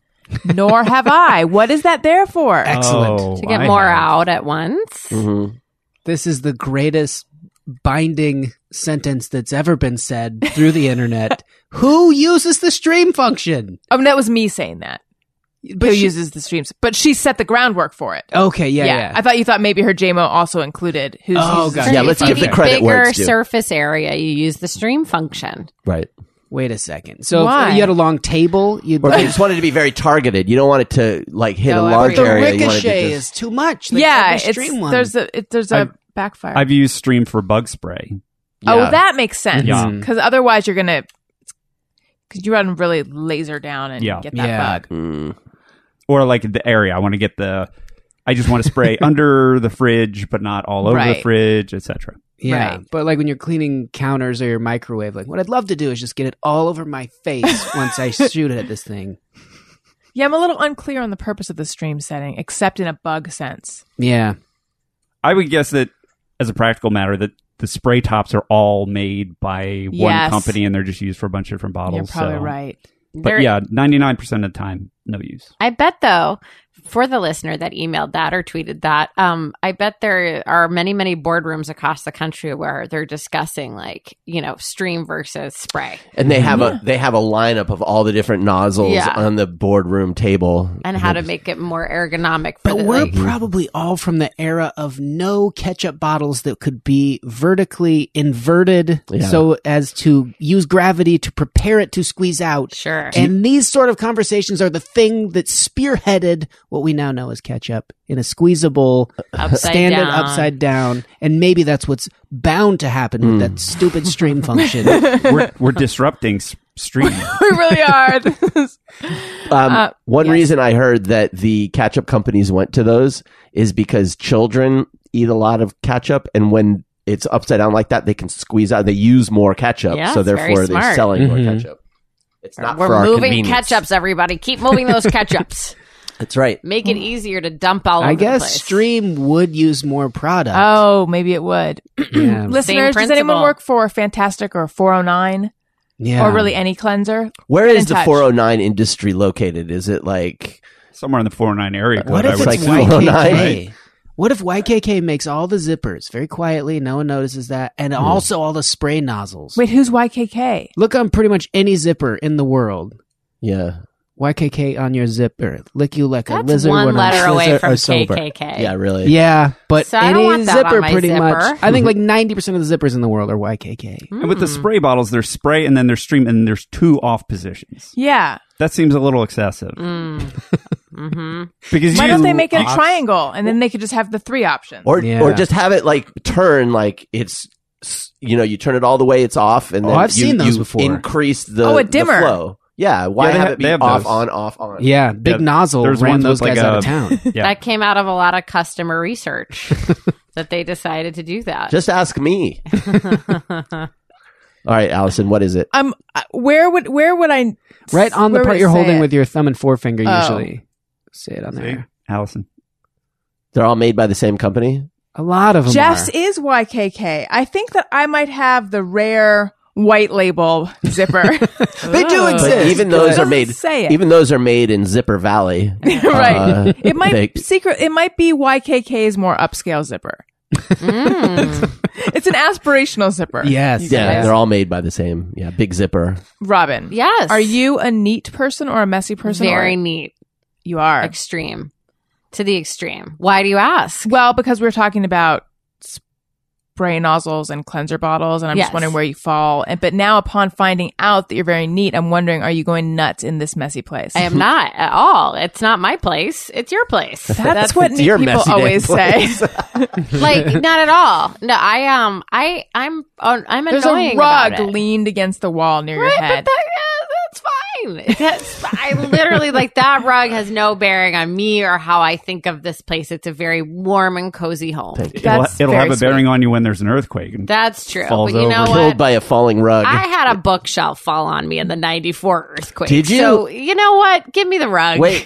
[SPEAKER 3] Nor have I. What is that there for?
[SPEAKER 4] Excellent.
[SPEAKER 6] Oh,
[SPEAKER 5] To get
[SPEAKER 6] I
[SPEAKER 5] more
[SPEAKER 6] have.
[SPEAKER 5] out at once.
[SPEAKER 1] hmm
[SPEAKER 4] This is the greatest binding sentence that's ever been said through the internet Who uses the stream function?
[SPEAKER 3] I mean, Oh, that was me saying that. Who uses the streams? But she set the groundwork for it.
[SPEAKER 4] Okay, yeah, yeah.
[SPEAKER 3] I thought you thought maybe her JMO also included. Who's
[SPEAKER 4] Oh,
[SPEAKER 3] uses-
[SPEAKER 4] gotcha.
[SPEAKER 1] Yeah, let's
[SPEAKER 5] If
[SPEAKER 1] give
[SPEAKER 5] you
[SPEAKER 1] the credit
[SPEAKER 5] bigger
[SPEAKER 1] where it's due.
[SPEAKER 5] surface area, you use the stream function.
[SPEAKER 1] Right.
[SPEAKER 4] Wait a second. So
[SPEAKER 3] Why?
[SPEAKER 4] if you had a long table, you'd
[SPEAKER 1] Or if you just wanted it to be very targeted. You don't want it to like hit a
[SPEAKER 5] No, I
[SPEAKER 1] large
[SPEAKER 5] agree.
[SPEAKER 4] the
[SPEAKER 5] But
[SPEAKER 1] area. You want it to
[SPEAKER 4] ricochet
[SPEAKER 1] just-
[SPEAKER 4] is too much. Like
[SPEAKER 3] yeah,
[SPEAKER 4] every
[SPEAKER 3] it's,
[SPEAKER 4] stream one.
[SPEAKER 3] there's a it, there's a
[SPEAKER 6] I've-
[SPEAKER 3] backfire.
[SPEAKER 6] I've used Stream for bug spray.
[SPEAKER 3] Oh,
[SPEAKER 1] Yeah.
[SPEAKER 3] well, that makes sense.
[SPEAKER 6] Yeah.
[SPEAKER 3] Because otherwise, you're gonna because you run really laser down and
[SPEAKER 6] Yeah.
[SPEAKER 3] get that
[SPEAKER 4] Yeah.
[SPEAKER 3] bug.
[SPEAKER 1] Mm.
[SPEAKER 6] or like the area. I want to get the. I just want to spray under the fridge, but not all over the
[SPEAKER 3] Right.
[SPEAKER 6] fridge, etc.
[SPEAKER 4] yeah,
[SPEAKER 3] Right.
[SPEAKER 4] but like when you're cleaning counters or your microwave, like what I'd love to do is just get it all over my face once I shoot it at this thing.
[SPEAKER 3] Yeah, I'm a little unclear on the purpose of the stream setting, except in a bug sense.
[SPEAKER 4] Yeah,
[SPEAKER 6] I would guess that, as a practical matter, that the spray tops are all made by one
[SPEAKER 3] Yes.
[SPEAKER 6] company and they're just used for a bunch of different bottles.
[SPEAKER 3] you're probably
[SPEAKER 6] so-
[SPEAKER 3] right.
[SPEAKER 6] But
[SPEAKER 5] There-
[SPEAKER 6] yeah, ninety nine percent of the time, no use.
[SPEAKER 5] I bet though, for the listener that emailed that or tweeted that, um, I bet there are many, many boardrooms across the country where they're discussing like, you know, stream versus spray.
[SPEAKER 1] And they have a they have a lineup of all the different nozzles
[SPEAKER 5] Yeah.
[SPEAKER 1] on the boardroom table.
[SPEAKER 5] And how
[SPEAKER 1] Mm-hmm.
[SPEAKER 5] to make it more ergonomic for
[SPEAKER 4] but
[SPEAKER 5] the
[SPEAKER 4] we're
[SPEAKER 5] like,
[SPEAKER 4] probably all from the era of no ketchup bottles that could be vertically inverted
[SPEAKER 1] Yeah.
[SPEAKER 4] so as to use gravity to prepare it to squeeze out.
[SPEAKER 5] sure.
[SPEAKER 4] And these sort of conversations are the thing that spearheaded what we now know as ketchup in a squeezable,
[SPEAKER 5] Upside
[SPEAKER 4] standard
[SPEAKER 5] down.
[SPEAKER 4] upside down. And maybe that's what's bound to happen with that stupid stream function.
[SPEAKER 6] We're we're disrupting s- stream.
[SPEAKER 3] we really are.
[SPEAKER 1] Um,
[SPEAKER 3] Uh,
[SPEAKER 1] one
[SPEAKER 3] yes.
[SPEAKER 1] reason I heard that the ketchup companies went to those is because children eat a lot of ketchup, and when it's upside down like that, they can squeeze out. They use more ketchup,
[SPEAKER 5] Yeah,
[SPEAKER 1] so
[SPEAKER 5] it's very
[SPEAKER 1] therefore they're
[SPEAKER 5] smart.
[SPEAKER 1] selling more
[SPEAKER 4] Mhm.
[SPEAKER 1] ketchup. It's not for
[SPEAKER 5] We're
[SPEAKER 1] our
[SPEAKER 5] moving
[SPEAKER 1] convenience.
[SPEAKER 5] ketchups, everybody. Keep moving those ketchups.
[SPEAKER 1] That's right.
[SPEAKER 5] Make it easier to dump all
[SPEAKER 4] I
[SPEAKER 5] over the
[SPEAKER 4] guess
[SPEAKER 5] place.
[SPEAKER 4] stream would use more product.
[SPEAKER 3] oh, maybe it would.
[SPEAKER 4] yeah.
[SPEAKER 3] Listeners, does anyone
[SPEAKER 5] principle.
[SPEAKER 3] work for Fantastic or 409
[SPEAKER 4] Yeah.
[SPEAKER 3] or really any cleanser?
[SPEAKER 1] Where
[SPEAKER 3] Get
[SPEAKER 1] is
[SPEAKER 3] in
[SPEAKER 1] the
[SPEAKER 3] touch.
[SPEAKER 1] 409 industry located? Is it like
[SPEAKER 6] Somewhere in the four oh nine area.
[SPEAKER 4] What
[SPEAKER 6] code, I
[SPEAKER 4] if
[SPEAKER 6] would
[SPEAKER 1] like
[SPEAKER 4] it's
[SPEAKER 6] assume.
[SPEAKER 1] 409?
[SPEAKER 4] YKK? What if YKK makes all the zippers very quietly, no one notices that, and
[SPEAKER 6] Hmm.
[SPEAKER 4] also all the spray nozzles?
[SPEAKER 3] Wait, who's YKK?
[SPEAKER 4] Look on pretty much any zipper in the world.
[SPEAKER 1] yeah,
[SPEAKER 4] YKK on your zipper. Lick you like a
[SPEAKER 5] That's
[SPEAKER 4] lizard.
[SPEAKER 5] one
[SPEAKER 4] when I'm
[SPEAKER 5] letter away
[SPEAKER 4] scissor
[SPEAKER 5] from
[SPEAKER 4] or sober.
[SPEAKER 5] KKK.
[SPEAKER 1] yeah, really?
[SPEAKER 4] Yeah, but
[SPEAKER 5] So I don't
[SPEAKER 4] any
[SPEAKER 5] want that on
[SPEAKER 4] zipper
[SPEAKER 5] my
[SPEAKER 4] pretty
[SPEAKER 5] zipper. Hmm.
[SPEAKER 4] much. I think like 90% of the zippers in the world are YKK.
[SPEAKER 6] And with the
[SPEAKER 3] Mm.
[SPEAKER 6] spray bottles, there's spray and then there's stream and there's two off positions.
[SPEAKER 3] Yeah.
[SPEAKER 6] That seems a little excessive.
[SPEAKER 5] Mm. Mm-hmm.
[SPEAKER 6] Because
[SPEAKER 3] Mm. Why
[SPEAKER 6] you,
[SPEAKER 3] don't they make it
[SPEAKER 6] you-
[SPEAKER 3] a triangle and then they could just have the three options?
[SPEAKER 1] Or
[SPEAKER 4] Yeah.
[SPEAKER 1] or just have it like turn like it's s- you know you turn it all the way it's off and
[SPEAKER 4] Oh,
[SPEAKER 1] then
[SPEAKER 4] I've
[SPEAKER 1] you,
[SPEAKER 4] seen those
[SPEAKER 1] you
[SPEAKER 4] before.
[SPEAKER 1] increase the
[SPEAKER 3] Oh, a
[SPEAKER 1] the
[SPEAKER 3] dimmer.
[SPEAKER 1] flow. Yeah, why
[SPEAKER 6] Yeah, they
[SPEAKER 1] have
[SPEAKER 6] ha-
[SPEAKER 1] it be
[SPEAKER 6] they have
[SPEAKER 1] off
[SPEAKER 6] those.
[SPEAKER 1] on off on?
[SPEAKER 4] Yeah, big
[SPEAKER 6] Yeah,
[SPEAKER 4] nozzle
[SPEAKER 6] there's
[SPEAKER 4] ran
[SPEAKER 6] ones
[SPEAKER 4] those
[SPEAKER 6] with, like,
[SPEAKER 4] guys out of
[SPEAKER 6] a-
[SPEAKER 4] town.
[SPEAKER 6] Yeah.
[SPEAKER 5] That came out of a lot of customer research that they decided to do that.
[SPEAKER 1] Just ask me. all right, Allison, what is it?
[SPEAKER 3] Um, uh, where would where would I?
[SPEAKER 4] right on the
[SPEAKER 3] where would
[SPEAKER 4] part
[SPEAKER 3] it
[SPEAKER 4] you're
[SPEAKER 3] say
[SPEAKER 4] holding
[SPEAKER 3] it?
[SPEAKER 4] with your thumb and forefinger
[SPEAKER 3] Oh.
[SPEAKER 4] usually. Say it on there.
[SPEAKER 6] Allison.
[SPEAKER 1] They're all made by the same company.
[SPEAKER 4] A lot of them
[SPEAKER 3] Jeff's
[SPEAKER 4] are.
[SPEAKER 3] is YKK. I think that I might have the rare white label zipper.
[SPEAKER 4] They do
[SPEAKER 3] Ugh.
[SPEAKER 4] exist.
[SPEAKER 1] But even those are
[SPEAKER 3] Doesn't
[SPEAKER 1] made.
[SPEAKER 3] say it.
[SPEAKER 1] Even those are made in Zipper Valley.
[SPEAKER 3] right.
[SPEAKER 1] Uh,
[SPEAKER 3] it might
[SPEAKER 1] they-
[SPEAKER 3] secret. It might be YKK's more upscale zipper.
[SPEAKER 5] Mm.
[SPEAKER 3] it's an aspirational zipper.
[SPEAKER 4] Yes.
[SPEAKER 1] Yeah, they're all made by the same. Yeah, Big Zipper.
[SPEAKER 3] Robin.
[SPEAKER 5] Yes.
[SPEAKER 3] Are you a neat person or a messy person?
[SPEAKER 5] very
[SPEAKER 3] Or-
[SPEAKER 5] neat,
[SPEAKER 3] You are.
[SPEAKER 5] extreme, to the extreme? Why do you ask?
[SPEAKER 3] Well, because we we're talking about spray nozzles and cleanser bottles, and I'm
[SPEAKER 5] Yes.
[SPEAKER 3] just wondering where you fall. And but now, upon finding out that you're very neat, I'm wondering, are you going nuts in this messy place?
[SPEAKER 5] I am not at all. It's not my place. It's your place.
[SPEAKER 3] That's, what
[SPEAKER 1] It's
[SPEAKER 3] neat
[SPEAKER 1] your
[SPEAKER 3] people
[SPEAKER 1] messy damn
[SPEAKER 3] always
[SPEAKER 1] place.
[SPEAKER 3] say.
[SPEAKER 5] like not at all. No, I um, I I'm uh, I'm
[SPEAKER 3] There's
[SPEAKER 5] annoying
[SPEAKER 3] a rug
[SPEAKER 5] about it.
[SPEAKER 3] leaned against the wall near
[SPEAKER 5] Right,
[SPEAKER 3] your
[SPEAKER 5] but
[SPEAKER 3] head.
[SPEAKER 5] that, yeah, that's fine. That's I literally like that rug has no bearing on me or how I think of this place. It's a very warm and cozy home.
[SPEAKER 6] It'll,
[SPEAKER 3] That's
[SPEAKER 6] it'll
[SPEAKER 3] very
[SPEAKER 6] have a bearing on you when there's an earthquake. And
[SPEAKER 5] That's true.
[SPEAKER 6] Falls
[SPEAKER 5] but you know
[SPEAKER 6] over.
[SPEAKER 5] what?
[SPEAKER 1] Killed by a falling rug.
[SPEAKER 5] I had a bookshelf fall on me in the 94 earthquake.
[SPEAKER 1] Did you?
[SPEAKER 5] So, you know what? Give me the rug.
[SPEAKER 1] Wait,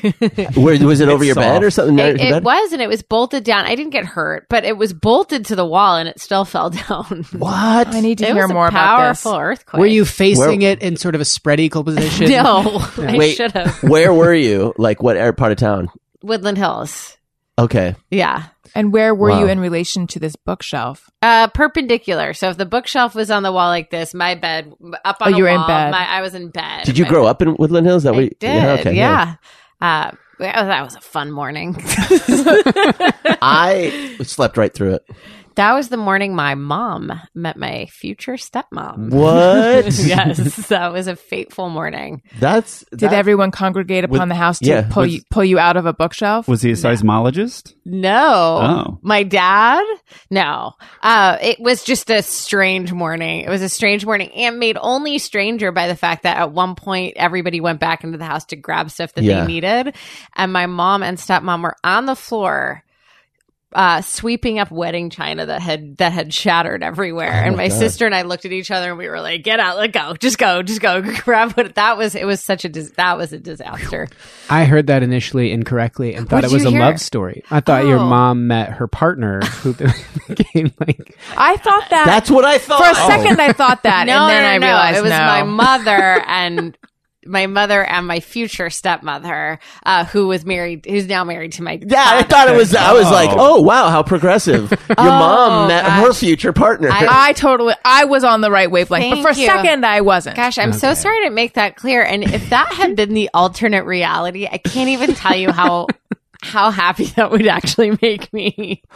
[SPEAKER 1] where, was it over your
[SPEAKER 6] soft.
[SPEAKER 1] bed or something? Not
[SPEAKER 5] It,
[SPEAKER 1] your
[SPEAKER 5] it
[SPEAKER 1] bed?
[SPEAKER 5] was, and it was bolted down. I didn't get hurt, but it was bolted to the wall, and it still fell down.
[SPEAKER 1] What?
[SPEAKER 3] I need to
[SPEAKER 5] it
[SPEAKER 3] hear
[SPEAKER 5] was
[SPEAKER 3] more
[SPEAKER 5] a
[SPEAKER 3] about this.
[SPEAKER 5] powerful earthquake.
[SPEAKER 4] Were you facing it in sort of a spread eagle position?
[SPEAKER 5] No, I
[SPEAKER 1] Wait.
[SPEAKER 5] should have.
[SPEAKER 1] Where were you? Like what air- part of town?
[SPEAKER 5] Woodland Hills.
[SPEAKER 1] Okay.
[SPEAKER 5] Yeah.
[SPEAKER 3] And where were
[SPEAKER 1] Wow.
[SPEAKER 3] you in relation to this bookshelf?
[SPEAKER 5] Uh, perpendicular. So if the bookshelf was on the wall like this, my bed up on
[SPEAKER 3] Oh,
[SPEAKER 5] a
[SPEAKER 3] you were in
[SPEAKER 5] wall,
[SPEAKER 3] bed.
[SPEAKER 5] My, I was in bed.
[SPEAKER 1] Did you
[SPEAKER 5] My-
[SPEAKER 1] grow up in Woodland Hills? Is That
[SPEAKER 5] I
[SPEAKER 1] way?
[SPEAKER 5] did. Yeah. Uh, well, that was a fun morning.
[SPEAKER 1] I slept right through it.
[SPEAKER 5] that was the morning my mom met my future stepmom.
[SPEAKER 1] What?
[SPEAKER 5] yes, that was a fateful morning.
[SPEAKER 1] That's
[SPEAKER 3] Did
[SPEAKER 1] that-
[SPEAKER 3] everyone congregate upon
[SPEAKER 6] Was-
[SPEAKER 3] the house to
[SPEAKER 1] yeah,
[SPEAKER 3] pull
[SPEAKER 6] was-
[SPEAKER 3] you pull you out of a bookshelf?
[SPEAKER 6] Was he a seismologist?
[SPEAKER 5] No.
[SPEAKER 6] Oh.
[SPEAKER 5] My dad? No. Uh, it was just a strange morning. It was a strange morning and made only stranger by the fact that at one point everybody went back into the house to grab stuff that
[SPEAKER 1] Yeah.
[SPEAKER 5] they needed. And my mom and stepmom were on the floor. Uh, sweeping up wedding china that had that had shattered everywhere, and my sister and I looked at each other and we were like, "Get out, let go, just go, just go, grab what." That was it was such a dis- that was a disaster.
[SPEAKER 4] I heard that initially incorrectly and thought
[SPEAKER 5] What'd
[SPEAKER 4] it was
[SPEAKER 5] you
[SPEAKER 4] a
[SPEAKER 5] hear?
[SPEAKER 4] love story. I thought your
[SPEAKER 5] Oh.
[SPEAKER 4] mom met her partner who became like
[SPEAKER 3] I thought that
[SPEAKER 1] That's what I thought. Oh.
[SPEAKER 3] for a second. I thought that,
[SPEAKER 5] Oh. no,
[SPEAKER 3] and then
[SPEAKER 5] no,
[SPEAKER 3] I
[SPEAKER 5] no,
[SPEAKER 3] realized
[SPEAKER 5] it was
[SPEAKER 3] no.
[SPEAKER 5] my mother and my mother and my future stepmother, uh, who was married, who's now married to my
[SPEAKER 1] Yeah, I
[SPEAKER 5] father.
[SPEAKER 1] thought it was. I was like, oh
[SPEAKER 6] Oh.
[SPEAKER 1] wow, how progressive. Your mom met her future partner.
[SPEAKER 3] Oh, I totally, I was on the right wavelength, but
[SPEAKER 5] Thank
[SPEAKER 3] for a
[SPEAKER 5] you.
[SPEAKER 3] second I wasn't.
[SPEAKER 5] Gosh, I'm so sorry to make that clear. And if that had been the alternate reality, I can't even tell you how how happy that would actually make me.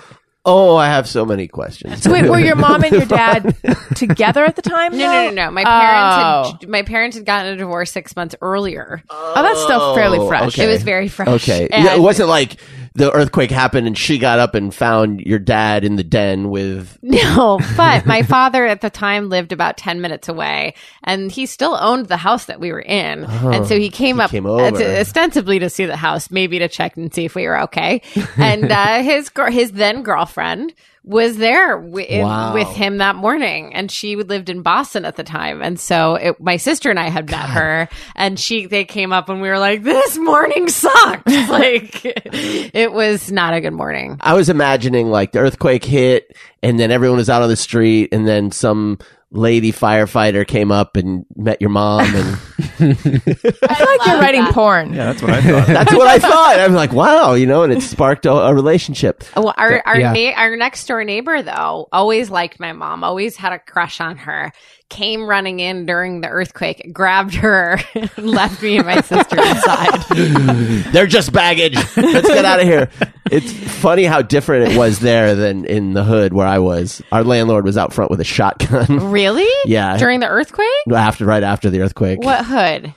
[SPEAKER 1] oh, I have so many questions.
[SPEAKER 3] So wait, were your mom and your dad together at the time?
[SPEAKER 5] No, no, no, no. My parents had my parents had gotten a divorce six months earlier.
[SPEAKER 3] Oh, that's still fairly fresh.
[SPEAKER 1] okay.
[SPEAKER 5] It was very fresh.
[SPEAKER 1] Okay,
[SPEAKER 5] And-
[SPEAKER 1] yeah, it wasn't like the earthquake happened and she got up and found your dad in the den with.
[SPEAKER 5] No, but my father at the time lived about 10 minutes away and he still owned the house that we were in. and so he came
[SPEAKER 1] Oh,
[SPEAKER 5] up
[SPEAKER 1] came
[SPEAKER 5] uh,
[SPEAKER 1] over.
[SPEAKER 5] to- ostensibly to see the house, maybe to check and see if we were okay. And uh, his gir- his then girlfriend was there wi in-
[SPEAKER 1] Wow.
[SPEAKER 5] with him that morning and she lived in Boston at the time. And so it, my sister and I had met her and she they came up and we were like this morning sucked. like it was not a good morning.
[SPEAKER 1] I was imagining like the earthquake hit and then everyone was out on the street and then some lady firefighter came up and met your mom and
[SPEAKER 3] I feel like you're writing porn.
[SPEAKER 6] Yeah, that's what I thought.
[SPEAKER 1] that's what I thought. I'm like, wow, you know, and it sparked a, a relationship.
[SPEAKER 5] Well, our our
[SPEAKER 4] yeah.
[SPEAKER 5] na- our next door neighbor though always liked my mom, always had a crush on her. Came running in during the earthquake, grabbed her, and left me and my sister inside.
[SPEAKER 1] They're just baggage. Let's get out of here. It's funny how different it was there than in the hood where I was. Our landlord was out front with a shotgun.
[SPEAKER 5] Really?
[SPEAKER 1] Yeah.
[SPEAKER 5] During the earthquake?
[SPEAKER 1] After right after the earthquake,
[SPEAKER 5] What hood?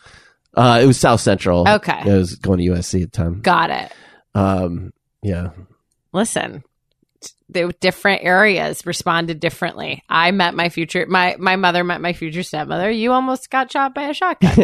[SPEAKER 1] Uh, it was South Central.
[SPEAKER 5] Okay.
[SPEAKER 1] it was going to USC at the time.
[SPEAKER 5] Got it.
[SPEAKER 1] Um, yeah,
[SPEAKER 5] Listen, the different areas responded differently. I met my future my my mother met my future stepmother. You almost got shot by a shotgun.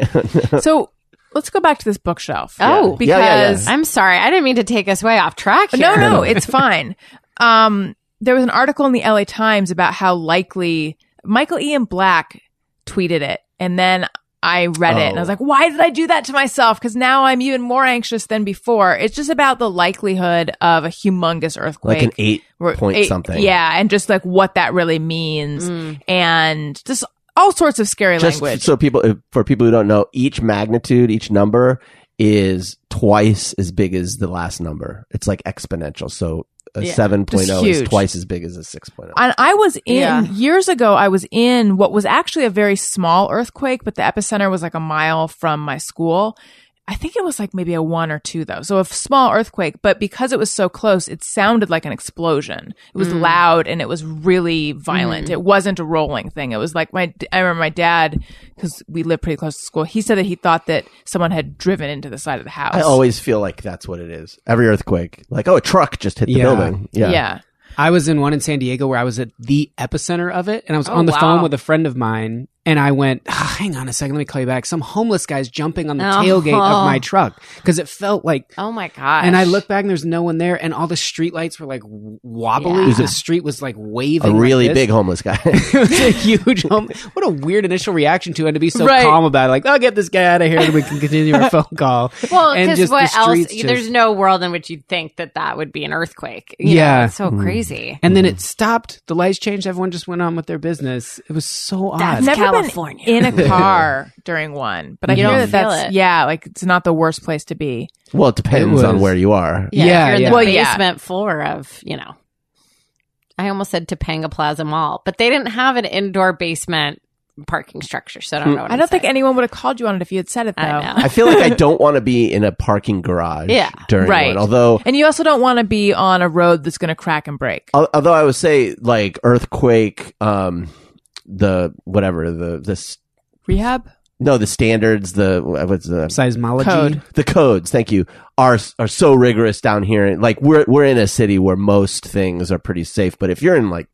[SPEAKER 3] So let's go back to this bookshelf.
[SPEAKER 5] Oh.
[SPEAKER 3] because
[SPEAKER 1] Yeah, yeah, yeah.
[SPEAKER 5] I'm sorry, I didn't mean to take us way off track. Here.
[SPEAKER 3] No,
[SPEAKER 1] No, no.
[SPEAKER 3] no, it's fine. Um, there was an article in the LA Times about how likely Michael Ian Black tweeted it, and then I read it, and I was
[SPEAKER 1] Oh.
[SPEAKER 3] like, "Why did I do that to myself?" Because now I'm even more anxious than before. It's just about the likelihood of a humongous earthquake,
[SPEAKER 1] like an eight
[SPEAKER 3] Where-
[SPEAKER 1] point
[SPEAKER 3] it-
[SPEAKER 1] something.
[SPEAKER 3] yeah, and just like what that really
[SPEAKER 5] Mm.
[SPEAKER 3] means, and just all sorts of scary
[SPEAKER 1] Just
[SPEAKER 3] language.
[SPEAKER 1] so people, if- for people who don't know, each magnitude, each number is twice as big as the last number. It's like exponential. So a
[SPEAKER 5] Yeah.
[SPEAKER 1] seven point oh is
[SPEAKER 3] huge.
[SPEAKER 1] twice as big as a six point oh.
[SPEAKER 3] And I was in
[SPEAKER 5] Yeah.
[SPEAKER 3] years ago. I was in what was actually a very small earthquake, but the epicenter was like a mile from my school. I think it was like maybe a one or two though, so a small earthquake. But because it was so close, it sounded like an explosion. It was loud and it was really violent. It wasn't a rolling thing. It was like my. I remember my dad because we lived pretty close to school. He said that he thought that someone had driven into the side of the house.
[SPEAKER 1] I always feel like that's what it is. Every earthquake, like oh, a truck just hit the
[SPEAKER 4] Yeah.
[SPEAKER 1] building. Yeah.
[SPEAKER 3] yeah.
[SPEAKER 4] I was in one in San Diego where I was at the epicenter of it, and I was
[SPEAKER 5] Oh,
[SPEAKER 4] on the
[SPEAKER 5] wow.
[SPEAKER 4] phone with a friend of mine, and I went, "Ah, "Hang on a second, let me call you back." Some homeless guy's jumping on the
[SPEAKER 5] Oh.
[SPEAKER 4] tailgate of my truck because it felt like.
[SPEAKER 5] Oh my god.
[SPEAKER 4] And I looked back, and there's no one there, and all the streetlights were like w- wobbly.
[SPEAKER 5] Yeah.
[SPEAKER 4] The street was like
[SPEAKER 1] A
[SPEAKER 4] waving. like
[SPEAKER 1] really
[SPEAKER 4] this.
[SPEAKER 1] big homeless guy.
[SPEAKER 4] it was a huge home. What a weird initial reaction to it to be so
[SPEAKER 3] Right.
[SPEAKER 4] calm about it. Like, I'll get this guy out of here and we can continue our phone call.
[SPEAKER 5] Well,
[SPEAKER 4] And
[SPEAKER 5] because
[SPEAKER 4] just
[SPEAKER 5] what
[SPEAKER 4] the
[SPEAKER 5] else?
[SPEAKER 4] streets just-
[SPEAKER 5] There's no world in which you'd think that that would be an earthquake. You
[SPEAKER 4] Yeah.
[SPEAKER 5] know, it's so crazy.
[SPEAKER 4] And then it stopped. The lights changed. Everyone just went on with their business. It was so odd.
[SPEAKER 5] That's
[SPEAKER 3] I've never
[SPEAKER 5] California.
[SPEAKER 3] in a car during one, but I
[SPEAKER 4] You
[SPEAKER 3] hear
[SPEAKER 4] don't
[SPEAKER 3] that
[SPEAKER 5] feel
[SPEAKER 3] that's
[SPEAKER 5] it.
[SPEAKER 3] yeah, like it's not the worst place to be.
[SPEAKER 1] Well, it depends on
[SPEAKER 4] was-
[SPEAKER 1] where you are.
[SPEAKER 4] Yeah,
[SPEAKER 5] Yeah, if you're in
[SPEAKER 4] yeah.
[SPEAKER 5] the
[SPEAKER 3] Well, yeah.
[SPEAKER 5] basement floor of, you know, I almost said Topanga Plaza Mall, but they didn't have an indoor basement parking structure, so I
[SPEAKER 4] Hmm.
[SPEAKER 5] don't know. What
[SPEAKER 3] I
[SPEAKER 5] I'm
[SPEAKER 3] don't think
[SPEAKER 5] saying.
[SPEAKER 3] anyone would have called you on it if you had said it though.
[SPEAKER 5] I know.
[SPEAKER 1] I feel like I don't want to be in a parking garage
[SPEAKER 5] Yeah.
[SPEAKER 1] during
[SPEAKER 3] Right.
[SPEAKER 1] one. Although,
[SPEAKER 3] And you also don't want to be on a road that's going to crack and break.
[SPEAKER 1] al- although I would say like earthquake, um, the whatever the this
[SPEAKER 3] Rehab?
[SPEAKER 1] no the standards the uh, what's the
[SPEAKER 4] Seismology.
[SPEAKER 3] Code.
[SPEAKER 1] the codes thank you are are so rigorous down here and like we're we're in a city where most things are pretty safe but if you're in like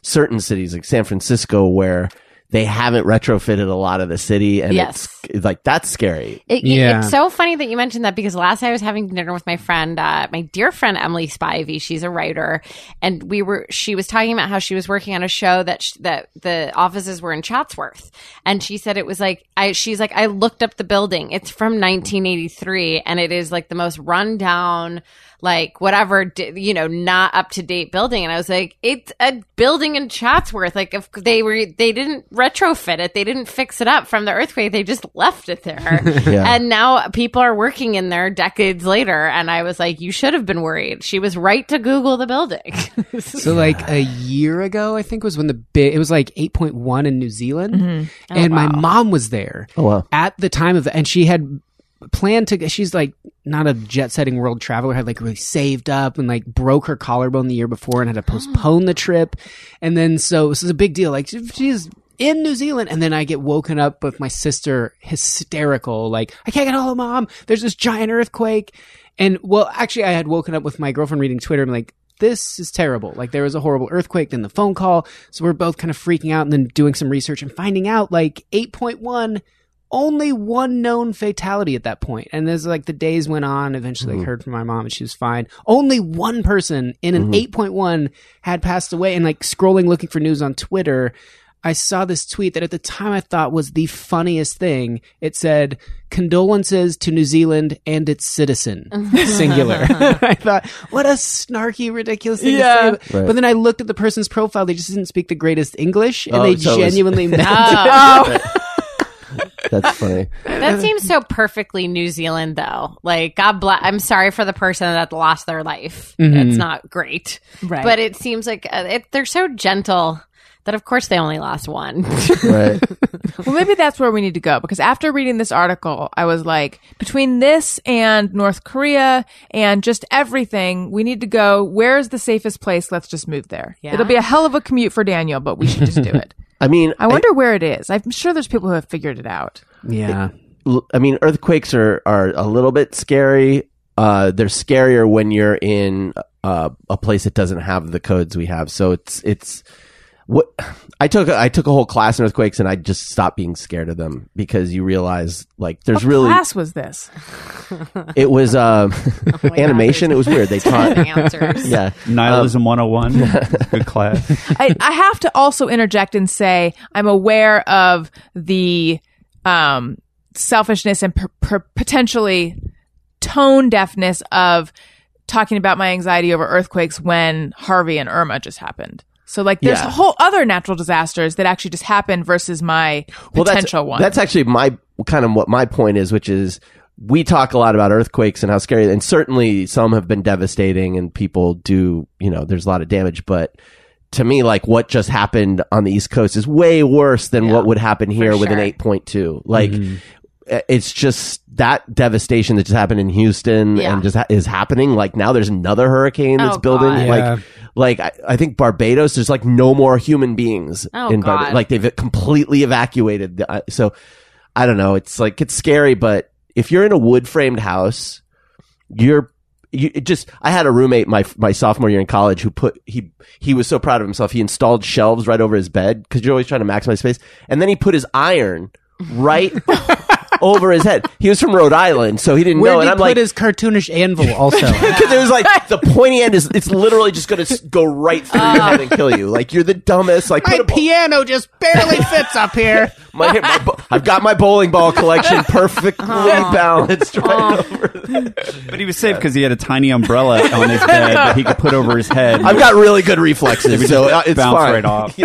[SPEAKER 1] certain cities like San Francisco where they haven't retrofitted a lot of the city and
[SPEAKER 5] Yes.
[SPEAKER 1] it's like that's scary
[SPEAKER 5] It, it-
[SPEAKER 4] Yeah.
[SPEAKER 5] It's so funny that you mentioned that because last night I was having dinner with my friend, uh, my dear friend Emily Spivey. She's a writer, and we were. She was talking about how she was working on a show that sh- that the offices were in Chatsworth, and she said it was like I. She's like I looked up the building. It's from 1983, and it is like the most rundown, like whatever di- you know, not up to date building. And I was like, it's a building in Chatsworth. Like if they were, they didn't retrofit it, they didn't fix it up from the earthquake. They just left it there.
[SPEAKER 1] Yeah.
[SPEAKER 5] And now people are working in there decades later. And I was like, you should have been worried. She was right to Google the building.
[SPEAKER 4] So like a year ago, I think was when the big it was like eight point one in New Zealand,
[SPEAKER 5] Mm-hmm. Oh,
[SPEAKER 4] and my mom was there
[SPEAKER 1] oh wow
[SPEAKER 4] at the time of the, and she had planned to. She's like not a jet setting world traveler, had like really saved up and like broke her collarbone the year before and had to postpone the trip, and then so this is a big deal. Like she- she's in New Zealand, and then I get woken up with my sister hysterical, like I can't get home, mom. There's this giant earthquake, and well, actually, I had woken up with my girlfriend reading Twitter and like this is terrible. Like there was a horrible earthquake, then the phone call. So we're both kind of freaking out and then doing some research and finding out like 8.1 only one known fatality at that point. And as like the days went on, eventually I heard from my mom and she was fine. Only one person in an 8.1 had passed away and like scrolling looking for news on Twitter, I saw this tweet that at the time I thought was the funniest thing. It said, condolences to New Zealand and its citizen, singular. I thought, what a snarky, ridiculous thing
[SPEAKER 3] Yeah.
[SPEAKER 4] to say. But then I looked at the person's profile. They just didn't speak the greatest English and
[SPEAKER 1] Oh,
[SPEAKER 4] they
[SPEAKER 1] so it was-
[SPEAKER 4] genuinely meant
[SPEAKER 3] Ah. Oh.
[SPEAKER 1] that's funny
[SPEAKER 5] that seems so perfectly New Zealand, though. Like, God bless. I'm sorry for the person that lost their life.
[SPEAKER 4] Mm-hmm.
[SPEAKER 5] It's not great.
[SPEAKER 3] Right.
[SPEAKER 5] But it seems like uh, it, they're so gentle that, of course, they only lost one.
[SPEAKER 1] right
[SPEAKER 3] Well, maybe that's where we need to go because after reading this article, I was like, between this and North Korea and just everything, we need to go. Where's the safest place? Let's just move there.
[SPEAKER 5] Yeah.
[SPEAKER 3] It'll be a hell of a commute for Daniel, but we should just do it.
[SPEAKER 1] I mean
[SPEAKER 3] I wonder where it is. I'm sure there's people who have figured it out.
[SPEAKER 4] Yeah.
[SPEAKER 1] l- I mean, earthquakes are, are a little bit scary. Uh, they're scarier when you're in uh, a place that doesn't have the codes we have. So it's it's what I took. I took a whole class in earthquakes, and I just stopped being scared of them because you realize like there's
[SPEAKER 3] What
[SPEAKER 1] really
[SPEAKER 3] class was this?
[SPEAKER 1] it was um,
[SPEAKER 5] Oh my God,
[SPEAKER 1] animation. it was weird. They taught.
[SPEAKER 5] answers.
[SPEAKER 1] Yeah,
[SPEAKER 3] Um.
[SPEAKER 6] Nihilism 101. It's a Good class.
[SPEAKER 3] I, I have to also interject and say I'm aware of the um, selfishness and per- per- potentially tone deafness of talking about my anxiety over earthquakes when Harvey and Irma just happened. So like there's
[SPEAKER 1] Yeah.
[SPEAKER 3] whole other natural disasters that actually just happened versus my potential
[SPEAKER 1] that's,
[SPEAKER 3] one.
[SPEAKER 1] That's actually my kind of what my point is, which is we talk a lot about earthquakes and how scary, and certainly some have been devastating, and people do, you know, there's a lot of damage, but. To me, like what just happened on the East Coast is way worse than what would happen here with an
[SPEAKER 5] sure. Mm-hmm.
[SPEAKER 1] 8.2. Like, i- it's just that devastation that just happened in Houston
[SPEAKER 5] Yeah.
[SPEAKER 1] and just ha- is happening. Like, now there's another hurricane that's
[SPEAKER 5] Oh,
[SPEAKER 1] building.
[SPEAKER 5] God.
[SPEAKER 4] Yeah.
[SPEAKER 1] Like, like I, I think Barbados, there's like no more human beings
[SPEAKER 5] Oh,
[SPEAKER 1] in Barbados.
[SPEAKER 5] God.
[SPEAKER 1] Like, they've completely evacuated. The, uh, so I don't know. It's like it's scary, but if you're in a wood framed house, you're you it just. I had a roommate my my sophomore year in college who put he he was so proud of himself. He installed shelves right over his bed because you're always trying to maximize space, and then he put his iron right. over his head. He was from Rhode Island, so he didn't
[SPEAKER 4] Where
[SPEAKER 1] know. And
[SPEAKER 4] did he
[SPEAKER 1] I'm like,
[SPEAKER 4] put his cartoonish anvil also?
[SPEAKER 1] because it was like the pointy end is it's literally just going to go right through your head and kill you. Like you're the dumbest. Like
[SPEAKER 4] my
[SPEAKER 1] put a bo-
[SPEAKER 4] piano just barely fits up here.
[SPEAKER 1] my, my bo- I've got my bowling ball collection perfectly balanced right over.
[SPEAKER 6] But he was safe because he had a tiny umbrella on his bed that he could put over his head.
[SPEAKER 1] I've got really good reflexes, so uh, it's
[SPEAKER 6] bounce
[SPEAKER 1] fine.
[SPEAKER 6] right off.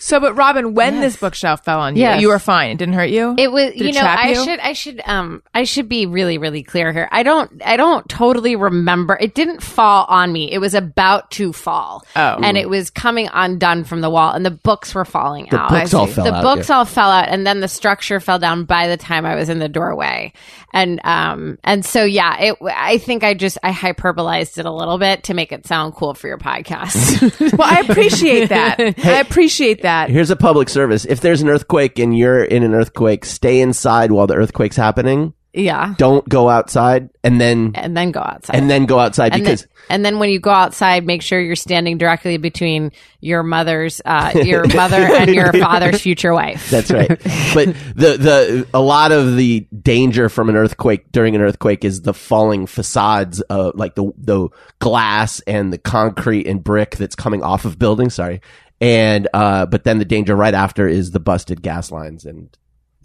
[SPEAKER 3] So, but Robin, when this bookshelf fell on you,
[SPEAKER 5] Yes.
[SPEAKER 3] you were fine. It didn't hurt you.
[SPEAKER 5] It was,
[SPEAKER 3] Did it
[SPEAKER 5] you know,
[SPEAKER 3] trap
[SPEAKER 5] I
[SPEAKER 3] you?
[SPEAKER 5] should, I should, um, I should be really, really clear here. I don't, I don't totally remember. It didn't fall on me. It was about to fall,
[SPEAKER 3] Oh.
[SPEAKER 5] and it was coming undone from the wall, and the books were falling
[SPEAKER 1] The
[SPEAKER 5] out.
[SPEAKER 1] books all fell
[SPEAKER 5] the
[SPEAKER 1] out,
[SPEAKER 5] books
[SPEAKER 1] yeah.
[SPEAKER 5] all fell out, and then the structure fell down by the time I was in the doorway, and um, and so yeah, it. I think I just I hyperbolized it a little bit to make it sound cool for your podcast.
[SPEAKER 3] well, I appreciate that. I appreciate that.
[SPEAKER 1] Here's a public service. If there's an earthquake and you're in an earthquake, stay inside while the earthquake's happening.
[SPEAKER 5] yeah,
[SPEAKER 1] Don't go outside and then
[SPEAKER 5] and then go outside.
[SPEAKER 1] and then go outside
[SPEAKER 5] and
[SPEAKER 1] because
[SPEAKER 5] then, and then when you go outside, make sure you're standing directly between your mother's, uh, your mother and your father's future wife.
[SPEAKER 1] that's right. but the the a lot of the danger from an earthquake during an earthquake is the falling facades of like the the glass and the concrete and brick that's coming off of buildings, sorry. And uh but then the danger right after is the busted gas lines and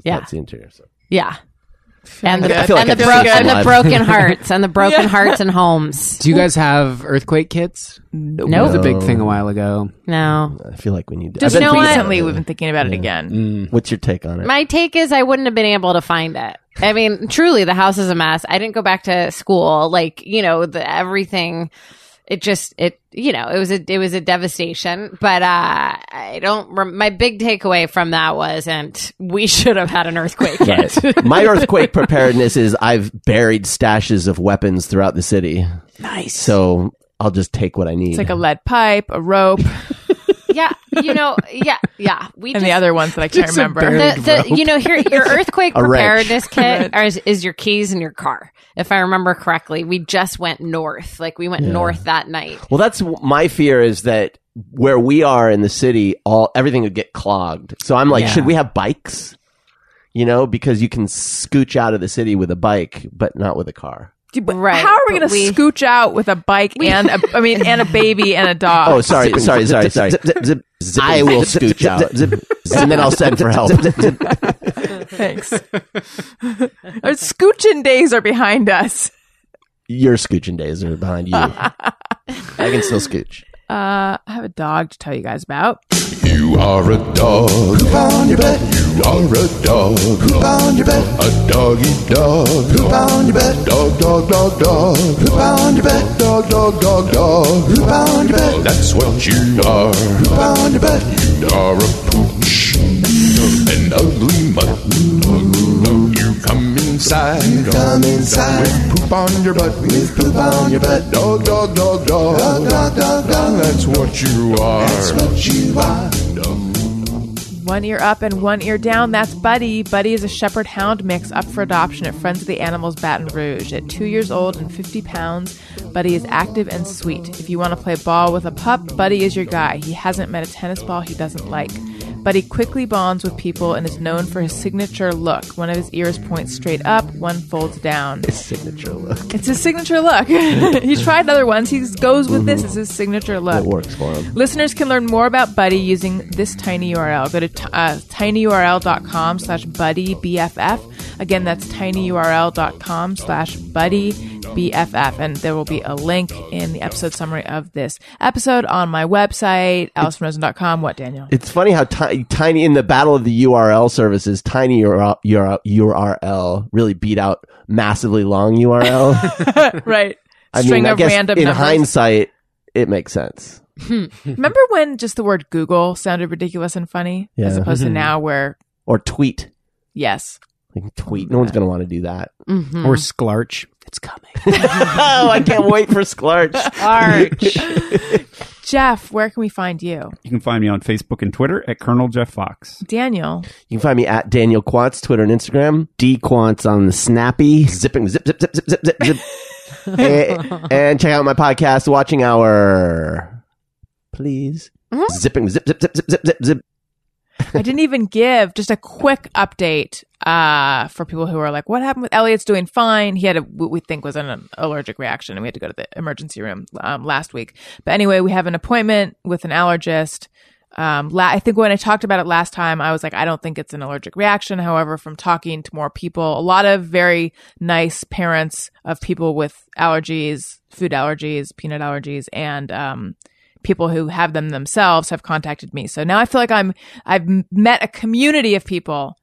[SPEAKER 5] Yeah.
[SPEAKER 1] that's the interior. So
[SPEAKER 5] yeah, and
[SPEAKER 1] good. I
[SPEAKER 5] the,
[SPEAKER 1] feel like
[SPEAKER 5] and, the
[SPEAKER 1] I'm
[SPEAKER 5] bro-
[SPEAKER 1] just
[SPEAKER 5] and the
[SPEAKER 1] alive.
[SPEAKER 5] broken hearts and the broken hearts and homes.
[SPEAKER 4] Do you guys have earthquake kits?
[SPEAKER 5] No,
[SPEAKER 4] That was
[SPEAKER 5] no,
[SPEAKER 4] a big thing a while ago.
[SPEAKER 1] I feel like we need to
[SPEAKER 3] Just
[SPEAKER 1] I've been
[SPEAKER 5] know
[SPEAKER 1] thinking
[SPEAKER 5] what?
[SPEAKER 1] about
[SPEAKER 3] recently,
[SPEAKER 1] it.
[SPEAKER 3] we've been thinking about it again.
[SPEAKER 1] What's your take on it?
[SPEAKER 5] My take is I wouldn't have been able to find it. I mean, truly, the house is a mess. I didn't go back to school. Like you know, the everything. It just it you know it was a it was a devastation. But uh, I don't. Rem- my big takeaway from that wasn't we should have had an earthquake. Yet.
[SPEAKER 1] My earthquake preparedness is I've buried stashes of weapons throughout the city. Nice. So I'll just take what I need.
[SPEAKER 3] It's like a lead pipe, a rope,
[SPEAKER 5] yeah, you know, yeah, yeah. We
[SPEAKER 3] and
[SPEAKER 5] just,
[SPEAKER 3] the other ones that I can't remember.
[SPEAKER 5] the, the you know here your earthquake
[SPEAKER 1] A wrench.
[SPEAKER 5] preparedness kit is, is your keys in your car if i remember correctly we just went north like we went north that night
[SPEAKER 1] well, that's w- my fear is that where we are in the city, all everything would get clogged. So I'm like,
[SPEAKER 4] Yeah.
[SPEAKER 1] should we have bikes? You know, because you can scooch out of the city with a bike, but not with a car.
[SPEAKER 5] right
[SPEAKER 3] How are we
[SPEAKER 5] but
[SPEAKER 3] going to scooch out with a bike and a, I mean, and a baby and a dog?
[SPEAKER 1] Oh, sorry, sorry, sorry, sorry. I will scooch out, and then I'll send for help.
[SPEAKER 3] Thanks. Our scooching days are behind us.
[SPEAKER 1] Your scooching days are behind you. I can still scooch.
[SPEAKER 3] Uh, I have a dog to tell you guys about.
[SPEAKER 8] You are a dog.
[SPEAKER 2] Poop on your butt.
[SPEAKER 8] You are a dog.
[SPEAKER 2] Poop on your butt.
[SPEAKER 8] A doggy dog.
[SPEAKER 2] Poop on your butt.
[SPEAKER 8] Dog, dog, dog, dog.
[SPEAKER 2] Poop on your butt.
[SPEAKER 8] Dog, dog, dog, dog.
[SPEAKER 2] Poop on your butt.
[SPEAKER 8] That's what you are.
[SPEAKER 2] Poop on your butt.
[SPEAKER 8] You are a pooch. An ugly mutt. You come inside.
[SPEAKER 2] Come inside.
[SPEAKER 8] Poop on your butt.
[SPEAKER 2] With poop on your butt.
[SPEAKER 8] Dog, dog,
[SPEAKER 2] Dog,
[SPEAKER 8] dog, dog.
[SPEAKER 2] dog, dog, dog.
[SPEAKER 8] That's what you are.
[SPEAKER 2] That's what you are.
[SPEAKER 3] One ear up and one ear down, that's Buddy. Buddy is a shepherd hound mix up for adoption at Friends of the Animals Baton Rouge. At two years old and 50 pounds, Buddy is active and sweet. If you want to play ball with a pup, Buddy is your guy. He hasn't met a tennis ball he doesn't like. Buddy quickly bonds with people and is known for his signature look. One of his ears points straight up, one folds down.
[SPEAKER 1] Signature look.
[SPEAKER 3] It's his signature look. he tried other ones. He goes with this as his signature look.
[SPEAKER 1] It works for him.
[SPEAKER 3] Listeners can learn more about Buddy using this tiny URL. Go to t- uh, tinyurl.com slash buddy BFF. Again, that's tinyurl.com slash buddy BFF. And there will be a link in the episode summary of this episode on my website, alicerosen.com. What, Daniel?
[SPEAKER 1] It's funny how ti- tiny in the battle of the URL services, tiny URL, URL, URL really beat out massively long URL.
[SPEAKER 3] right.
[SPEAKER 1] I
[SPEAKER 3] String
[SPEAKER 1] mean, I
[SPEAKER 3] of
[SPEAKER 1] guess
[SPEAKER 3] random
[SPEAKER 1] in
[SPEAKER 3] numbers.
[SPEAKER 1] hindsight, it makes sense.
[SPEAKER 3] Remember when just the word Google sounded ridiculous and funny as
[SPEAKER 1] Yeah.
[SPEAKER 3] opposed to now where,
[SPEAKER 1] Or tweet,
[SPEAKER 3] yes.
[SPEAKER 1] like tweet. No one's gonna want to do that.
[SPEAKER 5] Mhm.
[SPEAKER 4] Or Sklarch. It's coming.
[SPEAKER 1] oh, I can't wait for Sklarch.
[SPEAKER 3] Jeff, where can we find you?
[SPEAKER 6] You can find me on Facebook and Twitter at Colonel Jeff Fox.
[SPEAKER 3] Daniel.
[SPEAKER 1] You can find me at Daniel Quantz, Twitter and Instagram. D Quantz on the Snappy. Zipping, zip, zip, zip, zip, zip, zip, zip. Eh, and check out my podcast, Watching Hour. Please. Zipping, zip, zip, zip, zip, zip, zip, zip.
[SPEAKER 3] I didn't even give just a quick update uh, for people who are like, "What happened with Elliot's doing fine?" He had a what we think was an allergic reaction, and we had to go to the emergency room um, last week. But anyway, we have an appointment with an allergist. Um, la- I think when I talked about it last time, I was like, I don't think it's an allergic reaction. However, from talking to more people, a lot of very nice parents of people with allergies, food allergies, peanut allergies, and um, people who have them themselves have contacted me. So now I feel like I'm I've m- met a community of people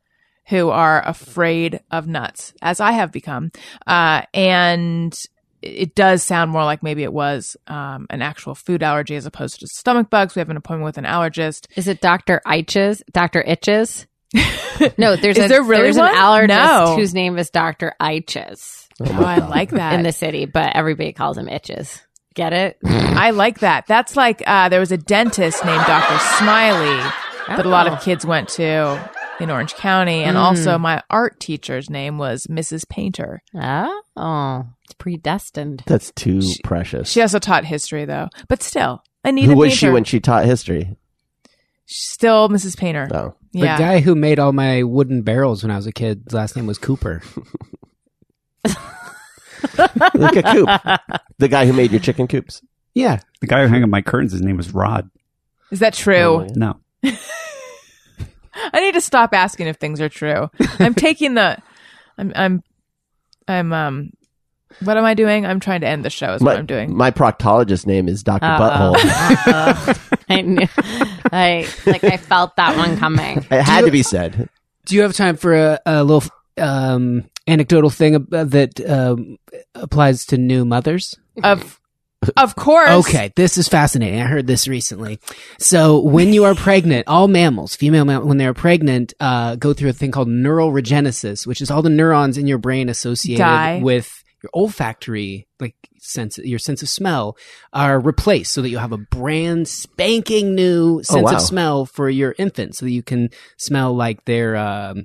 [SPEAKER 3] who are afraid of nuts, as I have become. Uh, and it does sound more like maybe it was um, an actual food allergy as opposed to stomach bugs. We have an appointment with an allergist.
[SPEAKER 5] Is it Dr. Itches? Dr. Itches? No, there's
[SPEAKER 3] Is
[SPEAKER 5] a,
[SPEAKER 3] there really
[SPEAKER 5] there's
[SPEAKER 3] one?
[SPEAKER 5] an allergist
[SPEAKER 3] No.
[SPEAKER 5] whose name is Dr. Itches
[SPEAKER 3] Oh, I like that.
[SPEAKER 5] in the city, but everybody calls him Itches. Get it?
[SPEAKER 3] I like that. That's like uh, there was a dentist named Dr. Smiley that a lot
[SPEAKER 5] Oh. Mm.
[SPEAKER 3] of kids went to in Orange County. And also, my art teacher's name was Mrs. Painter.
[SPEAKER 5] Oh, it's predestined.
[SPEAKER 1] That's too precious.
[SPEAKER 3] She also taught history, though. But still, Anita
[SPEAKER 1] Who was
[SPEAKER 3] Painter.
[SPEAKER 1] she when she taught history?
[SPEAKER 3] Still Mrs. Painter.
[SPEAKER 1] No.
[SPEAKER 4] The
[SPEAKER 3] Yeah.
[SPEAKER 4] guy who made all my wooden barrels when I was a kid, his last name was Cooper.
[SPEAKER 1] Look at Coop. The guy who made your chicken coops.
[SPEAKER 4] Yeah.
[SPEAKER 6] The guy who hung up my curtains, his name was Rod.
[SPEAKER 3] Is that
[SPEAKER 1] Oh,
[SPEAKER 3] true?
[SPEAKER 6] No.
[SPEAKER 3] I need to stop asking if things are true. I'm taking the. I'm. I'm. I'm. Um. What am I doing? I'm trying to end the show. Is what I'm doing.
[SPEAKER 1] my proctologist name is Dr.
[SPEAKER 5] Uh-oh.
[SPEAKER 1] Butthole.
[SPEAKER 5] Uh-oh. I knew. I like. I felt that one coming.
[SPEAKER 1] It had to be said.
[SPEAKER 4] Do you have time for a, a little um, anecdotal thing ab- that um, applies to new mothers?
[SPEAKER 3] of. Of course.
[SPEAKER 4] Okay, this is fascinating. I heard this recently. So when you are pregnant, all mammals, female mammals, when they're pregnant, uh, go through a thing called neural regenesis, which is all the neurons in your brain associated
[SPEAKER 3] Die.
[SPEAKER 4] with your olfactory, like sense, your sense of smell, are replaced so that you'll have a brand spanking
[SPEAKER 3] Oh,
[SPEAKER 4] new sense
[SPEAKER 1] wow.
[SPEAKER 4] of smell for your infant, so that you can smell like their, um,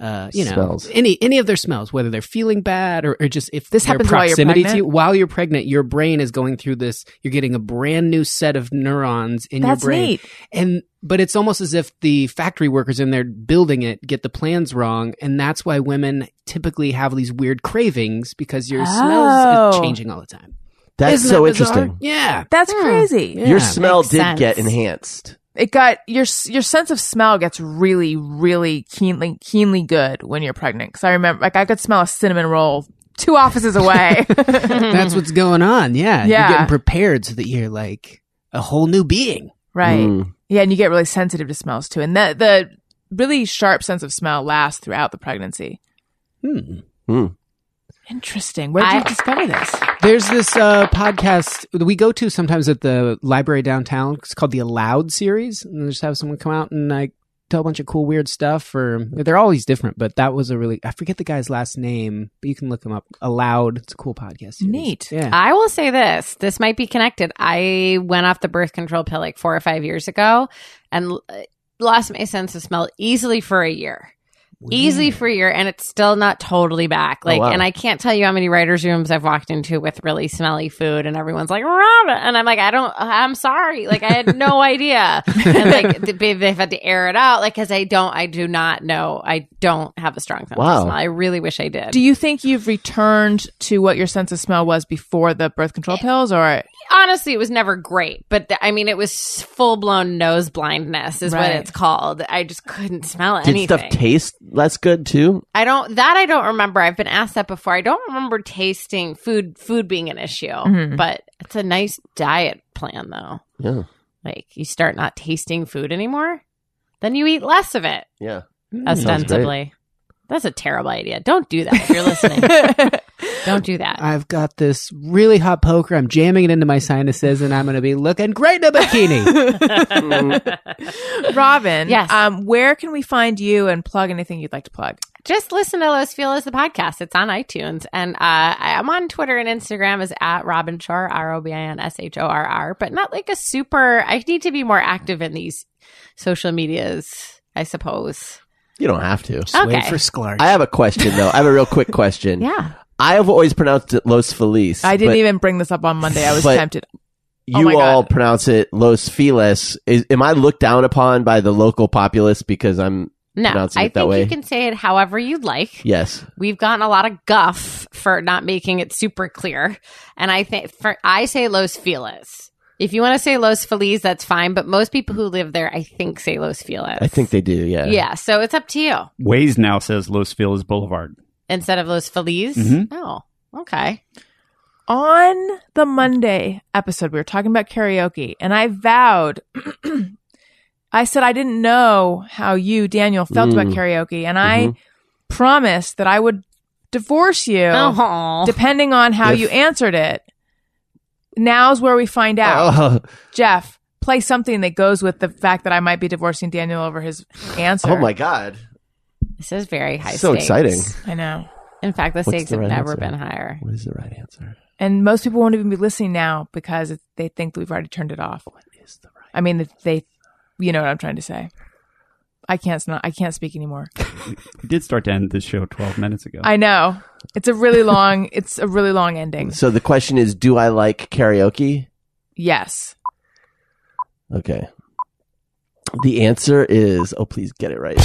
[SPEAKER 4] uh, you know,
[SPEAKER 1] Smells.
[SPEAKER 4] any any of their smells, whether they're feeling bad or, or just if
[SPEAKER 3] This
[SPEAKER 4] their
[SPEAKER 3] happens while you're
[SPEAKER 4] proximity
[SPEAKER 3] pregnant?
[SPEAKER 4] to you while you're pregnant, your brain is going through this. You're getting a brand new set of neurons in
[SPEAKER 3] That's
[SPEAKER 4] your brain,
[SPEAKER 3] neat.
[SPEAKER 4] and but it's almost as if the factory workers in there building it get the plans wrong, and that's why women typically have these weird cravings because your smells
[SPEAKER 3] Oh.
[SPEAKER 4] is changing all the time.
[SPEAKER 1] That's
[SPEAKER 4] Isn't
[SPEAKER 1] so
[SPEAKER 4] that bizarre?
[SPEAKER 1] interesting.
[SPEAKER 4] Yeah.
[SPEAKER 3] That's crazy.
[SPEAKER 4] Yeah.
[SPEAKER 1] Your smell
[SPEAKER 5] Makes
[SPEAKER 1] did
[SPEAKER 5] sense.
[SPEAKER 1] get enhanced.
[SPEAKER 3] it got your your sense of smell gets really really keenly keenly good when you're pregnant because i remember like i could smell a cinnamon roll two offices away
[SPEAKER 4] That's what's going on. Yeah.
[SPEAKER 3] Yeah.
[SPEAKER 4] You're getting prepared so that you're like a whole new being.
[SPEAKER 3] right
[SPEAKER 1] Mm.
[SPEAKER 3] yeah and you get really sensitive to smells too and the the really sharp sense of smell lasts throughout the pregnancy
[SPEAKER 4] Hmm.
[SPEAKER 3] interesting where did you
[SPEAKER 5] I-
[SPEAKER 3] discover this
[SPEAKER 4] There's this uh, podcast that we go to sometimes at the library downtown. It's called the Allowed series. And they just have someone come out and like tell a bunch of cool, weird stuff. Or they're always different, but that was a really I forget the guy's last name, but you can look him up. Allowed. It's a cool podcast. Series.
[SPEAKER 3] Neat.
[SPEAKER 4] Yeah.
[SPEAKER 5] I will say this. This might be connected. I went off the birth control pill like four or five years ago, and l- uh, lost my sense of smell easily for a year. Easily for a year, and it's still not totally back. Like,
[SPEAKER 1] Oh, wow.
[SPEAKER 5] and I can't tell you how many writers' rooms I've walked into with really smelly food, and everyone's like, "Robin," and I'm like, "I don't. I'm sorry. Like, I had no idea." And like, they- they've had to air it out, like, because I don't. I do not know. I don't have a strong sense
[SPEAKER 1] Wow.
[SPEAKER 5] of smell. I really wish I did.
[SPEAKER 3] do you think you've returned to what your sense of smell was before the birth control
[SPEAKER 5] Eh.
[SPEAKER 3] pills or
[SPEAKER 5] honestly, it was never great, but th- I mean, it was full blown nose blindness, is what
[SPEAKER 3] Right.
[SPEAKER 5] it's called. I just couldn't smell
[SPEAKER 1] Did
[SPEAKER 5] anything.
[SPEAKER 1] stuff taste less good too?
[SPEAKER 5] I don't that I don't remember. I've been asked that before. I don't remember tasting food food being an issue, but it's a nice diet plan though.
[SPEAKER 1] Mm-hmm. Yeah.
[SPEAKER 5] Like you start not tasting food anymore, then you eat less of it.
[SPEAKER 1] Yeah.
[SPEAKER 5] ostensibly, that's a terrible idea. Don't do that. If you're listening, don't do that.
[SPEAKER 4] I've got this really hot poker. I'm jamming it into my sinuses, and I'm going to be looking great in a bikini.
[SPEAKER 3] robin
[SPEAKER 5] Yes.
[SPEAKER 3] um where can we find you and plug anything you'd like to plug
[SPEAKER 5] just listen to Los Feliz the podcast. It's on iTunes, and uh, I- I'm on Twitter and Instagram is at Robin Shore R O B I N S H O R R, but not like a super. I need to be more active in these social medias, I suppose.
[SPEAKER 1] You don't have to.
[SPEAKER 4] Just wait
[SPEAKER 5] Okay.
[SPEAKER 4] for Sklar.
[SPEAKER 1] I have a question though. I have a real quick question.
[SPEAKER 5] Yeah,
[SPEAKER 1] I have always pronounced it Los Feliz.
[SPEAKER 3] i didn't
[SPEAKER 1] but
[SPEAKER 3] even bring this up on monday i was
[SPEAKER 1] But-
[SPEAKER 3] tempted oh my
[SPEAKER 1] You
[SPEAKER 3] God.
[SPEAKER 1] all pronounce it Los Feliz. Is, am I looked down upon by the local populace because I'm
[SPEAKER 5] no, I
[SPEAKER 1] Pronouncing it
[SPEAKER 5] think
[SPEAKER 1] that way.
[SPEAKER 5] you can say it however you'd like.
[SPEAKER 1] yes?
[SPEAKER 5] We've gotten a lot of guff for not making it super clear, and I think for I say Los Feliz. If you want to say Los Feliz, that's fine. But most people who live there, I think, say Los Feliz.
[SPEAKER 1] I think they do. Yeah.
[SPEAKER 5] yeah. So it's up to you.
[SPEAKER 6] Waze now says Los Feliz Boulevard.
[SPEAKER 1] Mm-hmm.
[SPEAKER 5] instead of Los Feliz?
[SPEAKER 6] Mhm.
[SPEAKER 5] Oh, okay.
[SPEAKER 3] on the Monday episode, we were talking about karaoke, and I vowed, I said I didn't know how you, Daniel, felt about
[SPEAKER 1] Mm.
[SPEAKER 3] karaoke, and
[SPEAKER 1] Mhm.
[SPEAKER 3] I promised that I would divorce you
[SPEAKER 5] Oh,
[SPEAKER 3] depending on how
[SPEAKER 1] If-
[SPEAKER 3] you answered it. Now's where we find out.
[SPEAKER 1] Oh,
[SPEAKER 3] Jeff, play something that goes with the fact that I might be divorcing Daniel over his answer.
[SPEAKER 1] oh my god!
[SPEAKER 5] this is very high.
[SPEAKER 1] So
[SPEAKER 5] stakes.
[SPEAKER 1] exciting.
[SPEAKER 3] I know.
[SPEAKER 5] In fact, the
[SPEAKER 1] What's
[SPEAKER 5] stakes
[SPEAKER 1] the
[SPEAKER 5] have
[SPEAKER 1] right
[SPEAKER 5] never
[SPEAKER 1] answer?
[SPEAKER 5] been higher.
[SPEAKER 1] What is the right answer?
[SPEAKER 3] And most people won't even be listening now because it- they think that we've already turned it off. What is the right? I mean, that they, you know what I'm trying to say. I can't. Not, I can't speak anymore.
[SPEAKER 6] We did start to end this show 12 minutes ago.
[SPEAKER 3] I know. It's a really long. it's a really long ending.
[SPEAKER 1] So the question is, do I like karaoke?
[SPEAKER 3] Yes.
[SPEAKER 1] Okay. The answer is, oh, please get it right.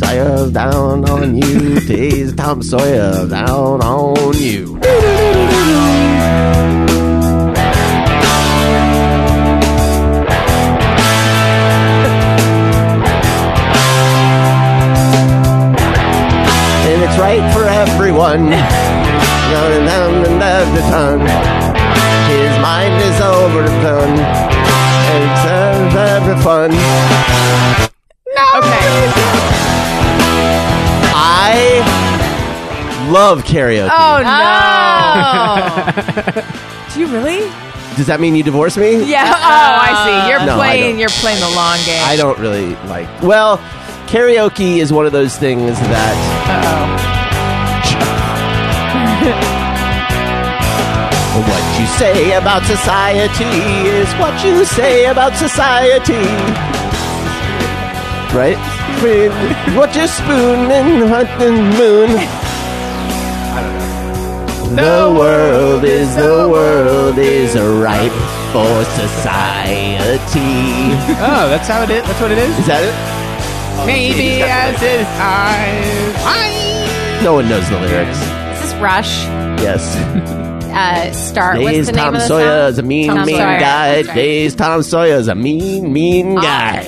[SPEAKER 1] Sawyer's down on you. Today's Tom Sawyer down on you. And it's right for everyone. Down and down and down the tongue. His mind is overrun. And it's all very fun.
[SPEAKER 3] Okay.
[SPEAKER 1] I love karaoke.
[SPEAKER 3] Oh no.
[SPEAKER 5] Oh,
[SPEAKER 3] Do you really?
[SPEAKER 1] Does that mean you divorce me?
[SPEAKER 3] Yeah. Oh, I see. You're
[SPEAKER 1] No, I
[SPEAKER 3] playing.
[SPEAKER 1] don't.
[SPEAKER 3] You're playing the long game.
[SPEAKER 1] I don't really like. Well, karaoke is one of those things that. uh,
[SPEAKER 3] Uh-oh.
[SPEAKER 1] What you say about society is what you say about society. Right? What your spoon and hunt the moon. I don't know. The world is the world is ripe for society.
[SPEAKER 4] Oh, that's how it is. That's what it is.
[SPEAKER 1] Is that it?
[SPEAKER 4] Maybe as his eyes.
[SPEAKER 1] No one knows the lyrics.
[SPEAKER 5] is this Rush?
[SPEAKER 1] Yes.
[SPEAKER 5] Uh, Start. What's
[SPEAKER 1] Today's
[SPEAKER 5] the name
[SPEAKER 1] Tom
[SPEAKER 5] of the
[SPEAKER 1] Sawyer
[SPEAKER 5] song?
[SPEAKER 1] is a mean,
[SPEAKER 5] Tom
[SPEAKER 1] mean
[SPEAKER 5] Sawyer.
[SPEAKER 1] guy.
[SPEAKER 5] That's right. Ah.
[SPEAKER 1] Today's Tom Sawyer is a mean, mean guy.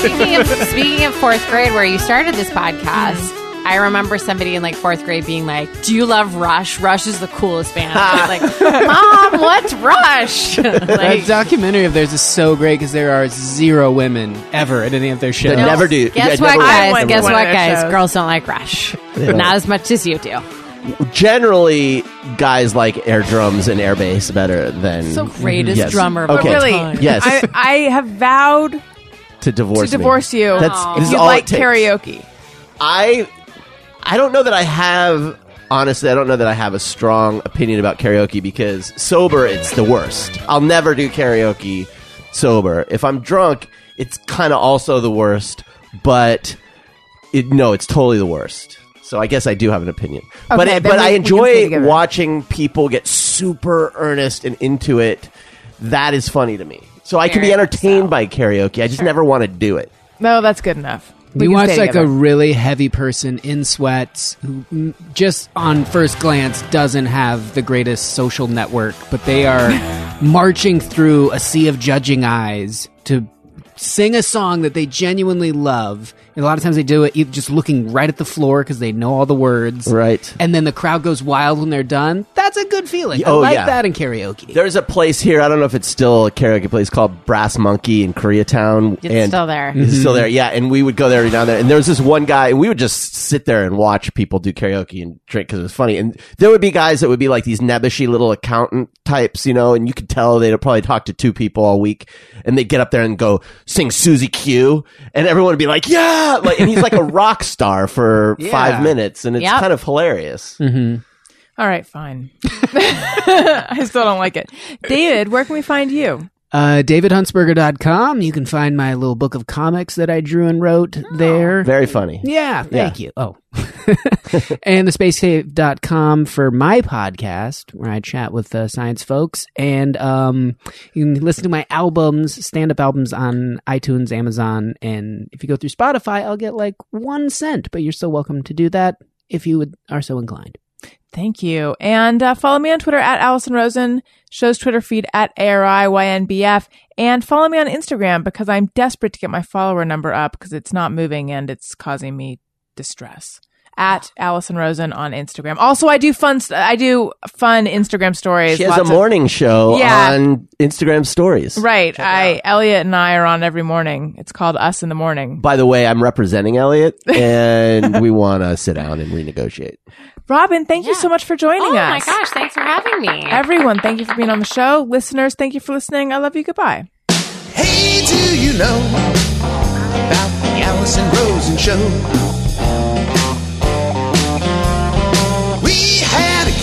[SPEAKER 5] speaking of speaking of fourth grade, where you started this podcast, I remember somebody in like fourth grade being like, "Do you love Rush? Rush is the coolest band." I was like, "Mom, what's Rush?" like,
[SPEAKER 4] That documentary of theirs is so great because there are zero women ever at any of their shows.
[SPEAKER 1] They never do. You
[SPEAKER 5] guess
[SPEAKER 1] guys
[SPEAKER 5] what,
[SPEAKER 1] never
[SPEAKER 3] I
[SPEAKER 5] guys?
[SPEAKER 3] went
[SPEAKER 5] Guess
[SPEAKER 3] to one
[SPEAKER 5] what,
[SPEAKER 3] of their
[SPEAKER 5] guys?
[SPEAKER 3] shows.
[SPEAKER 5] Girls don't like Rush,
[SPEAKER 1] Yeah.
[SPEAKER 5] not as much as you do.
[SPEAKER 1] Generally, guys like air drums and air bass better than Mhm.
[SPEAKER 5] The greatest
[SPEAKER 1] Yes.
[SPEAKER 5] drummer. of
[SPEAKER 1] Okay.
[SPEAKER 5] all
[SPEAKER 3] Really?
[SPEAKER 5] time.
[SPEAKER 1] Yes.
[SPEAKER 3] I, I have vowed
[SPEAKER 1] to divorce.
[SPEAKER 3] to divorce
[SPEAKER 1] me.
[SPEAKER 3] you.
[SPEAKER 1] That's
[SPEAKER 5] Aw.
[SPEAKER 1] this
[SPEAKER 3] if
[SPEAKER 1] is
[SPEAKER 3] you
[SPEAKER 1] all
[SPEAKER 3] like
[SPEAKER 1] it takes.
[SPEAKER 3] karaoke.
[SPEAKER 1] I I don't know that I have honestly I don't know that I have a strong opinion about karaoke because sober it's the worst. I'll never do karaoke sober. If I'm drunk, it's kind of also the worst, but it no, it's totally the worst. So I guess I do have an opinion. but
[SPEAKER 3] Okay,
[SPEAKER 1] it,
[SPEAKER 3] then
[SPEAKER 1] but
[SPEAKER 3] we-
[SPEAKER 1] I
[SPEAKER 3] we can stay
[SPEAKER 1] enjoy
[SPEAKER 3] together.
[SPEAKER 1] watching people get super earnest and into it. That is funny to me. So I can be
[SPEAKER 5] Very much
[SPEAKER 1] entertained by karaoke. I just never want to do it.
[SPEAKER 3] No, that's good enough.
[SPEAKER 4] We,
[SPEAKER 3] can
[SPEAKER 4] watched
[SPEAKER 3] stay
[SPEAKER 4] like a
[SPEAKER 3] together.
[SPEAKER 4] really heavy person in sweats who mm, just on first glance doesn't have the greatest social network, but they are marching through a sea of judging eyes to sing a song that they genuinely love. And a lot of times they do it e- just looking right at the floor because they know all the words.
[SPEAKER 1] Right.
[SPEAKER 4] And then the crowd goes wild when they're done. That's a good feeling.
[SPEAKER 1] Oh,
[SPEAKER 4] I like
[SPEAKER 1] yeah.
[SPEAKER 4] that in karaoke.
[SPEAKER 1] There's a place here. I don't know if it's still a karaoke place called Brass Monkey in Koreatown.
[SPEAKER 5] It's still there.
[SPEAKER 1] It's still there. Yeah, and we would go there every now and then. And there was this one guy, and we would just sit there and watch people do karaoke and drink because it was funny. And there would be guys that would be like these nebbishy little accountant types, you know, and you could tell they'd probably talk to two people all week, and they'd get up there and go sing Susie Q, and everyone would be like, "Yeah!" Like, and he's like a rock star for five minutes, and it's
[SPEAKER 5] Yep.
[SPEAKER 1] kind of hilarious.
[SPEAKER 3] All right, fine. I still don't like it. David, where can we find you?
[SPEAKER 4] Uh, DavidHuntsberger.com. You can find my little book of comics that I drew and wrote
[SPEAKER 1] Oh,
[SPEAKER 4] there.
[SPEAKER 1] Very funny.
[SPEAKER 4] Yeah, thank you. Oh. and thespacecave.com for my podcast where I chat with uh, science folks and um, you can listen to my albums, stand-up albums on iTunes, Amazon, and if you go through Spotify, I'll get like 1 cent, but you're still welcome to do that if you would, are so inclined.
[SPEAKER 3] Thank you. And uh, follow me on Twitter at Allison Rosen, show's Twitter feed at ARIYNBF, and follow me on Instagram because I'm desperate to get my follower number up because it's not moving and it's causing me distress at Allison Rosen on Instagram. Also, I do fun. I do fun Instagram stories.
[SPEAKER 1] She has a
[SPEAKER 3] lots of-
[SPEAKER 1] morning show
[SPEAKER 3] Yeah.
[SPEAKER 1] on Instagram stories.
[SPEAKER 3] right. I Elliot and I are on every morning. It's called Us in the Morning.
[SPEAKER 1] By the way, I'm representing Elliot, and we want to sit down and renegotiate.
[SPEAKER 3] Robin, thank you
[SPEAKER 5] Yeah.
[SPEAKER 3] so much for joining
[SPEAKER 5] Oh
[SPEAKER 3] us.
[SPEAKER 5] my gosh, thanks for having me.
[SPEAKER 3] Everyone, thank you for being on the show. Listeners, thank you for listening. I love you. Goodbye.
[SPEAKER 2] Hey, do you know about the Allison Rosen show? We had a